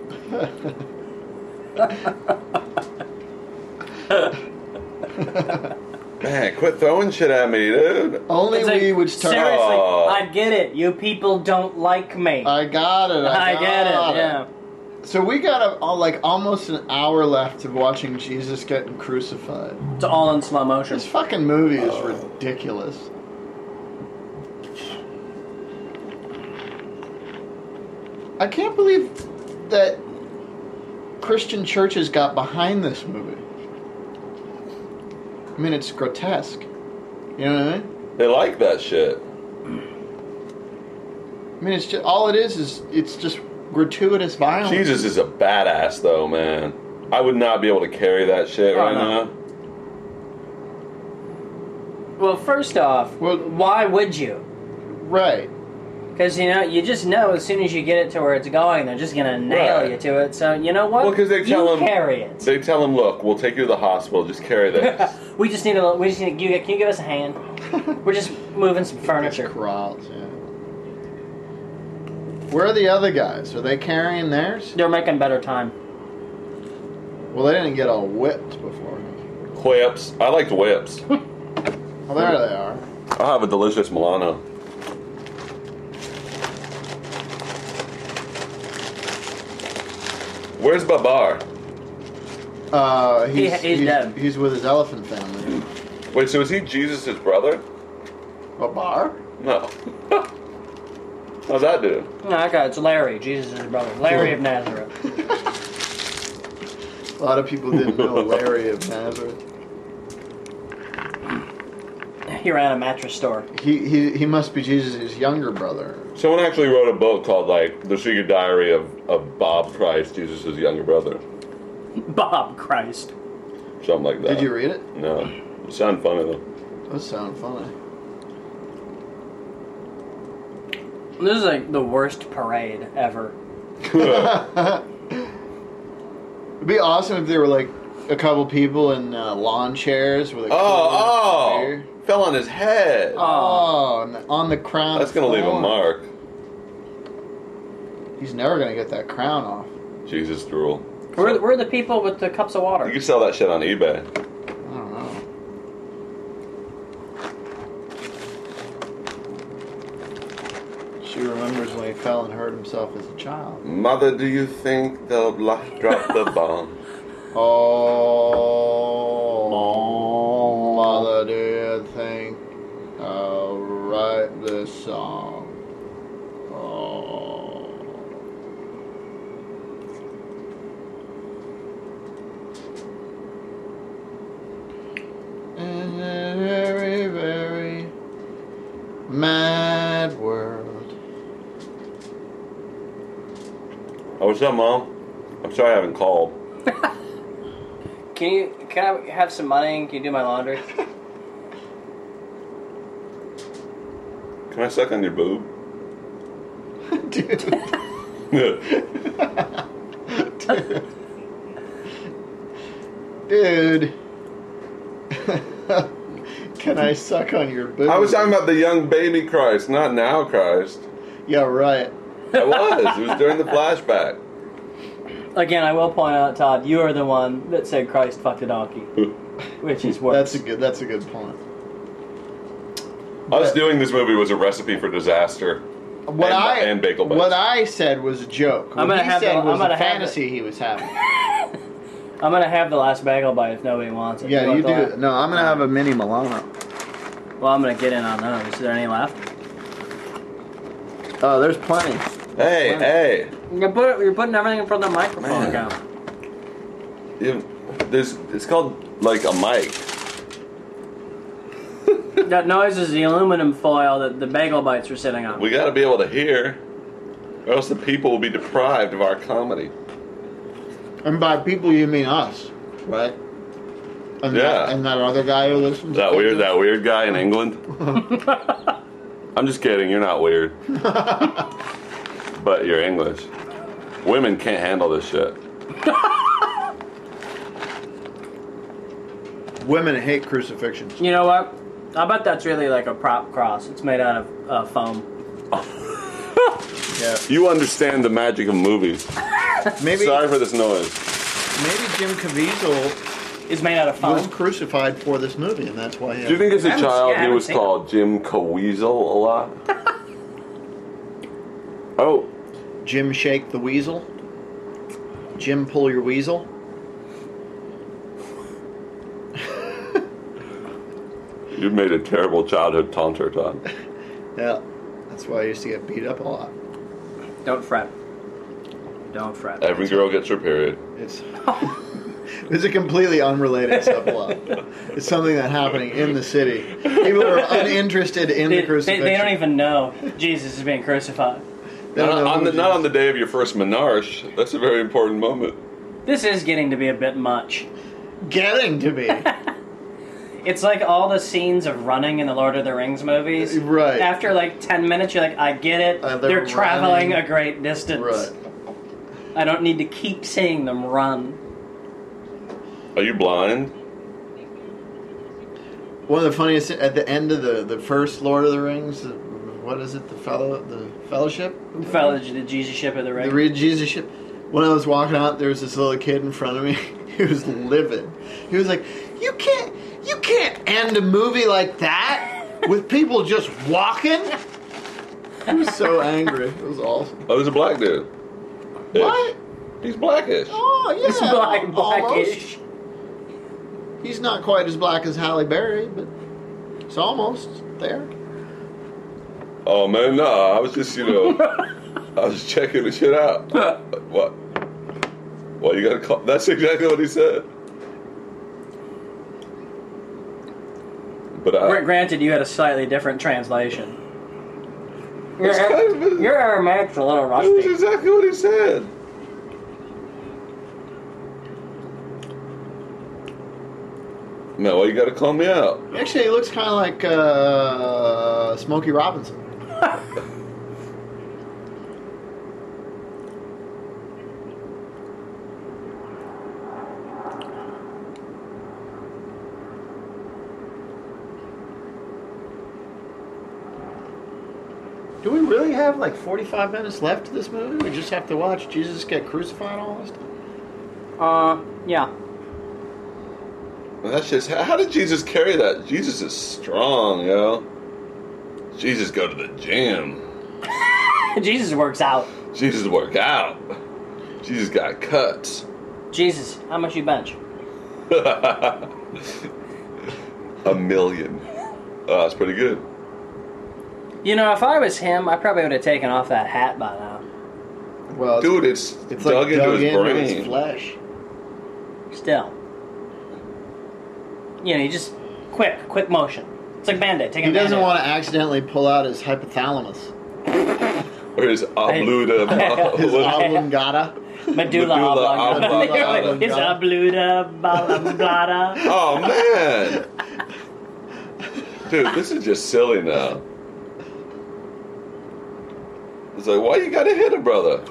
Speaker 2: Man, quit throwing shit at me, dude.
Speaker 1: Only
Speaker 3: It's like,
Speaker 1: we would start.
Speaker 3: Seriously,
Speaker 2: Oh.
Speaker 3: I get it. You people don't like me.
Speaker 1: I got it. I,
Speaker 3: I get
Speaker 1: got
Speaker 3: it. Yeah.
Speaker 1: So we got a, a- like almost an hour left of watching Jesus getting crucified.
Speaker 3: It's all in slow motion.
Speaker 1: This fucking movie is
Speaker 2: Oh.
Speaker 1: ridiculous. I can't believe that Christian churches got behind this movie. I mean, it's grotesque. You know what I mean?
Speaker 2: They like that shit.
Speaker 1: I mean, it's just all it is is it's just gratuitous violence.
Speaker 2: Jesus is a badass, though, man. I would not be able to carry that shit
Speaker 3: Oh,
Speaker 2: right
Speaker 3: no.
Speaker 2: now.
Speaker 3: Well, first off,
Speaker 1: Well-
Speaker 3: why would you?
Speaker 1: Right.
Speaker 3: Because you know, you just know as soon as you get it to where it's going, they're just gonna nail
Speaker 2: Right.
Speaker 3: you to it. So you know what?
Speaker 2: Well, 'cause they tell
Speaker 3: you
Speaker 2: 'em-
Speaker 3: carry it.
Speaker 2: They tell him, "Look, we'll take you to the hospital. Just carry this."
Speaker 3: we just need a. little- We just need. You, can you give us a hand? We're just moving some furniture.
Speaker 1: Corrals, yeah. Where are the other guys? Are they carrying theirs?
Speaker 3: They're making better time.
Speaker 1: Well, they didn't get all whipped before.
Speaker 2: whips. I liked whips.
Speaker 1: Well, there they are.
Speaker 2: I'll have a delicious Milano. Where's Babar?
Speaker 1: Uh, he's,
Speaker 3: He- he's dead.
Speaker 1: He's with his elephant family.
Speaker 2: Wait, so is he Jesus' brother?
Speaker 1: A bar?
Speaker 2: No. How's that dude?
Speaker 3: No, that guy. It's Larry, Jesus' brother, Larry of Nazareth.
Speaker 1: A lot of people didn't know Larry of Nazareth.
Speaker 3: He ran a mattress store.
Speaker 1: He, he, he must be Jesus' younger brother.
Speaker 2: Someone actually wrote a book called like The Secret Diary of, of Bob Christ, Jesus' younger brother.
Speaker 3: Bob Christ.
Speaker 2: Something like that.
Speaker 1: Did you read it?
Speaker 2: No. It sounded funny though.
Speaker 1: Those sound funny.
Speaker 3: This is like the worst parade ever.
Speaker 1: It'd be awesome if there were like a couple people in uh, lawn chairs with a
Speaker 2: Oh,
Speaker 1: cooler
Speaker 2: oh! Fell on his head.
Speaker 1: and a beer. oh, and on the crown.
Speaker 2: That's gonna leave a
Speaker 1: floor.
Speaker 2: mark.
Speaker 1: He's never gonna get that crown off.
Speaker 2: Jesus drool.
Speaker 3: We're, the- we're the people with the cups of
Speaker 2: You
Speaker 3: water.
Speaker 2: could sell that shit on eBay.
Speaker 1: I don't know. She remembers when he fell and hurt himself as a child.
Speaker 2: Mother, do you think they'll blo- drop the bomb?
Speaker 1: Oh, mother, do you think I'll write this song? Oh. In a very, very mad world.
Speaker 2: Oh, what's up, Mom? I'm sorry I haven't called.
Speaker 3: Can you? Can I have some money? and Can you do my laundry?
Speaker 2: Can I suck on your boob?
Speaker 1: Dude. Dude. Can I suck on your boob?
Speaker 2: I was talking about the young baby Christ, not now Christ.
Speaker 1: Yeah, right.
Speaker 2: I was. it was during the flashback.
Speaker 3: Again, I will point out, Todd, you are the one that said Christ fucked a donkey, which is worse.
Speaker 1: That's a good. That's a good point.
Speaker 2: Us doing this movie was a recipe for disaster.
Speaker 1: What
Speaker 2: And-
Speaker 1: I
Speaker 2: and bagel bites.
Speaker 1: what I said was a joke. What
Speaker 3: I'm gonna
Speaker 1: he
Speaker 3: have
Speaker 1: said
Speaker 3: the-
Speaker 1: was
Speaker 3: I'm gonna
Speaker 1: a
Speaker 3: have
Speaker 1: fantasy he was having.
Speaker 3: I'm gonna have the last bagel bite if nobody wants it.
Speaker 1: yeah, you
Speaker 3: want the
Speaker 1: do.
Speaker 3: last-
Speaker 1: No, I'm gonna have a mini Milano.
Speaker 3: Well, I'm gonna get in on those. Is there any left?
Speaker 1: Oh, there's plenty.
Speaker 2: Hey,
Speaker 1: Wow.
Speaker 2: hey.
Speaker 3: You're, put, you're putting everything in front of the microphone.
Speaker 2: Man.
Speaker 3: now.
Speaker 2: You, there's, it's called like a mic.
Speaker 3: That noise is the aluminum foil that the bagel bites are sitting on.
Speaker 2: We gotta be able to hear, or else the people will be deprived of our comedy.
Speaker 1: And by people, you mean us, right? And That,
Speaker 2: Yeah.
Speaker 1: and that other guy who listens.
Speaker 2: Is that
Speaker 1: to
Speaker 2: weird?
Speaker 1: this?
Speaker 2: That weird guy in England? I'm just kidding. You're not weird, but you're English. Women can't handle this shit.
Speaker 1: Women hate crucifixions.
Speaker 3: You know what? I bet that's really like a prop cross. It's made out of uh, foam.
Speaker 1: Yeah.
Speaker 2: You understand the magic of movies.
Speaker 1: Maybe
Speaker 2: Sorry for this noise.
Speaker 1: maybe Jim Caviezel
Speaker 3: It's made out of foam.
Speaker 1: was crucified for this movie, and that's why.
Speaker 2: Do you think as a
Speaker 3: I'm
Speaker 2: child
Speaker 3: scared.
Speaker 2: he
Speaker 3: I
Speaker 2: was
Speaker 3: think-
Speaker 2: called Jim Coweasel a lot? oh,
Speaker 1: Jim shake the weasel? Jim pull your weasel?
Speaker 2: you made a terrible childhood taunter, Todd.
Speaker 1: Yeah. That's why I used to get beat up a lot.
Speaker 3: Don't fret. Don't fret.
Speaker 2: Every girl gets her period.
Speaker 1: It's it's a completely unrelated subplot. it's something that happening in the city. People are uninterested in the
Speaker 3: They, they- they
Speaker 1: crucifixion.
Speaker 3: don't even know Jesus is being crucified.
Speaker 1: They
Speaker 2: Not
Speaker 1: don't know
Speaker 2: on,
Speaker 1: who
Speaker 2: the, not
Speaker 1: Jesus-
Speaker 2: on the day of your first menarche. That's a very important moment.
Speaker 3: This is getting to be a bit much.
Speaker 1: getting to me.
Speaker 3: It's like all the scenes of running in the Lord of the Rings movies.
Speaker 1: Right.
Speaker 3: After like 10 minutes, you're like, I get it.
Speaker 1: Uh,
Speaker 3: they're
Speaker 1: they're
Speaker 3: traveling
Speaker 1: running.
Speaker 3: a great distance.
Speaker 1: right.
Speaker 3: I don't need to keep seeing them run.
Speaker 2: Are you blind?
Speaker 1: One of the funniest at the end of the, the first Lord of the Rings, the- what is it? The fellow the fellowship?
Speaker 3: Fellow the Jesus ship of the ring.
Speaker 1: The Reed Jesus ship. When I was walking out, there was this little kid in front of me. He was livid. He was like, "You can't, you can't end a movie like that with people just walking." He was so angry. It was awesome.
Speaker 2: Oh, there's a black dude. Ish.
Speaker 1: What?
Speaker 2: He's blackish.
Speaker 1: Oh yeah,
Speaker 3: it's black,
Speaker 1: almost.
Speaker 3: blackish.
Speaker 1: He's not quite as black as Halle Berry, but it's almost there.
Speaker 2: Oh man, no, I was just you know, I was checking the shit out. what? Well, you gotta call. That's exactly what he said. But I.
Speaker 3: Gr- Granted, you had a slightly different translation. Your,
Speaker 2: It's kind of-
Speaker 3: your Aramaic's a little
Speaker 2: That was
Speaker 3: rusty.
Speaker 2: exactly what he said. No, well, you gotta call me out.
Speaker 1: Actually, he looks kind of like uh, Smokey Robinson. Do we really have like 45 minutes left to this movie? We just have to watch Jesus get crucified all this time?
Speaker 3: Uh, yeah.
Speaker 2: Well, That's just how, how did Jesus carry that? Jesus is strong, yo. Jesus go to the gym.
Speaker 3: Jesus works out.
Speaker 2: Jesus work out. Jesus got cuts.
Speaker 3: Jesus, how much you bench?
Speaker 2: A million. Oh, that's pretty good.
Speaker 3: You know, if I was him, I probably would have taken off that hat by now.
Speaker 1: Well,
Speaker 2: Dude, it's,
Speaker 1: it's like
Speaker 2: dug, into his brain.
Speaker 1: his flesh.
Speaker 3: Still. You know, you just quick, quick motion. It's like Band-Aid. Take
Speaker 1: He
Speaker 3: a
Speaker 1: doesn't
Speaker 3: Band-Aid.
Speaker 1: want to accidentally pull out his hypothalamus,
Speaker 2: or his obluda.
Speaker 1: his oblongata.
Speaker 3: Medulla
Speaker 2: Medulla
Speaker 3: oblongata.
Speaker 2: oblongata.
Speaker 3: It's a bluda oblongata.
Speaker 2: oh man, dude, this is just silly now. It's like, why you gotta hit a brother?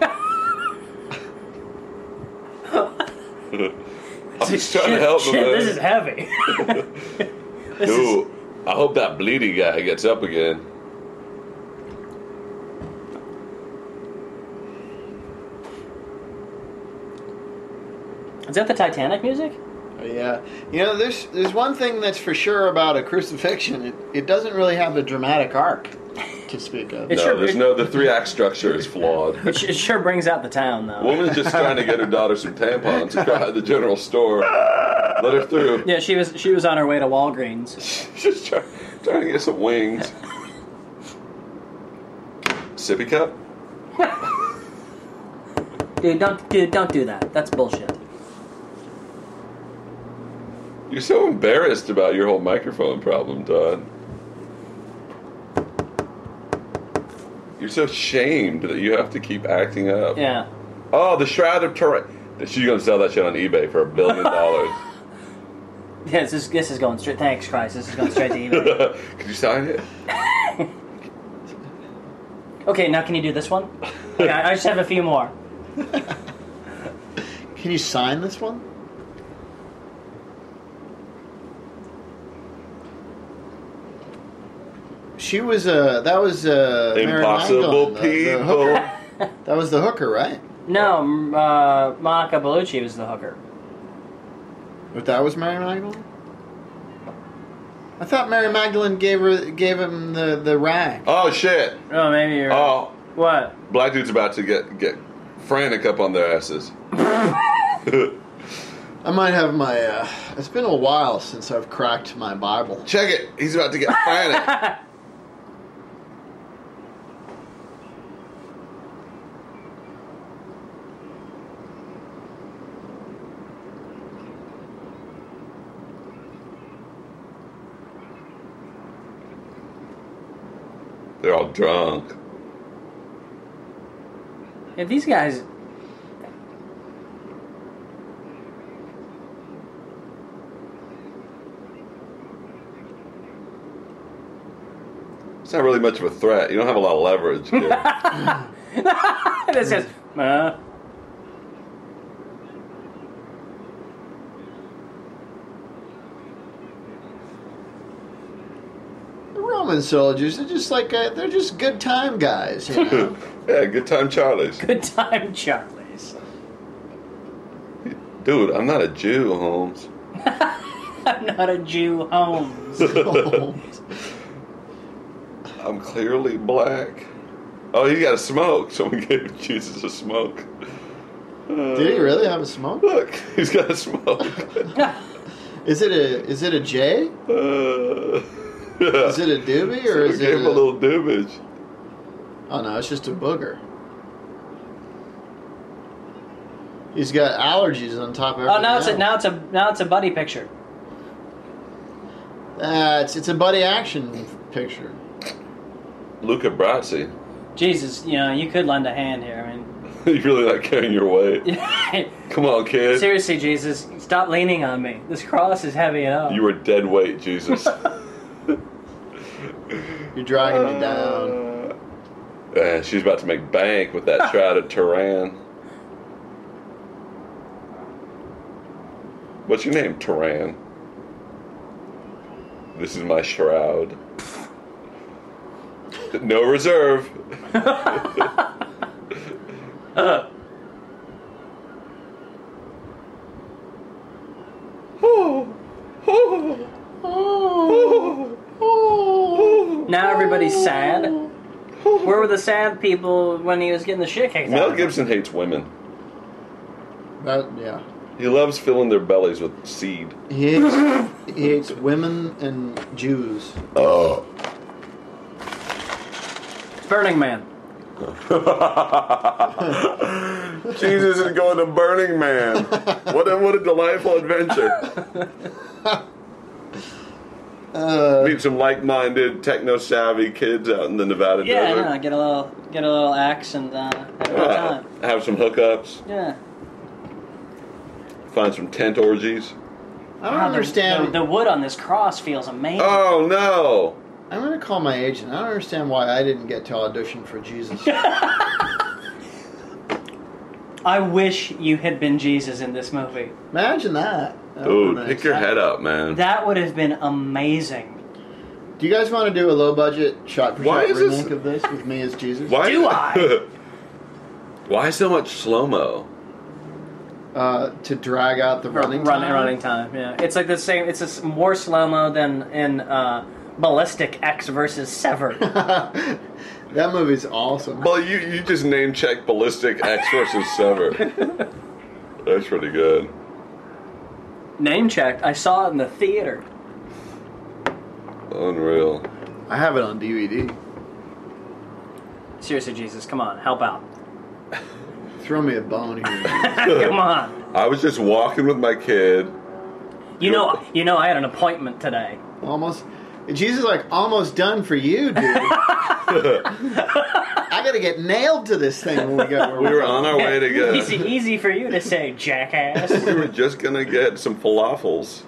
Speaker 2: I'm just trying to help him.
Speaker 3: Shit,
Speaker 2: man.
Speaker 3: this is heavy. this
Speaker 2: Dude, I hope that bleedy guy gets up again.
Speaker 3: is, is that the Titanic music?
Speaker 1: Yeah, you know, there's there's one thing that's for sure about a crucifixion. It, it doesn't really have a dramatic arc to speak of.
Speaker 3: It
Speaker 2: no,
Speaker 3: sure-
Speaker 2: there's
Speaker 3: it-
Speaker 2: no. The three act structure is flawed.
Speaker 3: It, sh- it sure brings out the town, though.
Speaker 2: Woman's just trying to get her daughter some tampons at the general store. Let her through.
Speaker 3: Yeah, she was she was on her way to Walgreens.
Speaker 2: Just try, trying to get some wings. Sippy cup?
Speaker 3: Dude, don't dude, don't do that. That's bullshit.
Speaker 2: You're so embarrassed about your whole microphone problem, Todd. You're so shamed that you have to keep acting up.
Speaker 3: Yeah.
Speaker 2: Oh, the Shroud of Turin. She's going to sell that shit on eBay for a billion dollars.
Speaker 3: Yeah, this is this is going straight. Thanks, Christ. This is going straight to eBay.
Speaker 2: Could you sign it?
Speaker 3: Okay, now can you do this one? Okay, I I just have a few more.
Speaker 1: Can you sign this one? She was uh that was uh Mary
Speaker 2: Impossible
Speaker 1: Magdalene, the- the
Speaker 2: people.
Speaker 1: hooker. that was the hooker, right?
Speaker 3: No, m- uh, Monica Bellucci was the hooker.
Speaker 1: But that was Mary Magdalene. I thought Mary Magdalene gave her gave him the the rag.
Speaker 2: Oh shit!
Speaker 3: Oh, maybe you're.
Speaker 2: Oh,
Speaker 3: What?
Speaker 2: black dude's about to get get frantic up on their asses.
Speaker 1: I might have my. uh It's been a while since I've cracked my Bible.
Speaker 2: Check it. He's about to get frantic. They're all drunk.
Speaker 3: If these guys.
Speaker 2: It's not really much of a threat. You don't have a lot of leverage. Here.
Speaker 3: this is. Uh,
Speaker 1: The Roman soldiers are just like uh they're just good time guys. You know?
Speaker 2: yeah, good time, Charlie's.
Speaker 3: good time, Charlie's.
Speaker 2: Dude, I'm not a Jew, Holmes.
Speaker 3: I'm not a Jew, Holmes. Oh,
Speaker 2: I'm clearly black. Oh, he got a smoke. Someone gave Jesus a smoke. Uh,
Speaker 1: Did he really have a smoke?
Speaker 2: Look, he's got a smoke.
Speaker 1: Is it a is it a J?
Speaker 2: Uh, yeah.
Speaker 1: Is it a doobie or
Speaker 2: Someone
Speaker 1: is
Speaker 2: gave
Speaker 1: it
Speaker 2: him a little doobage.
Speaker 1: Oh no, it's just a booger. He's got allergies on top of
Speaker 3: oh,
Speaker 1: everything.
Speaker 3: now it's a
Speaker 1: else.
Speaker 3: now it's a now it's a buddy picture.
Speaker 1: Uh, it's it's a buddy action picture.
Speaker 2: Luca Brasi.
Speaker 3: Jesus, you know you could lend a hand here. I
Speaker 2: you really not carrying your weight.
Speaker 3: mean,
Speaker 2: Come on, kid.
Speaker 3: seriously, Jesus, stop leaning on me. This cross is heavy enough.
Speaker 2: You were dead weight, Jesus.
Speaker 1: You're dragging me down.
Speaker 2: Uh, she's about to make bank with that shroud of Turan. What's your name, Turan? This is my shroud. No reserve.
Speaker 3: Now everybody's sad. Where were the sad people when he was getting the shit kicked out?
Speaker 2: Mel
Speaker 3: of him?
Speaker 2: Gibson hates women.
Speaker 1: That yeah.
Speaker 2: He loves filling their bellies with seed.
Speaker 1: He hates, he hates women and Jews.
Speaker 2: Oh.
Speaker 3: Burning Man.
Speaker 2: Jesus is going to Burning Man. What a, what a delightful adventure.
Speaker 1: Uh,
Speaker 2: Meet some like minded, techno savvy kids out in the Nevada
Speaker 3: Yeah,
Speaker 2: desert.
Speaker 3: no, get a little get a little axe and uh, have a good
Speaker 2: Uh,
Speaker 3: time.
Speaker 2: have some hookups,
Speaker 3: Yeah.
Speaker 2: find some tent
Speaker 1: I
Speaker 2: orgies.
Speaker 1: don't
Speaker 3: Wow, the-
Speaker 1: understand. Uh,
Speaker 3: The, the wood on this cross feels amazing.
Speaker 2: Oh no!
Speaker 1: I'm gonna call my agent. I don't understand why I didn't get to audition for Jesus.
Speaker 3: I wish you had been Jesus in this movie.
Speaker 1: Imagine that. That would've
Speaker 2: Dude,
Speaker 1: been
Speaker 2: pick your
Speaker 1: exciting.
Speaker 2: head up, man.
Speaker 3: That would have been amazing.
Speaker 1: Do you guys want to do a low budget shot for
Speaker 2: Why
Speaker 1: shot
Speaker 2: is this-
Speaker 1: remake of this with me as Jesus?
Speaker 2: Why
Speaker 3: Do I?
Speaker 2: Why so much slow mo?
Speaker 1: Uh, to drag out the running
Speaker 3: Run-
Speaker 1: time.
Speaker 3: running time. Yeah, it's like the same. It's just more slow mo than in uh, Ballistic X versus Sever.
Speaker 1: that movie's awesome.
Speaker 2: Well, you you just name check ballistic X versus sever. That's pretty good.
Speaker 3: Name checked. I saw it in the theater.
Speaker 2: Unreal.
Speaker 1: I have it on DVD.
Speaker 3: Seriously, Jesus, come on, help out.
Speaker 1: Throw me a bone here.
Speaker 3: come on.
Speaker 2: I was just walking with my kid.
Speaker 3: You know, you know, I had an appointment today.
Speaker 1: almost. Jesus, is like almost done for you, dude. I gotta get nailed to this thing when we get where
Speaker 2: We were on our way to
Speaker 3: easy,
Speaker 2: get.
Speaker 3: easy for you to say, jackass.
Speaker 2: We were just gonna get some falafels.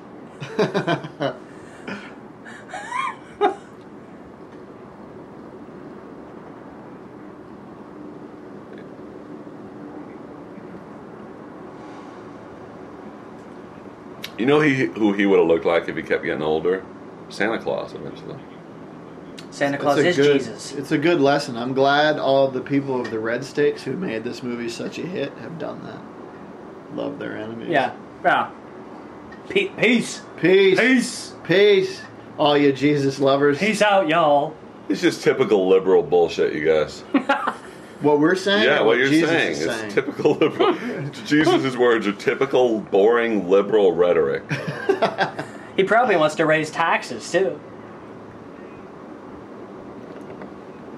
Speaker 2: You know he, who he would have looked like if he kept getting older? Santa Claus, eventually.
Speaker 3: Santa Claus
Speaker 1: a
Speaker 3: is
Speaker 1: good,
Speaker 3: Jesus.
Speaker 1: It's a good lesson. I'm glad all the people of the Red States who made this movie such a hit have done that. Love their enemies.
Speaker 3: Yeah. Yeah. Pe- peace.
Speaker 1: Peace.
Speaker 3: Peace.
Speaker 1: Peace. All you Jesus lovers.
Speaker 3: Peace out, y'all.
Speaker 2: It's just typical liberal bullshit, you guys.
Speaker 1: What we're saying?
Speaker 2: Yeah,
Speaker 1: or
Speaker 2: what you're
Speaker 1: Jesus
Speaker 2: saying
Speaker 1: is
Speaker 2: is typical liberal. Jesus' words are typical boring liberal rhetoric.
Speaker 3: He probably wants to raise taxes too.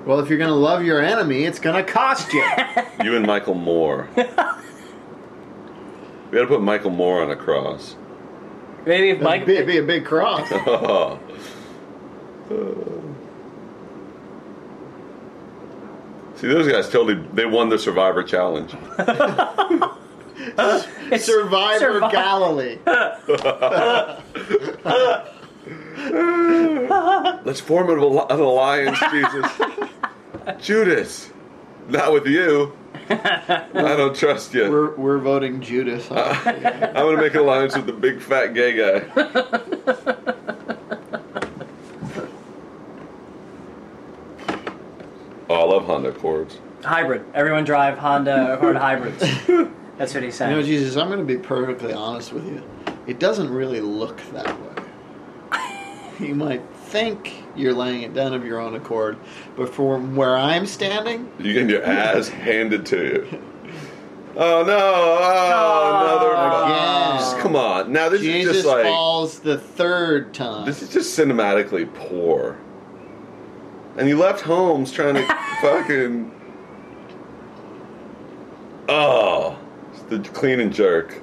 Speaker 1: Well, if you're gonna love your enemy, it's gonna cost you.
Speaker 2: You and Michael Moore. we gotta put Michael Moore on a cross.
Speaker 3: Maybe if Mike.
Speaker 1: It'd be, be a big cross.
Speaker 2: Oh. See, those guys totally, they won the Survivor Challenge.
Speaker 3: it's
Speaker 1: Survivor
Speaker 3: Survi-
Speaker 1: Galilee.
Speaker 2: Let's form an, al- an alliance, Jesus. Judas, not with you. I don't trust you.
Speaker 1: We're, we're voting Judas.
Speaker 2: Uh. I'm gonna make an alliance with the big fat gay guy. oh, I love Honda Accords.
Speaker 3: Hybrid. Everyone drive Honda Accord hybrids. That's what he said.
Speaker 1: You know, Jesus, I'm going to be perfectly honest with you. It doesn't really look that way. you might think you're laying it down of your own accord, but from where I'm standing,
Speaker 2: You get your ass handed to you. Oh no! Oh, another.
Speaker 1: Again.
Speaker 2: Come on! Now this
Speaker 1: Jesus
Speaker 2: is just like
Speaker 1: falls the third time.
Speaker 2: this is just cinematically poor. And you left Holmes trying to fucking. Oh, it's the clean and jerk.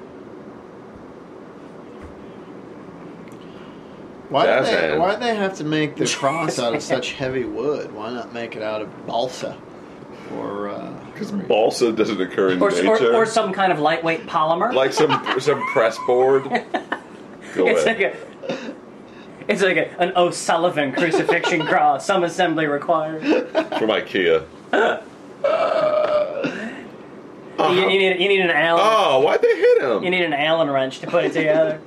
Speaker 1: why, do
Speaker 2: Jazz
Speaker 1: they,
Speaker 2: hands.
Speaker 1: why do they have to make the cross out of such heavy wood? Why not make it out of balsa? Or, uh,
Speaker 2: Because balsa doesn't occur in
Speaker 3: or,
Speaker 2: nature.
Speaker 3: or, or some kind of lightweight polymer.
Speaker 2: like some some press board. Go
Speaker 3: it's like
Speaker 2: ahead.
Speaker 3: a. It's like a, an O'Sullivan crucifixion cross. Some assembly required. You,
Speaker 2: From IKEA.
Speaker 3: you need you need an Allen.
Speaker 2: Oh, why'd they hit
Speaker 3: You
Speaker 2: him?
Speaker 3: need an Allen wrench to put it together.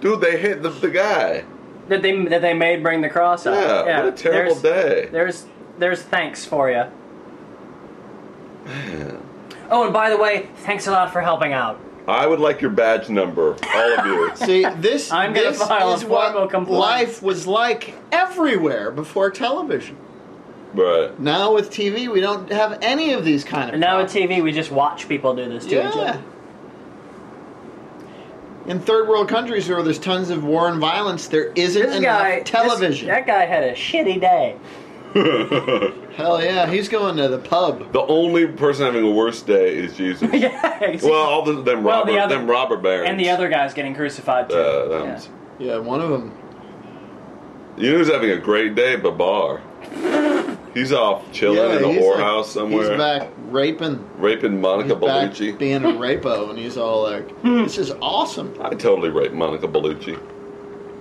Speaker 2: Dude, they hit the, the guy.
Speaker 3: that they that they made bring the cross up.
Speaker 2: Yeah, what a terrible
Speaker 3: there's,
Speaker 2: day.
Speaker 3: There's there's thanks for you. Oh, and by the way, thanks a lot for helping out.
Speaker 2: I would like your badge number, all of you.
Speaker 1: see, this,
Speaker 3: I'm gonna
Speaker 1: this
Speaker 3: file a
Speaker 1: is what
Speaker 3: formal complaint.
Speaker 1: life was like everywhere before television.
Speaker 2: Right.
Speaker 1: Now with TV, we don't have any of these kind of.
Speaker 3: And now on
Speaker 1: problems.
Speaker 3: TV, we just watch people do this to each
Speaker 1: yeah.
Speaker 3: other.
Speaker 1: In third world countries where there's tons of war and violence, there isn't
Speaker 3: This
Speaker 1: enough
Speaker 3: guy,
Speaker 1: television.
Speaker 3: this- that guy had a shitty day.
Speaker 1: Hell yeah, he's going to the pub.
Speaker 2: The only person having a worse day is Jesus.
Speaker 3: yeah.
Speaker 2: Well, all the, them
Speaker 3: Well,
Speaker 2: robber,
Speaker 3: the other-
Speaker 2: them robber barons.
Speaker 3: and the other guy's getting crucified too.
Speaker 2: Uh,
Speaker 3: Yeah.
Speaker 2: them.
Speaker 1: Yeah, one of them.
Speaker 2: You know who's having a great day? Babar. He's off chilling
Speaker 1: yeah,
Speaker 2: in the
Speaker 1: he's
Speaker 2: whorehouse
Speaker 1: like-
Speaker 2: somewhere,
Speaker 1: He's back raping.
Speaker 2: raping
Speaker 1: He's
Speaker 2: Monica
Speaker 1: back
Speaker 2: Bellucci.
Speaker 1: being a rapo, and he's all like, "This is awesome."
Speaker 2: I totally raped Monica Bellucci.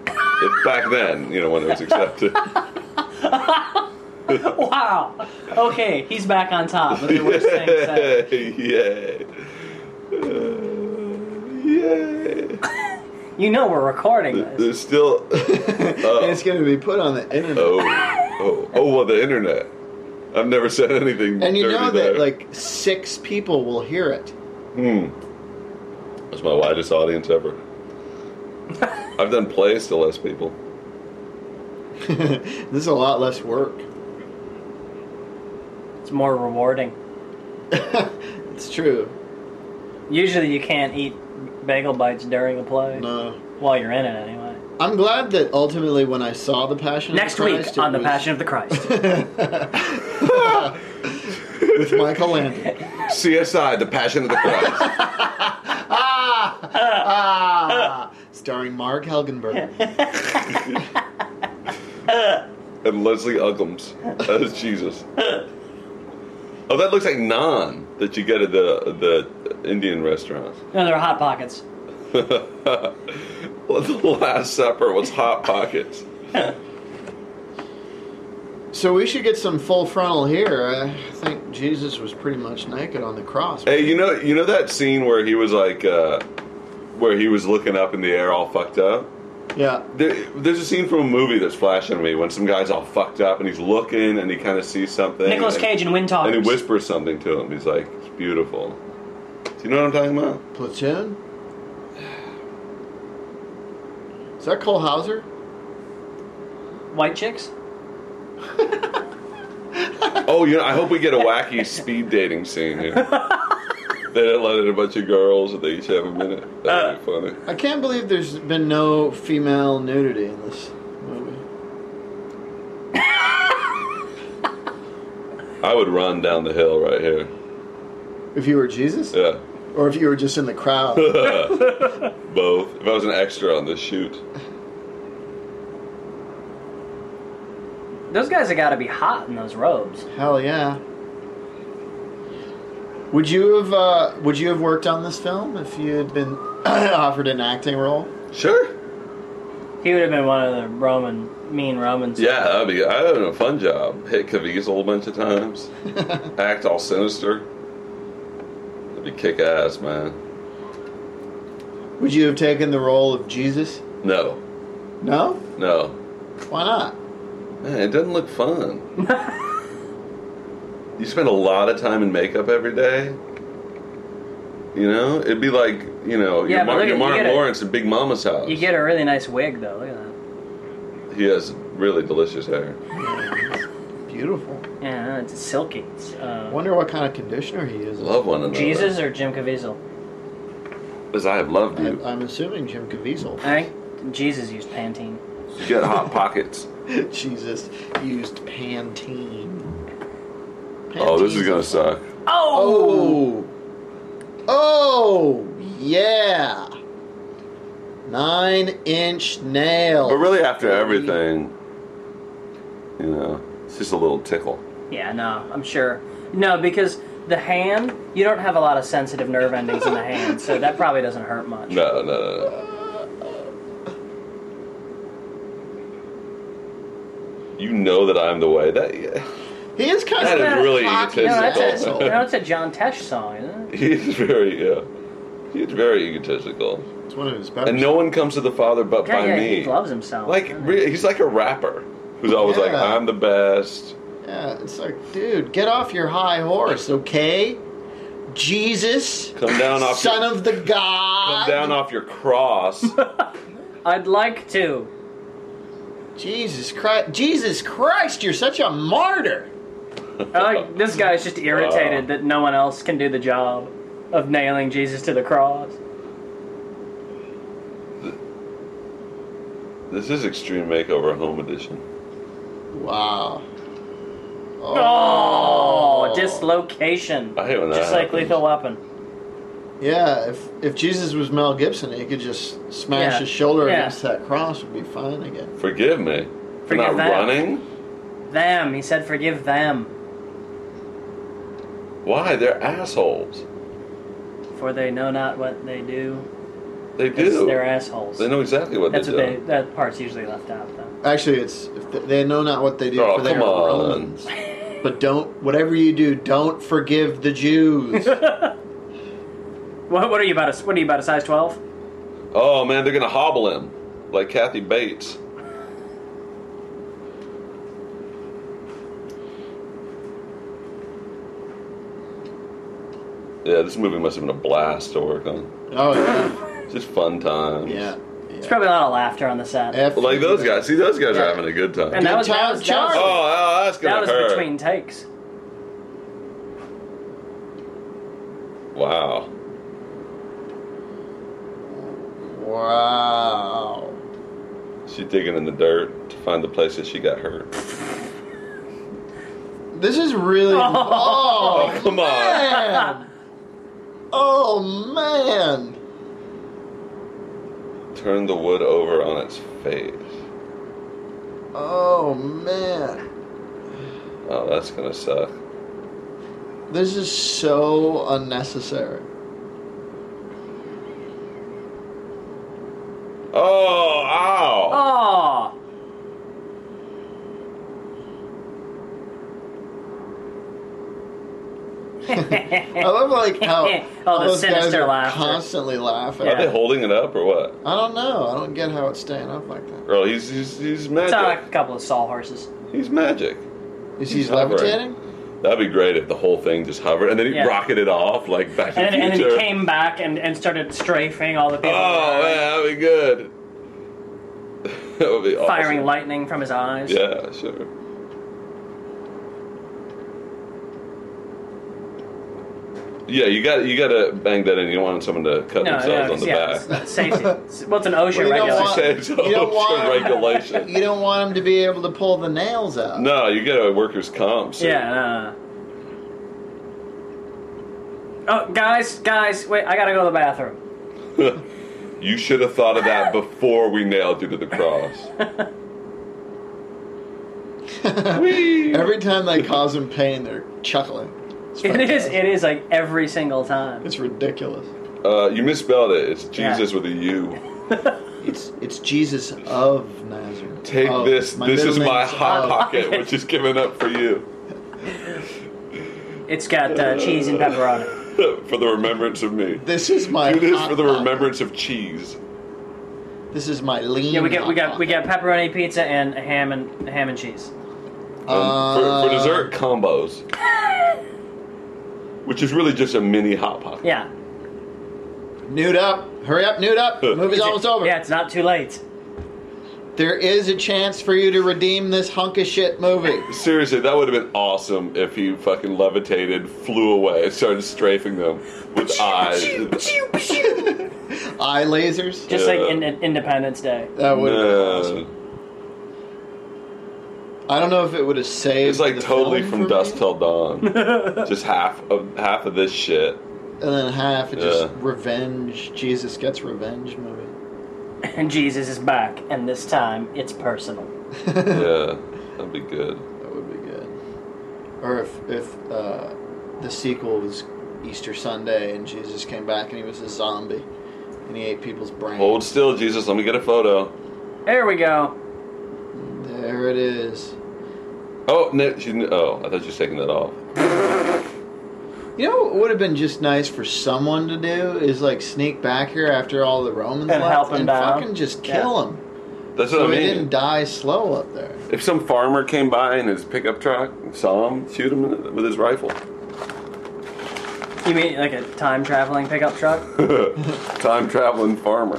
Speaker 2: if back then, you know, when it was accepted.
Speaker 3: Wow. Okay, he's back on top. with the worst thing said.
Speaker 2: Yay. Uh, yay.
Speaker 3: You know we're recording this.
Speaker 2: There's still.
Speaker 1: and it's going to be put on the internet.
Speaker 2: Oh, oh, oh! Well, the internet. I've never said anything.
Speaker 1: and you
Speaker 2: dirty
Speaker 1: know
Speaker 2: there.
Speaker 1: that like six people will hear it.
Speaker 2: Hmm. That's my widest audience ever. I've done plays to less people.
Speaker 1: this is a lot less work.
Speaker 3: It's more rewarding.
Speaker 1: It's true.
Speaker 3: Usually, you can't eat bagel bites during a play.
Speaker 1: No.
Speaker 3: While you're in it, anyway.
Speaker 1: uh, I'm glad that ultimately when I saw the Passion
Speaker 3: Next
Speaker 1: of the Christ,
Speaker 3: week on
Speaker 1: it
Speaker 3: the
Speaker 1: was
Speaker 3: Passion of the Christ.
Speaker 1: with Michael Landon.
Speaker 2: CSI: The Passion of the Christ.
Speaker 1: ah, starring Mark Helgenberg.
Speaker 2: and Leslie Uggams as Jesus. Oh, that looks like naan that you get at the the Indian restaurant.
Speaker 3: no, they're hot pockets.
Speaker 2: the Last Supper was hot pockets.
Speaker 1: So we should get some full frontal here. I think Jesus was pretty much naked on the cross.
Speaker 2: Hey, you know, you know that scene where he was like, uh, where he was looking up in the air, all fucked up.
Speaker 1: Yeah.
Speaker 2: There, there's a scene from a movie that's flashing me when some guy's all fucked up and he's looking and he kind of sees something.
Speaker 3: Nicholas
Speaker 2: and-
Speaker 3: Cage and Wind Talkers.
Speaker 2: And he whispers something to him. He's like, "It's beautiful." Do you know what I'm talking about?
Speaker 1: Platoon? Is that Cole Hauser?
Speaker 3: White chicks.
Speaker 2: Oh, you know, I hope we get a wacky speed dating scene here. they don't let in a bunch of girls and they each have a minute. That'd be funny.
Speaker 1: I can't believe there's been no female nudity in this movie.
Speaker 2: I would run down the hill right here.
Speaker 1: If you were Jesus?
Speaker 2: Yeah.
Speaker 1: Or if you were just in the crowd.
Speaker 2: Both. If I was an extra on this shoot.
Speaker 3: Those guys have got to be hot in those robes.
Speaker 1: Hell yeah. Would you have uh, Would you have worked on this film if you had been offered an acting role?
Speaker 2: Sure.
Speaker 3: He would have been one of the Roman, mean Romans.
Speaker 2: Yeah, that'd be. I had a fun job. Hit Caviezel a whole bunch of times. Act all sinister. That'd be kick ass, man.
Speaker 1: Would you have taken the role of Jesus?
Speaker 2: No,
Speaker 1: No.
Speaker 2: no.
Speaker 1: Why not?
Speaker 2: Man, it doesn't look fun. you spend a lot of time in makeup every day. You know, it'd be like you know,
Speaker 3: Yeah,
Speaker 2: your
Speaker 3: but
Speaker 2: Mar-
Speaker 3: look at-
Speaker 2: your
Speaker 3: you
Speaker 2: Martin
Speaker 3: get a-
Speaker 2: Lawrence in Big Mama's house.
Speaker 3: You get a really nice wig though. Look at
Speaker 2: he has really delicious hair.
Speaker 1: Beautiful.
Speaker 3: that. Yeah, it's silky. It's, uh,
Speaker 1: Wonder what kind of conditioner he uses.
Speaker 2: Love one another.
Speaker 3: Jesus or Jim Caviezel?
Speaker 2: as I have loved
Speaker 1: I,
Speaker 2: you.
Speaker 1: I'm assuming Jim Caviezel.
Speaker 3: I think Jesus used Pantene.
Speaker 2: You get hot pockets.
Speaker 1: Jesus used Pantene.
Speaker 2: Oh, this is
Speaker 1: Pantene's-
Speaker 2: gonna suck.
Speaker 3: Oh!
Speaker 1: Oh. Oh, yeah. Nine inch nail.
Speaker 2: But really, after everything, you know, it's just a little tickle.
Speaker 3: Yeah, no, I'm sure. No, because the hand, you don't have a lot of sensitive nerve endings in the hand, so that probably doesn't hurt much.
Speaker 2: No, no, no, no. You know that I'm the way. That yeah.
Speaker 1: He is kind
Speaker 2: That
Speaker 1: of
Speaker 2: is really
Speaker 1: cocky
Speaker 3: No, that's a,
Speaker 2: Egotistical.
Speaker 3: no, that's a John Tesh song, isn't it?
Speaker 2: he's very yeah. He's very egotistical,
Speaker 1: It's one of his better.
Speaker 2: and no one comes to the Father but
Speaker 3: Yeah,
Speaker 2: by
Speaker 3: yeah,
Speaker 2: me.
Speaker 3: he loves himself.
Speaker 2: like
Speaker 3: doesn't he?
Speaker 2: re- he's like a rapper who's always like,
Speaker 1: Yeah.
Speaker 2: "I'm the best."
Speaker 1: Yeah, it's like, dude, get off your high horse, okay? Jesus,
Speaker 2: Come down off
Speaker 1: son
Speaker 2: your,
Speaker 1: of the God.
Speaker 2: come down off your cross.
Speaker 3: I'd like to.
Speaker 1: Jesus Christ, Jesus Christ, you're such a martyr.
Speaker 3: I like this guy's just irritated that no one else can do the job of nailing Jesus to the cross.
Speaker 2: this is Extreme Makeover Home Edition.
Speaker 1: Wow.
Speaker 3: Oh, dislocation.
Speaker 2: I hate when that
Speaker 3: Just like
Speaker 2: happens.
Speaker 3: Lethal Weapon.
Speaker 1: Yeah, if if Jesus was Mel Gibson, he could just smash
Speaker 3: Yeah.
Speaker 1: his shoulder
Speaker 3: Yeah.
Speaker 1: against that cross and be fine again.
Speaker 2: Forgive me for
Speaker 3: Forgive
Speaker 2: not
Speaker 3: them.
Speaker 2: running.
Speaker 3: Them. He said, forgive them,
Speaker 2: Why? They're assholes.
Speaker 3: for they know not what they do.
Speaker 2: They
Speaker 3: It's-
Speaker 2: do.
Speaker 3: They're assholes.
Speaker 2: They know exactly what
Speaker 3: That's
Speaker 2: they
Speaker 3: what they.
Speaker 2: do.
Speaker 3: That part's usually left out, though.
Speaker 1: Actually, it's if th- they know not what they do
Speaker 2: Oh,
Speaker 1: for they
Speaker 2: come
Speaker 1: are
Speaker 2: on.
Speaker 1: Romans. But don't whatever you do, don't forgive the Jews.
Speaker 3: What, what are you about? A, what are you about? A size twelve?
Speaker 2: oh man, they're gonna hobble him like Kathy Bates. Yeah, this movie must have been a blast to work on.
Speaker 1: oh
Speaker 2: It's Just fun times.
Speaker 1: yeah,
Speaker 3: There's
Speaker 1: yeah.
Speaker 3: probably a lot of laughter on the set.
Speaker 1: F
Speaker 2: Well, like those
Speaker 1: you.
Speaker 2: guys. See, those guys
Speaker 1: Yeah.
Speaker 2: are having a good time.
Speaker 3: and that
Speaker 1: Good
Speaker 3: was, that
Speaker 1: time,
Speaker 3: was that was,
Speaker 2: oh,
Speaker 1: Charlie.
Speaker 2: oh, that's gonna
Speaker 3: that was
Speaker 2: hurt.
Speaker 3: between takes.
Speaker 2: Wow.
Speaker 1: Wow.
Speaker 2: She's digging in the dirt to find the place that she got hurt.
Speaker 1: This is really.
Speaker 2: Oh,
Speaker 1: Oh,
Speaker 2: come on.
Speaker 1: man. Oh, man.
Speaker 2: Turn the wood over on its face.
Speaker 1: Oh, man.
Speaker 2: Oh, that's gonna suck.
Speaker 1: This is so unnecessary.
Speaker 2: Oh, ow!
Speaker 3: Oh,
Speaker 2: She's
Speaker 1: I love like how
Speaker 3: Oh, the
Speaker 1: those guys
Speaker 3: sinister
Speaker 1: are
Speaker 3: laughter.
Speaker 1: constantly laughing.
Speaker 2: Are they holding it up or what?
Speaker 1: I don't know. I don't get how it's staying up like that.
Speaker 2: Earl, he's he's, he's
Speaker 3: It's on
Speaker 2: magic.
Speaker 3: a couple of sawhorses.
Speaker 2: He's magic.
Speaker 1: Is
Speaker 2: He's
Speaker 1: he
Speaker 2: hovering.
Speaker 1: levitating?
Speaker 2: That'd be great if the whole thing just hovered and then he
Speaker 3: Yeah.
Speaker 2: rocketed off like back to
Speaker 3: And,
Speaker 2: the
Speaker 3: then- and
Speaker 2: future.
Speaker 3: it came back and, and started strafing all the people.
Speaker 2: oh man, that'd be good. that would be awesome.
Speaker 3: Firing lightning from his eyes.
Speaker 2: Yeah, sure. Yeah, you got you got to bang that in. You don't want someone to cut
Speaker 3: No,
Speaker 2: themselves
Speaker 3: no,
Speaker 2: on the
Speaker 3: yeah,
Speaker 2: back.
Speaker 3: it's- safety. It's- Well, it's an OSHA
Speaker 1: Well, you don't
Speaker 3: regulation.
Speaker 1: want-
Speaker 2: It's
Speaker 1: You don't
Speaker 2: OSHA
Speaker 1: want-
Speaker 2: regulation.
Speaker 1: You don't want him to be able to pull the nails out.
Speaker 2: No, you get a workers' comp. suit.
Speaker 3: Yeah. uh. no, no, no. Oh, guys, guys, wait! I gotta go to the bathroom.
Speaker 2: you should have thought of that before we nailed you to the cross. Whee!
Speaker 1: Every time they cause him pain, they're chuckling. It's
Speaker 3: It is.
Speaker 1: fantastic.
Speaker 3: It is like every single time.
Speaker 1: It's ridiculous.
Speaker 2: Uh, you misspelled it. It's
Speaker 3: Yeah.
Speaker 2: Jesus with a U.
Speaker 1: It's it's Jesus of Nazareth.
Speaker 2: Take
Speaker 1: Of.
Speaker 2: this. this
Speaker 1: Oh, middle
Speaker 2: is my
Speaker 1: name's
Speaker 2: hot
Speaker 1: of.
Speaker 2: pocket, which is given up for you.
Speaker 3: It's got uh, cheese and pepperoni.
Speaker 2: for the remembrance of me.
Speaker 1: This is my.
Speaker 2: Do this
Speaker 1: hot
Speaker 2: for the
Speaker 1: pocket.
Speaker 2: remembrance of cheese.
Speaker 1: This is my lean.
Speaker 3: Yeah, we got we
Speaker 1: hot
Speaker 3: got we got pepperoni pizza and ham and ham and cheese.
Speaker 1: pocket.
Speaker 2: Um, for,
Speaker 1: Uh,
Speaker 2: for dessert combos. Which is really just a mini hot pocket.
Speaker 3: Yeah.
Speaker 1: Nude up. Hurry up, nude up. The movie's
Speaker 3: Is it-
Speaker 1: almost over.
Speaker 3: Yeah, it's not too late.
Speaker 1: There is a chance for you to redeem this hunk of shit movie.
Speaker 2: Seriously, that would have been awesome if he fucking levitated, flew away, started strafing them with eyes.
Speaker 1: Eye lasers.
Speaker 3: Just
Speaker 2: Yeah.
Speaker 3: like in, in Independence Day.
Speaker 1: That would.
Speaker 2: No.
Speaker 1: I don't know if it would have saved.
Speaker 2: It's like
Speaker 1: the
Speaker 2: totally
Speaker 1: film
Speaker 2: from
Speaker 1: for
Speaker 2: dusk
Speaker 1: me.
Speaker 2: till dawn. just half of half of this shit.
Speaker 1: and then half. It just
Speaker 2: Yeah.
Speaker 1: revenge. Jesus gets revenge movie.
Speaker 3: And Jesus is back, and this time it's personal.
Speaker 2: Yeah, that'd be good.
Speaker 1: That would be good. Or if if uh, the sequel was Easter Sunday and Jesus came back and he was a zombie and he ate people's brains.
Speaker 2: Hold still, Jesus. Let me get a photo.
Speaker 3: There we go.
Speaker 1: There it is.
Speaker 2: Oh no, she, oh, I thought she was taking that off.
Speaker 1: You know what would have been just nice for someone to do is like sneak back here after all the Romans
Speaker 3: And
Speaker 1: left
Speaker 3: help him
Speaker 1: and
Speaker 3: down.
Speaker 1: fucking just
Speaker 3: Yeah.
Speaker 1: kill him.
Speaker 2: That's what
Speaker 1: So
Speaker 2: I
Speaker 1: he
Speaker 2: mean.
Speaker 1: didn't die slow up there.
Speaker 2: If some farmer came by in his pickup truck, saw him, shoot him with his rifle.
Speaker 3: You mean like a time traveling pickup truck?
Speaker 2: Time traveling farmer.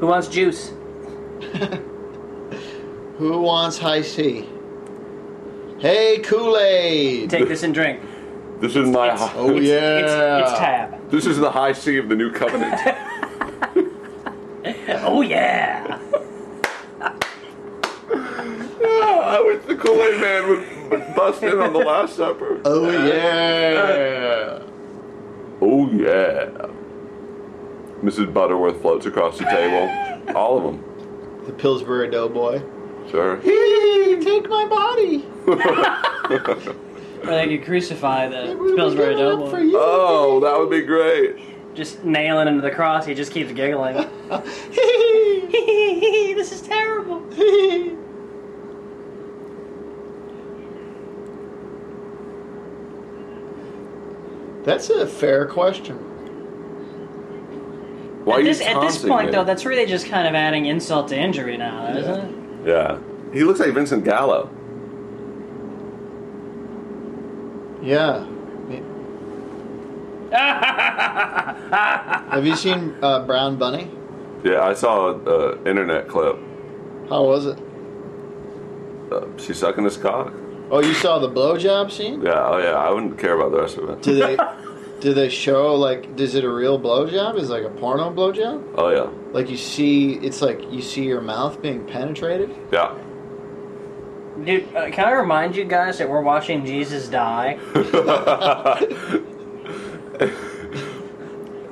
Speaker 3: Who wants juice?
Speaker 1: Who wants high C? Hey, Kool Aid.
Speaker 3: Take this and drink.
Speaker 2: This is my. High,
Speaker 1: Oh yeah.
Speaker 3: It's, it's tab.
Speaker 2: This is the high sea of the new covenant.
Speaker 3: Oh yeah.
Speaker 2: Yeah, Ah, I wish the Kool Aid Man would, would bust in on the Last Supper.
Speaker 1: Oh yeah.
Speaker 2: Uh, Oh yeah. Mrs. Butterworth floats across the table. All of them.
Speaker 1: The Pillsbury Doughboy.
Speaker 2: Sure.
Speaker 1: Take my body.
Speaker 3: Or they could crucify the
Speaker 1: It will be
Speaker 3: Pillsbury
Speaker 1: given up for
Speaker 3: Doughboy.
Speaker 1: you.
Speaker 2: Oh, that would be great.
Speaker 3: Just nailing him to the cross. He just keeps giggling. this is terrible.
Speaker 1: That's a fair question.
Speaker 2: Why
Speaker 3: at
Speaker 2: are you
Speaker 3: this, at this
Speaker 2: taunting
Speaker 3: point,
Speaker 2: me?
Speaker 3: though, that's really just kind of adding insult to injury now, isn't
Speaker 1: Yeah.
Speaker 3: it?
Speaker 2: Yeah. He looks like Vincent Gallo.
Speaker 1: Yeah. Have you seen uh, Brown Bunny?
Speaker 2: Yeah, I saw an internet clip.
Speaker 1: How was it?
Speaker 2: Uh, she's sucking his cock.
Speaker 1: Oh, you saw the blowjob scene?
Speaker 2: Yeah, oh yeah, I wouldn't care about the rest of it.
Speaker 1: Do they do they show like is it a real blowjob? Is it like a porno blowjob?
Speaker 2: Oh yeah,
Speaker 1: Like you see, it's like you see your mouth being penetrated.
Speaker 2: yeah.
Speaker 3: Dude, uh, can I remind you guys that we're watching Jesus die?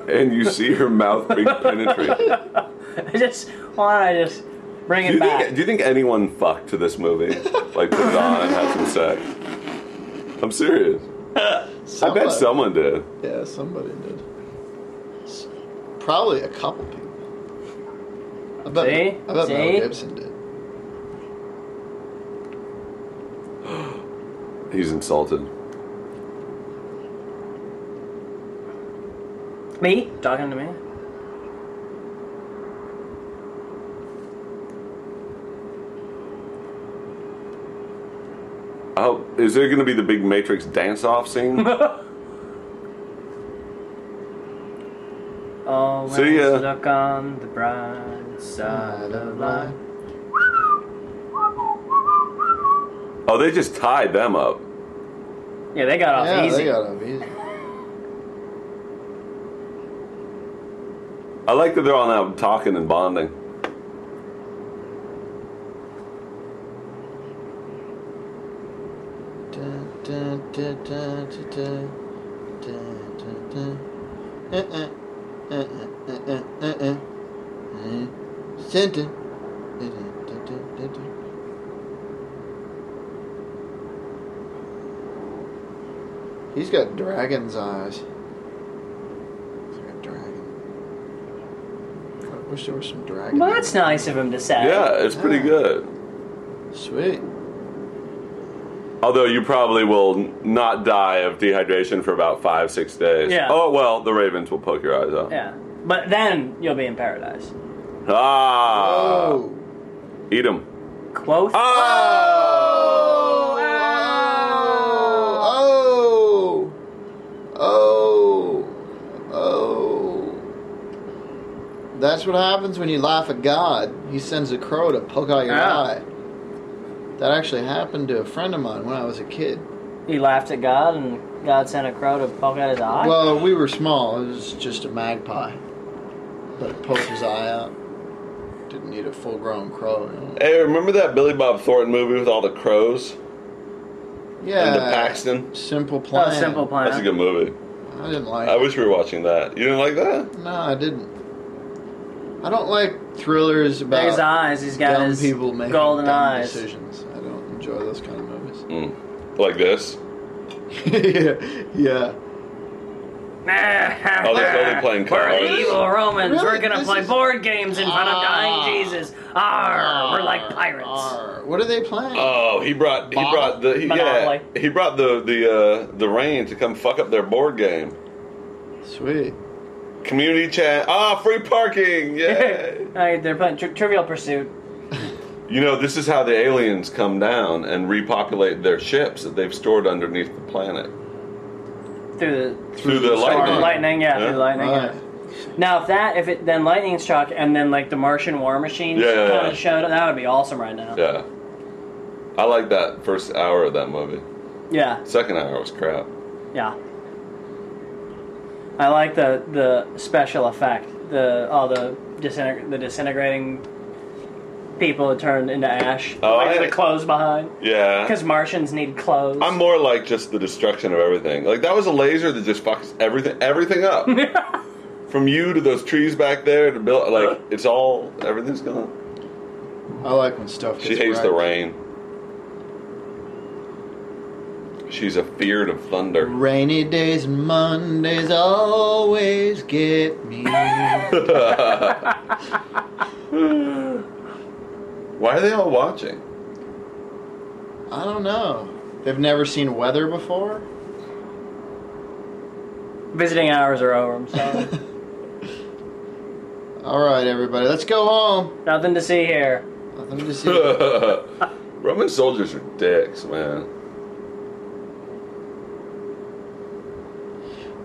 Speaker 2: and you see her mouth being penetrated.
Speaker 3: I just why don't I just bring
Speaker 2: Do
Speaker 3: it
Speaker 2: you,
Speaker 3: back?
Speaker 2: think, do you think anyone fucked to this movie? Like put it on and had some sex? I'm serious. I bet someone did.
Speaker 1: Yeah, somebody did. S- Probably a couple people. I bet,
Speaker 3: See?
Speaker 1: I bet Mel
Speaker 3: See?
Speaker 1: Gibson did.
Speaker 2: He's insulted.
Speaker 3: Me? Talking to me?
Speaker 2: Oh, is there going to be the big Matrix dance-off scene?
Speaker 3: Always
Speaker 2: See ya.
Speaker 3: look on the bright side of life.
Speaker 2: oh, they just tied them up.
Speaker 3: Yeah, they got off
Speaker 1: yeah,
Speaker 3: Oh, easy.
Speaker 1: they got him easy.
Speaker 2: I like that they're all now talking and bonding.
Speaker 1: Da, da, da, da, da, da, da, da, da. Uh, uh, uh, uh, uh, uh, uh, uh. Sentence. Da, da, da, da, da, da. He's got dragon's eyes. He's like a dragon. I wish there was some dragon.
Speaker 3: Well, that's nice of him to say.
Speaker 2: Yeah, it's pretty good.
Speaker 1: Sweet.
Speaker 2: Although you probably will not die of dehydration for about five, six days.
Speaker 3: Yeah.
Speaker 2: Oh well, the ravens will poke your eyes out.
Speaker 3: Yeah. But then you'll be in paradise.
Speaker 2: Ah,
Speaker 1: Oh.
Speaker 2: eat them.
Speaker 3: Quoth.
Speaker 2: Ah. Oh.
Speaker 1: Oh! Oh! Oh! That's what happens when you laugh at God. He sends a crow to poke out your
Speaker 3: Yeah.
Speaker 1: eye. That actually happened to a friend of mine when I was a kid.
Speaker 3: He laughed at God, and God sent a crow to poke out his eye.
Speaker 1: Well, we were small. It was just a magpie, but it poked his eye out. Didn't need a full-grown crow. you know.
Speaker 2: Hey, remember that Billy Bob Thornton movie with all the crows
Speaker 1: Yeah.
Speaker 2: and the Paxton?
Speaker 1: Simple plan.
Speaker 3: oh, simple plan.
Speaker 2: That's a good movie.
Speaker 1: I didn't like.
Speaker 2: I wish we were watching that. You didn't like that?
Speaker 1: No, I didn't. I don't like thrillers about
Speaker 3: His eyes. He's got
Speaker 1: dumb
Speaker 3: his
Speaker 1: people making
Speaker 3: golden
Speaker 1: dumb
Speaker 3: eyes.
Speaker 1: decisions. I don't enjoy those kind of movies.
Speaker 2: Mm. Like this?
Speaker 1: yeah, yeah.
Speaker 2: Oh, they're totally playing
Speaker 3: We're
Speaker 2: cards.
Speaker 3: the evil Romans.
Speaker 1: Really?
Speaker 3: We're gonna
Speaker 1: This
Speaker 3: play
Speaker 1: is-
Speaker 3: board games in front of
Speaker 1: Ah.
Speaker 3: dying Jesus. Arr, we're like pirates.
Speaker 1: Arr. What are they playing?
Speaker 2: Oh, he brought he
Speaker 1: Bob-
Speaker 2: brought the he, yeah
Speaker 3: Monopoly.
Speaker 2: he brought the the uh, the rain to come fuck up their board game.
Speaker 1: Sweet.
Speaker 2: Community chat. Ah, free parking. Yeah.
Speaker 3: Alright, they're playing tri- Trivial Pursuit.
Speaker 2: you know, this is how the aliens come down and repopulate their ships that they've stored underneath the planet
Speaker 3: Through the
Speaker 2: through the
Speaker 1: storm.
Speaker 2: lightning.
Speaker 3: lightning, yeah, through the lightning.
Speaker 1: Right.
Speaker 3: Yeah. Now, if that, if it then lightning struck, and then like the Martian war machines
Speaker 2: Yeah, yeah,
Speaker 3: kinda
Speaker 2: yeah.
Speaker 3: showed up, that would be awesome right now.
Speaker 2: Yeah. I like that first hour of that movie.
Speaker 3: Yeah,
Speaker 2: Second hour was crap.
Speaker 3: yeah. I like the the special effect. The all the disintegr- the disintegrating people turned into ash.
Speaker 2: Oh,
Speaker 3: like
Speaker 2: I-
Speaker 3: the clothes behind.
Speaker 2: Yeah.
Speaker 3: Because Martians need clothes.
Speaker 2: I'm more like just the destruction of everything. Like that was a laser that just fucks everything everything up. From you to those trees back there to build like it's all everything's gone.
Speaker 1: I like when stuff.
Speaker 2: She
Speaker 1: gets
Speaker 2: hates
Speaker 1: right.
Speaker 2: the rain. She's afeared of thunder.
Speaker 1: Rainy days and Mondays always get me.
Speaker 2: Why are they all watching?
Speaker 1: I don't know. They've never seen weather before.
Speaker 3: Visiting hours are over. I'm sorry.
Speaker 1: All right, everybody, let's go home.
Speaker 3: Nothing to see here.
Speaker 1: Nothing to see.
Speaker 2: Roman soldiers are dicks, man.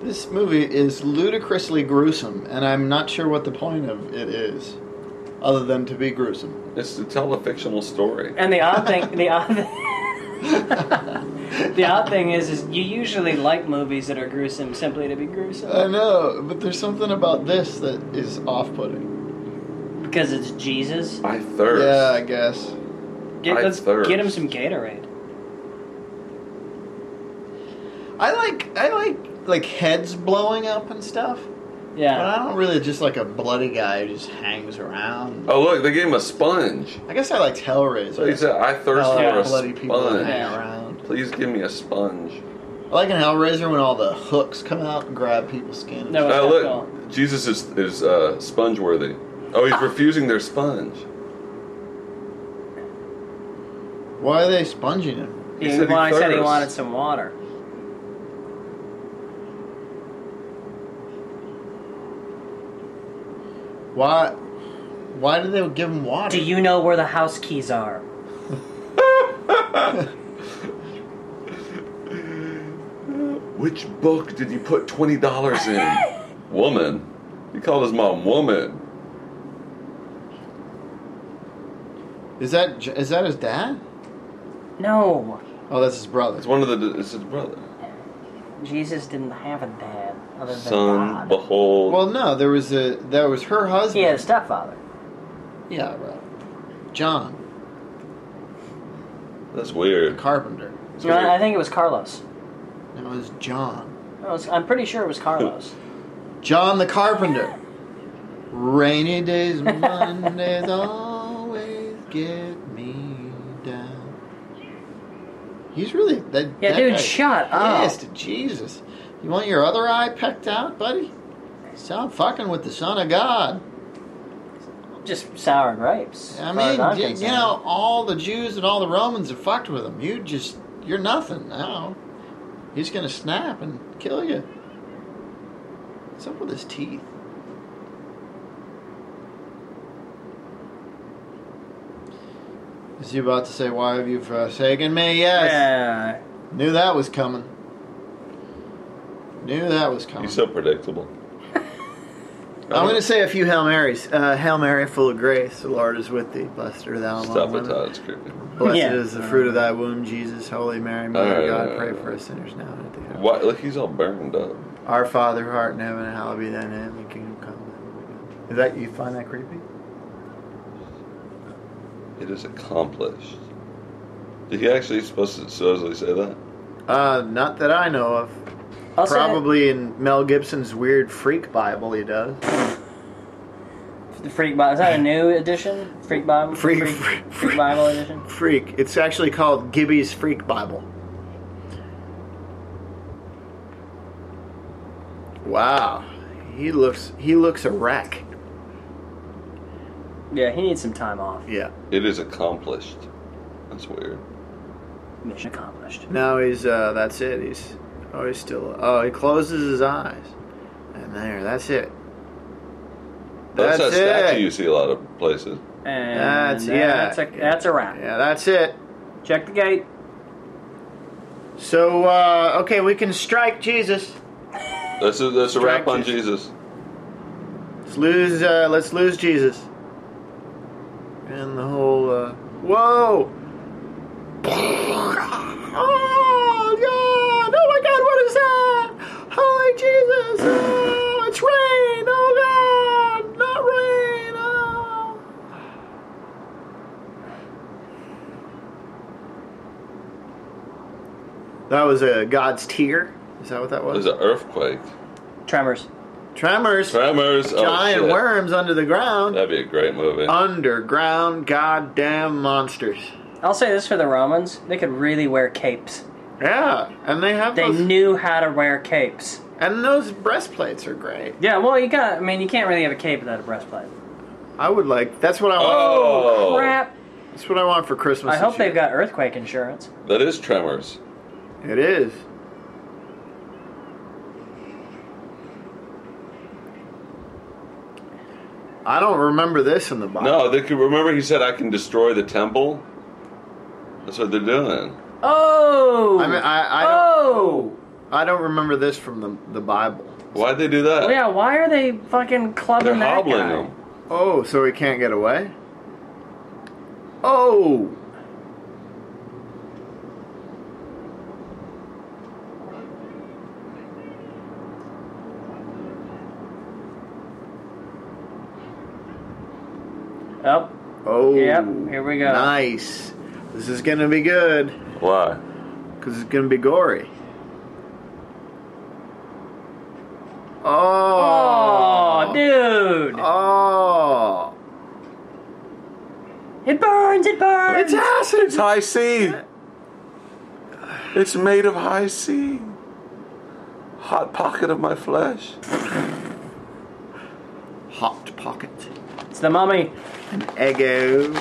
Speaker 1: This movie is ludicrously gruesome, and I'm not sure what the point of it is, other than to be gruesome.
Speaker 2: It's to tell a fictional story.
Speaker 3: And the odd thing, the odd thing, the odd thing is, is you usually like movies that are gruesome simply to be gruesome
Speaker 1: I know, but there's something about this that is off-putting.
Speaker 3: because it's Jesus.
Speaker 2: I thirst.
Speaker 1: Yeah, I guess.
Speaker 3: Get,
Speaker 2: I
Speaker 3: let's
Speaker 2: thirst.
Speaker 3: get him some Gatorade.
Speaker 1: I like I like like heads blowing up and stuff, but
Speaker 3: Yeah.
Speaker 1: I don't really just like a bloody guy who just hangs around.
Speaker 2: Oh look, they gave him a sponge.
Speaker 1: I guess I liked Hellraiser.
Speaker 2: So he said, "I thirst
Speaker 1: I like
Speaker 2: for a
Speaker 1: bloody people that hang
Speaker 2: sponge.
Speaker 1: around.
Speaker 2: Please give me a sponge."
Speaker 1: I like in Hellraiser when all the hooks come out and grab people's skin.
Speaker 3: No.
Speaker 2: Uh,
Speaker 3: that's
Speaker 2: look,
Speaker 3: all.
Speaker 2: Jesus is is uh, sponge worthy. Oh, he's refusing their sponge.
Speaker 1: Why are they sponging him?
Speaker 3: He,
Speaker 2: said he
Speaker 3: wanted- said he
Speaker 2: thirsts.
Speaker 3: wanted some water.
Speaker 1: Why? Why did they give him water?
Speaker 3: Do you know where the house keys are?
Speaker 2: Which book did you put twenty dollars in? woman. He called his mom woman.
Speaker 1: Is that J- is that his dad?
Speaker 3: No,
Speaker 1: Oh, that's his brother.
Speaker 2: It's one of the. It's his brother.
Speaker 3: Jesus didn't have a dad other than
Speaker 2: Son,
Speaker 3: God.
Speaker 2: behold.
Speaker 1: Well, no, there was a there was her
Speaker 3: He
Speaker 1: husband.
Speaker 3: had a stepfather.
Speaker 1: Yeah, right. John,
Speaker 2: that's
Speaker 1: the
Speaker 2: weird.
Speaker 1: carpenter.
Speaker 2: It's
Speaker 3: No, I I
Speaker 2: weird.
Speaker 3: think it was Carlos.
Speaker 1: That was John.
Speaker 3: I was, I'm pretty sure it was Carlos.
Speaker 1: John the carpenter. Rainy days, Mondays always get me down. He's really that.
Speaker 3: Yeah,
Speaker 1: that
Speaker 3: dude,
Speaker 1: guy-
Speaker 3: shut up.
Speaker 1: Yes, to Jesus. You want your other eye pecked out, buddy? Stop fucking with the Son of God.
Speaker 3: Just sour grapes.
Speaker 1: I
Speaker 3: as far as
Speaker 1: mean,
Speaker 3: I'm
Speaker 1: y- you
Speaker 3: concerned.
Speaker 1: know, all the Jews and all the Romans have fucked with him. You just, you're nothing now. He's gonna snap and kill you. What's up with his teeth? Is he about to say, "Why have you forsaken me?" Yes,
Speaker 3: Yeah.
Speaker 1: knew that was coming. Knew that was coming.
Speaker 2: He's so predictable.
Speaker 1: I'm going to say a few Hail Marys. Uh, Hail Mary, full of grace, the Lord is with thee. Blessed are thou among
Speaker 2: Stop it,
Speaker 1: women.
Speaker 2: Todd. It's creepy.
Speaker 1: Blessed
Speaker 3: Yeah.
Speaker 1: is the fruit of thy womb, Jesus. Holy Mary, Mother of
Speaker 2: Uh,
Speaker 1: God, pray for us sinners now and at the hour.
Speaker 2: Why, look, he's all burned up.
Speaker 1: Our Father who art in heaven, hallowed be thy name, the kingdom come. thy will be done. Is that you find that creepy?
Speaker 2: It is accomplished. Did he actually supposed to supposedly say that?
Speaker 1: Uh, not that I know of.
Speaker 3: Also,
Speaker 1: Probably in Mel Gibson's weird freak Bible, he does.
Speaker 3: the Freak Bible. Is that a new edition? Freak Bible.
Speaker 1: Freak-
Speaker 3: Freak,
Speaker 1: freak-
Speaker 3: Freak Bible edition.
Speaker 1: Freak. It's actually called Gibby's Freak Bible. Wow, he looks he looks a wreck.
Speaker 3: Yeah, he needs some time off.
Speaker 1: Yeah.
Speaker 2: It is accomplished. That's weird.
Speaker 3: Mission accomplished.
Speaker 1: Now he's uh that's it. He's oh he's still oh he closes his eyes. And there, that's it.
Speaker 2: That's,
Speaker 1: That's
Speaker 2: that statue
Speaker 1: it.
Speaker 2: you see a lot of places.
Speaker 3: And
Speaker 1: That's- yeah.
Speaker 3: That's a, that's a wrap.
Speaker 1: Yeah, that's it.
Speaker 3: Check the gate.
Speaker 1: So uh okay, we can strike Jesus.
Speaker 2: That's a, that's a wrap on
Speaker 1: Distracted.
Speaker 2: Jesus.
Speaker 1: Let's lose uh let's lose Jesus. And the whole uh Whoa! Oh god! Oh my god, what is that? Holy Jesus! Oh, it's rain! Oh god! Not rain! Oh. That was a God's tear. Is that what that
Speaker 2: There's
Speaker 1: was?
Speaker 2: an earthquake.
Speaker 3: Tremors.
Speaker 1: Tremors.
Speaker 2: Tremors. Oh,
Speaker 1: Giant Oh,
Speaker 2: shit.
Speaker 1: worms under the ground.
Speaker 2: That'd be a great movie.
Speaker 1: Underground goddamn monsters.
Speaker 3: I'll say this for the Romans: they could really wear capes.
Speaker 1: Yeah, and they have
Speaker 3: They
Speaker 1: those,
Speaker 3: knew how to wear capes.
Speaker 1: and those breastplates are great.
Speaker 3: Yeah, well, you got. I mean, you can't really have a cape without a breastplate.
Speaker 1: I would like. That's what I want.
Speaker 2: oh,
Speaker 3: Crap.
Speaker 1: That's what I want for Christmas.
Speaker 3: I
Speaker 1: this
Speaker 3: hope they've
Speaker 1: year.
Speaker 3: got earthquake insurance.
Speaker 2: that is Tremors.
Speaker 1: It is. I don't remember this in the Bible.
Speaker 2: No, they could remember he said I can destroy the temple. That's what they're doing.
Speaker 3: Oh.
Speaker 1: I mean, I- I don't-
Speaker 3: oh.
Speaker 1: I don't remember this from the, the Bible.
Speaker 2: Why'd they do that?
Speaker 3: Yeah. Why are they fucking
Speaker 2: They're
Speaker 3: clubbing that
Speaker 2: hobbling
Speaker 3: guy?
Speaker 2: them.
Speaker 1: Oh, so he can't get away? Oh!
Speaker 3: Oh.
Speaker 1: Oh.
Speaker 3: Yep, here we go.
Speaker 1: Nice. This is gonna be good,
Speaker 2: Why?
Speaker 1: because it's gonna be gory. Oh!
Speaker 3: Oh, dude.
Speaker 1: Oh!
Speaker 3: It burns. It
Speaker 1: It's
Speaker 3: burns.
Speaker 1: acid!
Speaker 2: It's high C. It's made of high C. Hot pocket of my flesh.
Speaker 1: Hot pocket.
Speaker 3: It's the mummy.
Speaker 1: An ego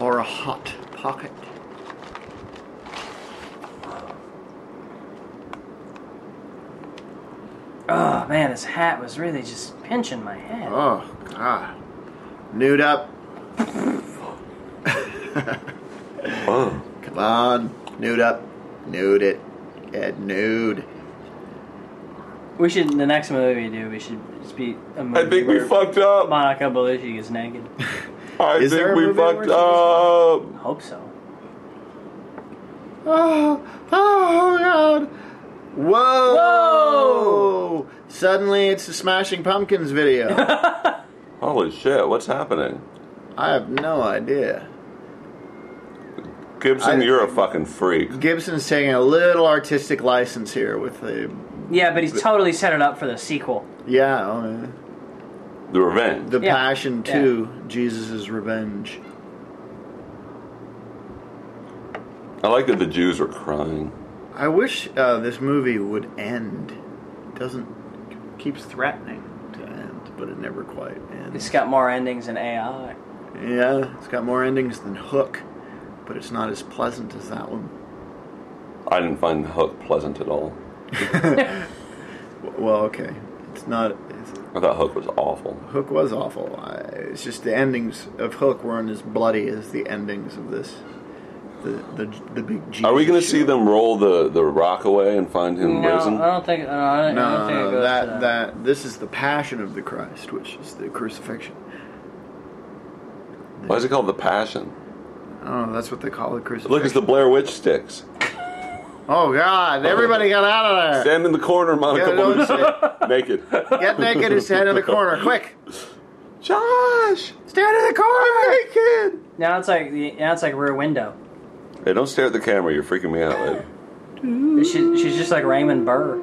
Speaker 1: or a hot pocket.
Speaker 3: Oh man, his hat was really just pinching my head.
Speaker 1: Oh, God. Nude up.
Speaker 2: Oh.
Speaker 1: Come on. Nude up. Nude it. Get nude.
Speaker 3: We should the next movie we do we should just be a movie
Speaker 2: I think we
Speaker 3: where
Speaker 2: fucked up.
Speaker 3: Monica Bellucci is naked.
Speaker 2: I
Speaker 1: Is there a
Speaker 2: think we
Speaker 1: movie where
Speaker 2: fucked
Speaker 1: she
Speaker 2: up.
Speaker 3: Hope so.
Speaker 1: Oh, oh God. Whoa. Whoa. Suddenly it's a Smashing Pumpkins video.
Speaker 2: Holy shit, what's happening?
Speaker 1: I have no idea.
Speaker 2: Gibson,
Speaker 1: I-
Speaker 2: you're a fucking freak.
Speaker 1: Gibson's taking a little artistic license here with the.
Speaker 3: Yeah, but he's totally set it up for the sequel.
Speaker 1: Yeah. oh, yeah.
Speaker 2: The revenge.
Speaker 1: The
Speaker 3: Yeah.
Speaker 1: Passion 2, Jesus' Revenge.
Speaker 2: I like that the Jews were crying.
Speaker 1: I wish uh, this movie would end. It doesn't. keeps threatening to end, but it never quite
Speaker 3: It's
Speaker 1: ends.
Speaker 3: got more endings than AI.
Speaker 1: Yeah, it's got more endings than Hook, but it's not as pleasant as that one.
Speaker 2: I didn't find the hook pleasant at all.
Speaker 1: W- Well, okay. It's not. It's,
Speaker 2: I thought Hook was awful.
Speaker 1: Hook was awful. I, it's just the endings of Hook weren't as bloody as the endings of this. The, the, the big Jesus
Speaker 2: Are we going to see
Speaker 1: show.
Speaker 2: them roll the, the rock away and find him
Speaker 3: No,
Speaker 2: risen?
Speaker 3: I don't think. No, I don't, I
Speaker 1: No,
Speaker 3: don't think
Speaker 1: no, no,
Speaker 3: it goes
Speaker 1: that,
Speaker 3: to
Speaker 1: that this is the passion of the Christ, which is the crucifixion.
Speaker 2: Why is it called the Passion?
Speaker 1: Oh, that's what they call the crucifixion.
Speaker 2: Look, it's the Blair Witch sticks.
Speaker 1: oh God! Everybody get out of there!
Speaker 2: Stand in the corner, Monica
Speaker 1: Get, it over
Speaker 2: Bellucci.
Speaker 1: to-
Speaker 2: Naked.
Speaker 1: get naked and stand in the corner, quick!
Speaker 2: Josh!
Speaker 1: Stand in the corner!
Speaker 2: Naked!
Speaker 3: Now it's like the- now it's like Rear Window.
Speaker 2: Hey, don't stare at the camera. You're freaking me out, lady.
Speaker 3: She, she's just like Raymond Burr.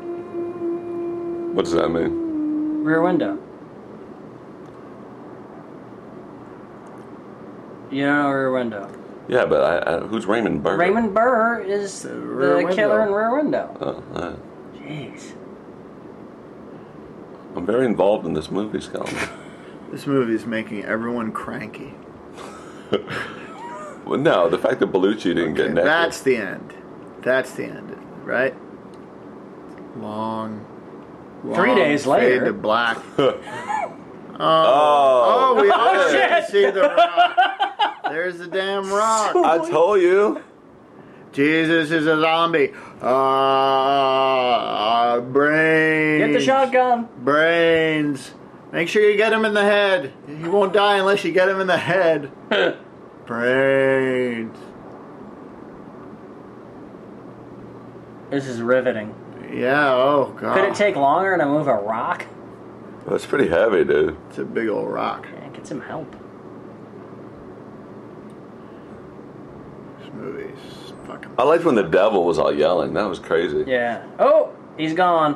Speaker 2: What does that mean?
Speaker 3: Rear Window. You don't know Rear Window.
Speaker 2: Yeah, but I, I, who's Raymond Burr?
Speaker 3: Raymond Burr is the,
Speaker 1: Rear Window.
Speaker 3: killer in Rear Window.
Speaker 2: Oh, uh,
Speaker 3: Jeez.
Speaker 2: I'm very involved in this movie, Scott.
Speaker 1: This movie is making everyone cranky.
Speaker 2: well, no, the fact that Bellucci didn't get naked.
Speaker 1: That's the end. That's the end, right? Long.
Speaker 3: Three
Speaker 1: long
Speaker 3: days
Speaker 1: fade
Speaker 3: later.
Speaker 1: to black.
Speaker 2: Oh,
Speaker 1: Oh, we all
Speaker 2: shit.
Speaker 1: get to see the rock. There's the damn rock.
Speaker 2: I told you.
Speaker 1: Jesus is a zombie. Uh, Ah, brains.
Speaker 3: Get the shotgun.
Speaker 1: Brains. Make sure you get him in the head. He won't die unless you get him in the head. brains.
Speaker 3: This is riveting.
Speaker 1: Yeah. Oh God.
Speaker 3: Could it take longer to move a rock?
Speaker 2: That's pretty heavy, dude.
Speaker 1: It's a big old rock.
Speaker 3: Yeah, get some help.
Speaker 1: This movie's fucking.
Speaker 2: I liked when the devil was all yelling. That was crazy.
Speaker 3: Yeah. Oh, he's gone.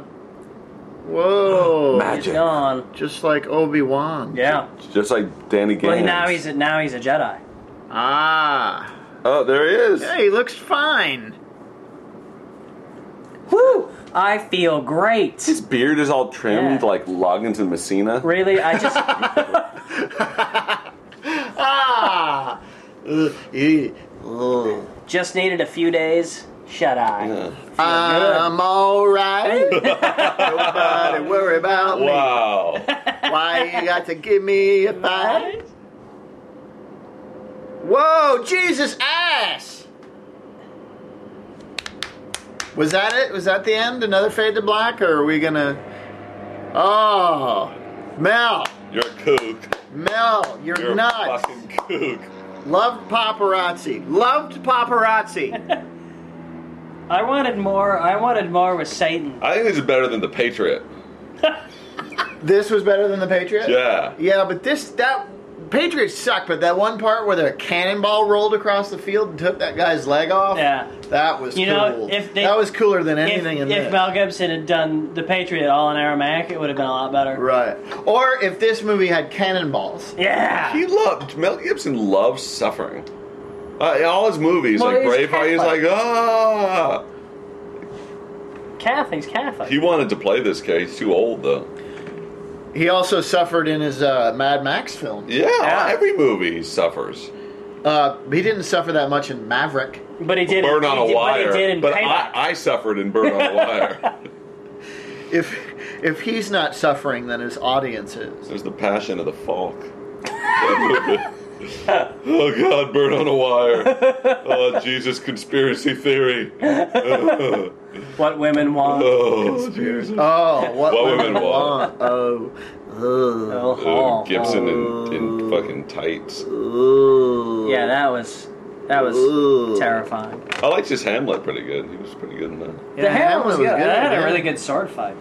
Speaker 1: Whoa.
Speaker 2: Magic.
Speaker 3: He's gone.
Speaker 1: Just like Obi Wan.
Speaker 3: Yeah.
Speaker 2: Just like Danny Gans.
Speaker 3: Well, now he's a, now he's a Jedi.
Speaker 1: Ah.
Speaker 2: Oh, there he is.
Speaker 1: Yeah, he looks fine.
Speaker 3: Woo! I feel great.
Speaker 2: His beard is all trimmed
Speaker 3: Yeah.
Speaker 2: like Loggins and Messina.
Speaker 3: Really, I just
Speaker 1: Ah. Ugh, ew, ugh.
Speaker 3: just needed a few days shut eye.
Speaker 2: Yeah. Um,
Speaker 1: I'm alright. Nobody worry about me.
Speaker 2: Wow.
Speaker 1: Why you got to give me a fight? Whoa, Jesus ass! Was that it? Was that the end? Another fade to black, or are we gonna? Oh, Mel,
Speaker 2: You're a kook.
Speaker 1: Mel, you're, nuts.
Speaker 2: fucking kook.
Speaker 1: Loved paparazzi. Loved paparazzi.
Speaker 3: I wanted more. I wanted more with Satan.
Speaker 2: I think this is better than the Patriot.
Speaker 1: this was better than the Patriot.
Speaker 2: Yeah.
Speaker 1: Yeah, but this that Patriots suck, but that one part where the cannonball rolled across the field and took that guy's leg off.
Speaker 3: Yeah.
Speaker 1: That was
Speaker 3: You
Speaker 1: cool.
Speaker 3: know, if they-
Speaker 1: that was cooler than
Speaker 3: If,
Speaker 1: anything in
Speaker 3: if
Speaker 1: this.
Speaker 3: Mel Gibson had done The Patriot all in Aramaic, it would have been a lot better.
Speaker 1: right. Or if this movie had cannonballs.
Speaker 3: Yeah.
Speaker 2: He loved Mel Gibson loves suffering. Uh, in all his movies,
Speaker 3: Well,
Speaker 2: like
Speaker 3: he's
Speaker 2: Braveheart, he's like
Speaker 3: Catholic.
Speaker 2: ah.
Speaker 3: Catholic. He's Catholic.
Speaker 2: He wanted to play this guy. He's too old though.
Speaker 1: He also suffered in his uh, Mad Max film.
Speaker 2: Yeah,
Speaker 3: Yeah.
Speaker 2: every movie he suffers.
Speaker 1: Uh, he didn't suffer that much in Maverick.
Speaker 3: but he did.
Speaker 2: Burn on a
Speaker 3: he did, But
Speaker 2: wire.
Speaker 3: he did in
Speaker 2: But
Speaker 3: Payback.
Speaker 2: I, I suffered in Burn on a wire.
Speaker 1: If If he's not suffering, then his audience is.
Speaker 2: There's the passion of the Falk. oh God, burn on a wire. Oh Jesus, conspiracy theory. oh,
Speaker 3: What women want.
Speaker 2: Uh, Jesus.
Speaker 1: Oh, what,
Speaker 2: What
Speaker 1: women,
Speaker 2: women want.
Speaker 1: want? Oh, oh,
Speaker 3: Oh,
Speaker 2: Oh, Gibson in, in fucking tights.
Speaker 1: oh.
Speaker 3: Yeah, that was that was
Speaker 1: Ooh.
Speaker 3: terrifying.
Speaker 2: I liked his Hamlet pretty good. He was pretty good in that.
Speaker 3: the hammer
Speaker 1: Hamlet
Speaker 3: was good. That had
Speaker 1: yeah.
Speaker 3: a really good sword fight.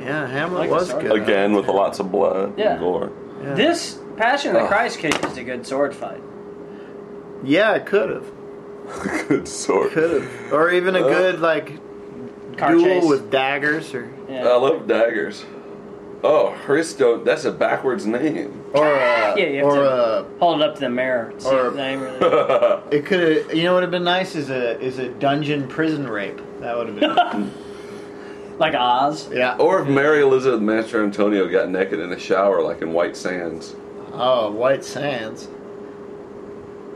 Speaker 1: Yeah, Hamlet
Speaker 3: Like the
Speaker 1: was
Speaker 3: sword.
Speaker 1: good.
Speaker 2: Again, with lots of blood
Speaker 3: Yeah.
Speaker 2: and gore.
Speaker 1: Yeah.
Speaker 3: This Passion of the
Speaker 2: Ugh.
Speaker 3: Christ kid is a good sword fight.
Speaker 1: Yeah, it could have,
Speaker 2: good sort.
Speaker 1: could have, or even a
Speaker 2: Uh,
Speaker 1: good like
Speaker 3: Car
Speaker 1: duel
Speaker 3: chase.
Speaker 1: with daggers or
Speaker 3: yeah.
Speaker 2: I love daggers. Oh, Hristo, that's a backwards name.
Speaker 1: or uh,
Speaker 3: Yeah, you have
Speaker 1: or
Speaker 3: to-
Speaker 1: uh,
Speaker 3: Hold it up to the mirror. See
Speaker 1: Or-
Speaker 3: if they really-
Speaker 2: oh,
Speaker 1: it could have. You know what would have been nice is a is a dungeon prison rape. That would have been.
Speaker 3: like Oz.
Speaker 1: yeah.
Speaker 2: or if Mary Elizabeth Master Antonio got naked in a shower, like in White Sands.
Speaker 1: Oh, White Sands.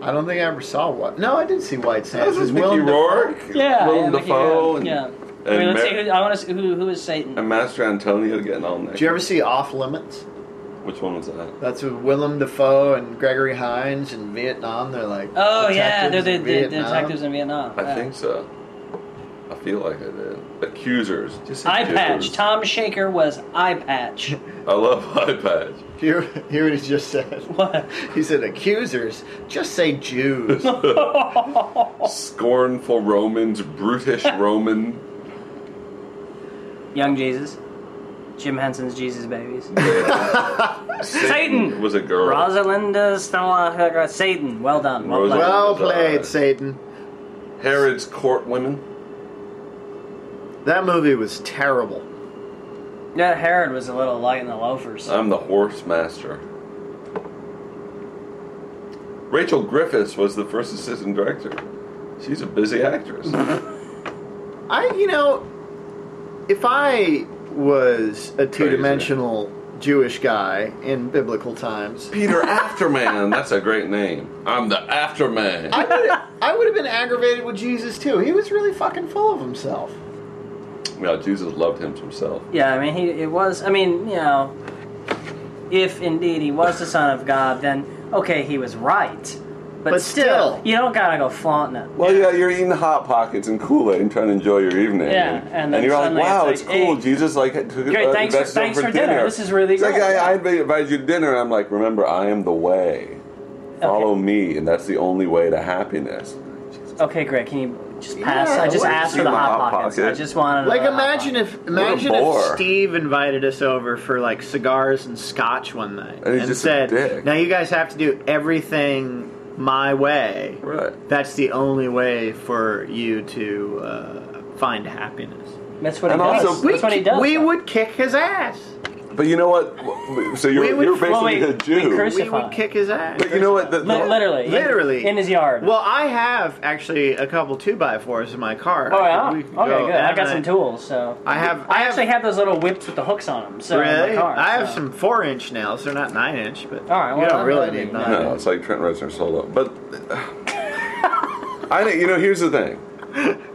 Speaker 1: I don't think I ever saw what. No, I did see White Sands.
Speaker 2: This is
Speaker 1: Is
Speaker 2: Mickey
Speaker 1: Willem Dafoe-
Speaker 2: Rourke,
Speaker 3: Yeah.
Speaker 2: Willem
Speaker 3: yeah, Mickey
Speaker 2: Dafoe,
Speaker 3: Mouse,
Speaker 2: and,
Speaker 3: yeah. I
Speaker 2: and
Speaker 3: mean, let's
Speaker 2: Mar-
Speaker 3: see who, I want to see who, who is Satan.
Speaker 2: and Master Antonio getting all naked.
Speaker 1: Did you ever see Off Limits?
Speaker 2: Which one was that?
Speaker 1: That's with Willem Dafoe and Gregory Hines in Vietnam. They're like.
Speaker 3: oh yeah, they're
Speaker 1: detectives
Speaker 3: the,
Speaker 1: in
Speaker 3: the, the
Speaker 1: Vietnam.
Speaker 3: detectives in Vietnam.
Speaker 2: I
Speaker 3: yeah.
Speaker 2: think so. I feel like I did. Accusers. Just
Speaker 3: Eye
Speaker 2: accusers.
Speaker 3: patch. Tom Shaker was eye patch.
Speaker 2: I love eye patch.
Speaker 1: Hear, hear what he just said.
Speaker 3: What?
Speaker 1: He said, accusers, just say Jews.
Speaker 2: Scornful Romans, brutish Roman.
Speaker 3: Young Jesus. Jim Henson's Jesus Babies.
Speaker 2: It
Speaker 3: Satan!
Speaker 2: was a girl.
Speaker 3: Rosalinda Stella Satan. Well done. Well
Speaker 2: Rosa-
Speaker 3: played.
Speaker 1: well
Speaker 2: Uh,
Speaker 1: played, Satan.
Speaker 2: Herod's court women.
Speaker 1: That movie was terrible.
Speaker 3: That Herod was a little light in the loafers.
Speaker 1: Um,
Speaker 2: I'm the horse master. Rachel Griffiths was the first assistant director. She's a busy actress.
Speaker 1: I, you know, if I was a two dimensional Jewish guy in biblical times,
Speaker 2: Peter Afterman. That's a great name. I'm the Afterman.
Speaker 1: I would I would have been aggravated with Jesus too. He was really fucking full of himself.
Speaker 2: Yeah, Jesus loved him himself.
Speaker 3: yeah, I mean, he it was. I mean, you know, if indeed he was the son of God, then okay, he was right. But,
Speaker 1: But
Speaker 3: still,
Speaker 1: still.
Speaker 3: you don't gotta go flaunting it.
Speaker 2: Well, yeah, you're eating hot pockets and Kool Aid and trying to enjoy your evening.
Speaker 3: Yeah,
Speaker 2: and,
Speaker 3: and then
Speaker 2: you're like,
Speaker 3: suddenly it's
Speaker 2: wow,
Speaker 3: like,
Speaker 2: it's, cool.
Speaker 3: hey,
Speaker 2: Jesus, like, took,
Speaker 3: great,
Speaker 2: uh,
Speaker 3: thanks for-
Speaker 2: invested
Speaker 3: thanks
Speaker 2: him
Speaker 3: for dinner. This is really
Speaker 2: It's like,
Speaker 3: great.
Speaker 2: I, I invited you to dinner, and I'm like, remember, I am the way. Follow me, and that's the only way to happiness.
Speaker 3: Okay, Greg, can you just pass?
Speaker 1: Yeah,
Speaker 3: I just
Speaker 1: what
Speaker 3: asked
Speaker 2: is
Speaker 3: for the
Speaker 2: in the
Speaker 3: hot,
Speaker 2: Hot
Speaker 3: pockets.
Speaker 2: Pocket?
Speaker 3: I just wanted.
Speaker 1: Like,
Speaker 3: another Hot
Speaker 1: imagine
Speaker 3: Pocket.
Speaker 1: if imagine if
Speaker 2: bore.
Speaker 1: Steve invited us over for like cigars and scotch one night
Speaker 2: And he's just a
Speaker 1: said,
Speaker 2: dick.
Speaker 1: "Now you guys have to do everything my way."
Speaker 2: Right.
Speaker 1: That's the only way for you to uh, find happiness.
Speaker 3: That's what
Speaker 2: And
Speaker 3: he does.
Speaker 2: also-
Speaker 3: That's what he does.
Speaker 1: We
Speaker 3: though.
Speaker 1: would kick his ass.
Speaker 2: But you know what? So
Speaker 1: We
Speaker 2: you're,
Speaker 1: would-
Speaker 2: you're basically
Speaker 3: well, we-
Speaker 2: a Jew.
Speaker 3: we curse-
Speaker 1: We
Speaker 3: Crucify.
Speaker 1: would kick his ass.
Speaker 2: but you know what? The,
Speaker 3: Li-
Speaker 2: the-
Speaker 3: literally, in-
Speaker 1: Literally.
Speaker 3: in, his yard.
Speaker 1: Well, I have actually a couple two by fours in my car.
Speaker 3: oh yeah.
Speaker 1: We
Speaker 3: Okay,
Speaker 1: could
Speaker 3: good.
Speaker 1: go-
Speaker 3: I
Speaker 1: and
Speaker 3: got some tools. So
Speaker 1: I have.
Speaker 3: I actually have those little whips with the hooks on them. So in my
Speaker 1: Really?
Speaker 3: car,
Speaker 1: I have
Speaker 3: so.
Speaker 1: some four inch nails. They're not nine inch, but
Speaker 3: All right, well,
Speaker 1: you don't
Speaker 3: I'm
Speaker 1: really
Speaker 3: not
Speaker 1: need
Speaker 3: even-
Speaker 1: nine.
Speaker 2: No, it's like Trent Reznor solo. But I think you know. Here's the thing.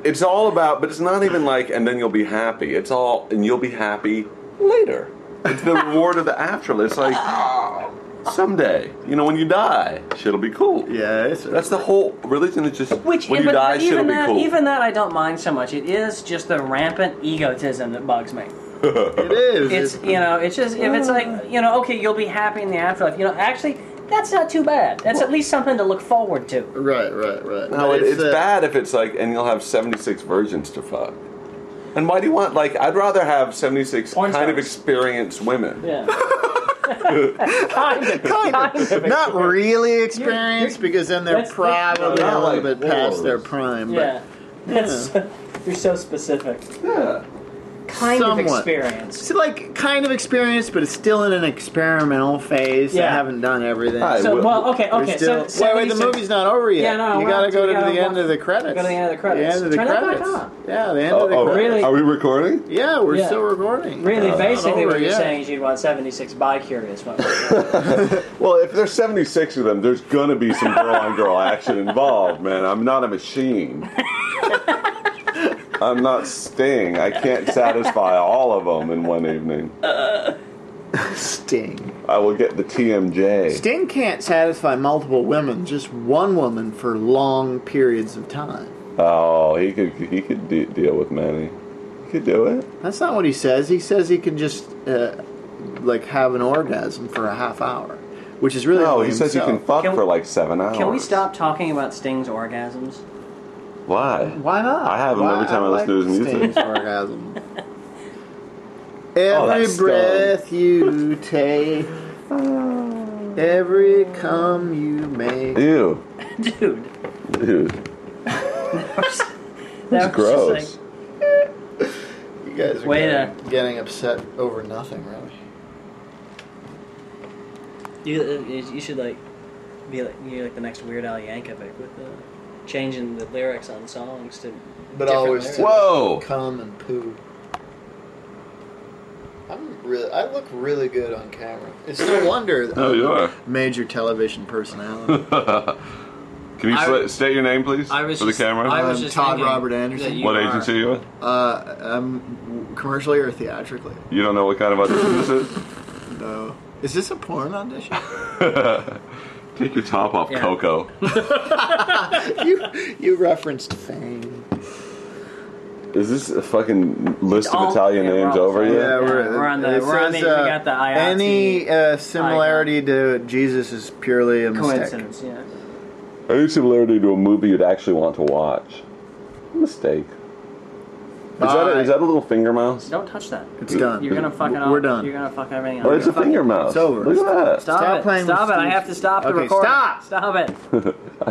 Speaker 2: It's all about, but it's not even like, and then you'll be happy. It's all, and you'll be happy later. It's the reward of the afterlife. It's like someday, you know, when you die, shit'll be cool.
Speaker 1: Yeah, it's
Speaker 2: That's the whole religion. Is just
Speaker 3: Which
Speaker 2: when you
Speaker 3: but,
Speaker 2: die,
Speaker 3: but
Speaker 2: shit'll
Speaker 3: even
Speaker 2: be
Speaker 3: that,
Speaker 2: cool.
Speaker 3: even that, I don't mind so much. It is just the rampant egotism that bugs me.
Speaker 1: it is. Uh.
Speaker 3: It's you know, it's just if it's like you know, okay, you'll be happy in the afterlife. You know, actually, that's not too bad. That's at least something to look forward to.
Speaker 1: right, right, right.
Speaker 2: No,
Speaker 1: But
Speaker 2: it, it's
Speaker 1: uh,
Speaker 2: bad if it's like, and you'll have 76 virgins to fuck. And why do you want, like, I'd rather have 76
Speaker 3: Porn
Speaker 2: kind of
Speaker 3: stars.
Speaker 2: experienced women.
Speaker 3: Yeah, kind of,
Speaker 1: Kind of. Not really experienced because then they're
Speaker 3: That's- that's-
Speaker 1: probably
Speaker 2: No,
Speaker 1: a
Speaker 2: not
Speaker 1: little
Speaker 2: like
Speaker 1: bit past
Speaker 2: whores.
Speaker 1: their prime.
Speaker 3: Yeah, that's you're so specific.
Speaker 2: Yeah.
Speaker 3: Kind of
Speaker 1: Somewhat.
Speaker 3: experience.
Speaker 1: It's like kind of experienced, but it's still in an experimental phase. They
Speaker 3: Yeah.
Speaker 1: haven't done everything.
Speaker 2: Hi.
Speaker 3: So
Speaker 2: Wait,
Speaker 3: well, okay,
Speaker 1: They're
Speaker 3: okay.
Speaker 1: still-
Speaker 3: So, so
Speaker 1: wait, wait, the
Speaker 3: 76
Speaker 1: movie's not over yet.
Speaker 3: Yeah, no,
Speaker 1: you
Speaker 3: we're
Speaker 1: gotta
Speaker 3: up
Speaker 1: go
Speaker 3: to-
Speaker 1: to
Speaker 3: we gotta
Speaker 1: the end
Speaker 3: walk-
Speaker 1: of the credits.
Speaker 3: go to the end of the credits.
Speaker 1: The end of the
Speaker 3: Turn that back
Speaker 1: credits.
Speaker 3: on.
Speaker 1: Yeah, the end
Speaker 2: Oh,
Speaker 1: of the
Speaker 2: oh,
Speaker 1: credits.
Speaker 3: really-
Speaker 2: Are we recording?
Speaker 1: Yeah, we're
Speaker 3: Yeah.
Speaker 1: still recording.
Speaker 3: Really,
Speaker 1: It's not
Speaker 3: basically,
Speaker 1: over
Speaker 3: what you're
Speaker 1: yet.
Speaker 3: saying is you'd want 76 bi-curious women.
Speaker 2: Well, if there's 76 of them, there's going to be some girl on girl action involved, man. I'm not a machine. I'm not Sting. I can't satisfy all of them in one evening.
Speaker 1: Sting.
Speaker 2: I will get the TMJ.
Speaker 1: Sting can't satisfy multiple women, just one woman for long periods of time.
Speaker 2: Oh, he could he could de- deal with many. He could do it.
Speaker 1: That's not what he says. He says he can just uh, like have an orgasm for a half hour, which is really
Speaker 2: No,
Speaker 1: only
Speaker 2: he says you can
Speaker 1: himself.
Speaker 2: fuck
Speaker 3: Can we-
Speaker 2: for like seven hours.
Speaker 3: Can we stop talking about Sting's orgasms?
Speaker 2: Why?
Speaker 1: Why not?
Speaker 2: I have him
Speaker 1: Why-
Speaker 2: every time I listen to his music.
Speaker 1: Sting's orgasm.
Speaker 2: Oh,
Speaker 1: Every
Speaker 2: that's
Speaker 1: breath you take, every cum you make.
Speaker 2: Ew,
Speaker 3: Dude.
Speaker 2: dude,
Speaker 3: That
Speaker 2: it's
Speaker 3: was
Speaker 2: gross.
Speaker 3: Just
Speaker 1: You guys are
Speaker 3: Way
Speaker 1: getting, getting upset over nothing, really.
Speaker 3: like, you, uh, you should like be like you like the next Weird Al Yankovic with the changing the lyrics on songs to.
Speaker 1: But
Speaker 3: different
Speaker 1: always
Speaker 3: lyrics.
Speaker 1: to-
Speaker 2: Whoa!
Speaker 1: Cum and poo. I'm really. I look really good on camera. It's no wonder. that
Speaker 2: Oh, you
Speaker 1: I'm a
Speaker 2: are.
Speaker 1: Major television personality.
Speaker 2: Can you
Speaker 3: I-
Speaker 2: sl- state your name, please,
Speaker 3: I was
Speaker 2: for the
Speaker 3: just-
Speaker 2: camera?
Speaker 3: I was
Speaker 1: I'm
Speaker 3: just
Speaker 1: Um, Todd
Speaker 3: thinking
Speaker 1: Robert
Speaker 3: that
Speaker 1: Anderson.
Speaker 3: you
Speaker 2: what
Speaker 3: are-
Speaker 2: agency are you with?
Speaker 1: uh, I'm commercially or theatrically.
Speaker 2: You don't know what kind of audition this is?
Speaker 1: No. Is this a porn audition?
Speaker 2: Take your top off,
Speaker 3: Yeah.
Speaker 2: Coco.
Speaker 1: you you referenced Fame.
Speaker 2: Is this a fucking list of
Speaker 3: Oh,
Speaker 2: Italian
Speaker 3: yeah, we're
Speaker 2: names
Speaker 3: all
Speaker 2: over
Speaker 3: set.
Speaker 2: yet?
Speaker 3: Yeah, we're on the-
Speaker 1: it uh,
Speaker 3: we're on the- we got the IoT
Speaker 1: Any uh, similarity to Jesus is purely a mistake.
Speaker 3: Coincidence, yeah.
Speaker 2: Any similarity to a movie you'd actually want to watch? Mistake. Is that, a,
Speaker 1: Bye.
Speaker 2: is that a little finger mouse?
Speaker 3: Don't touch that.
Speaker 1: It's done.
Speaker 3: You're gonna fuck it up.
Speaker 1: We're done.
Speaker 3: You're gonna fuck everything up.
Speaker 2: Oh, it's a finger mouse.
Speaker 1: It's over.
Speaker 2: Look at that.
Speaker 3: Stop,
Speaker 1: Stop
Speaker 3: it.
Speaker 1: playing with
Speaker 3: Stop it. I
Speaker 1: Steve.
Speaker 3: have to stop the
Speaker 1: Okay,
Speaker 3: recording.
Speaker 1: stop.
Speaker 3: Stop it.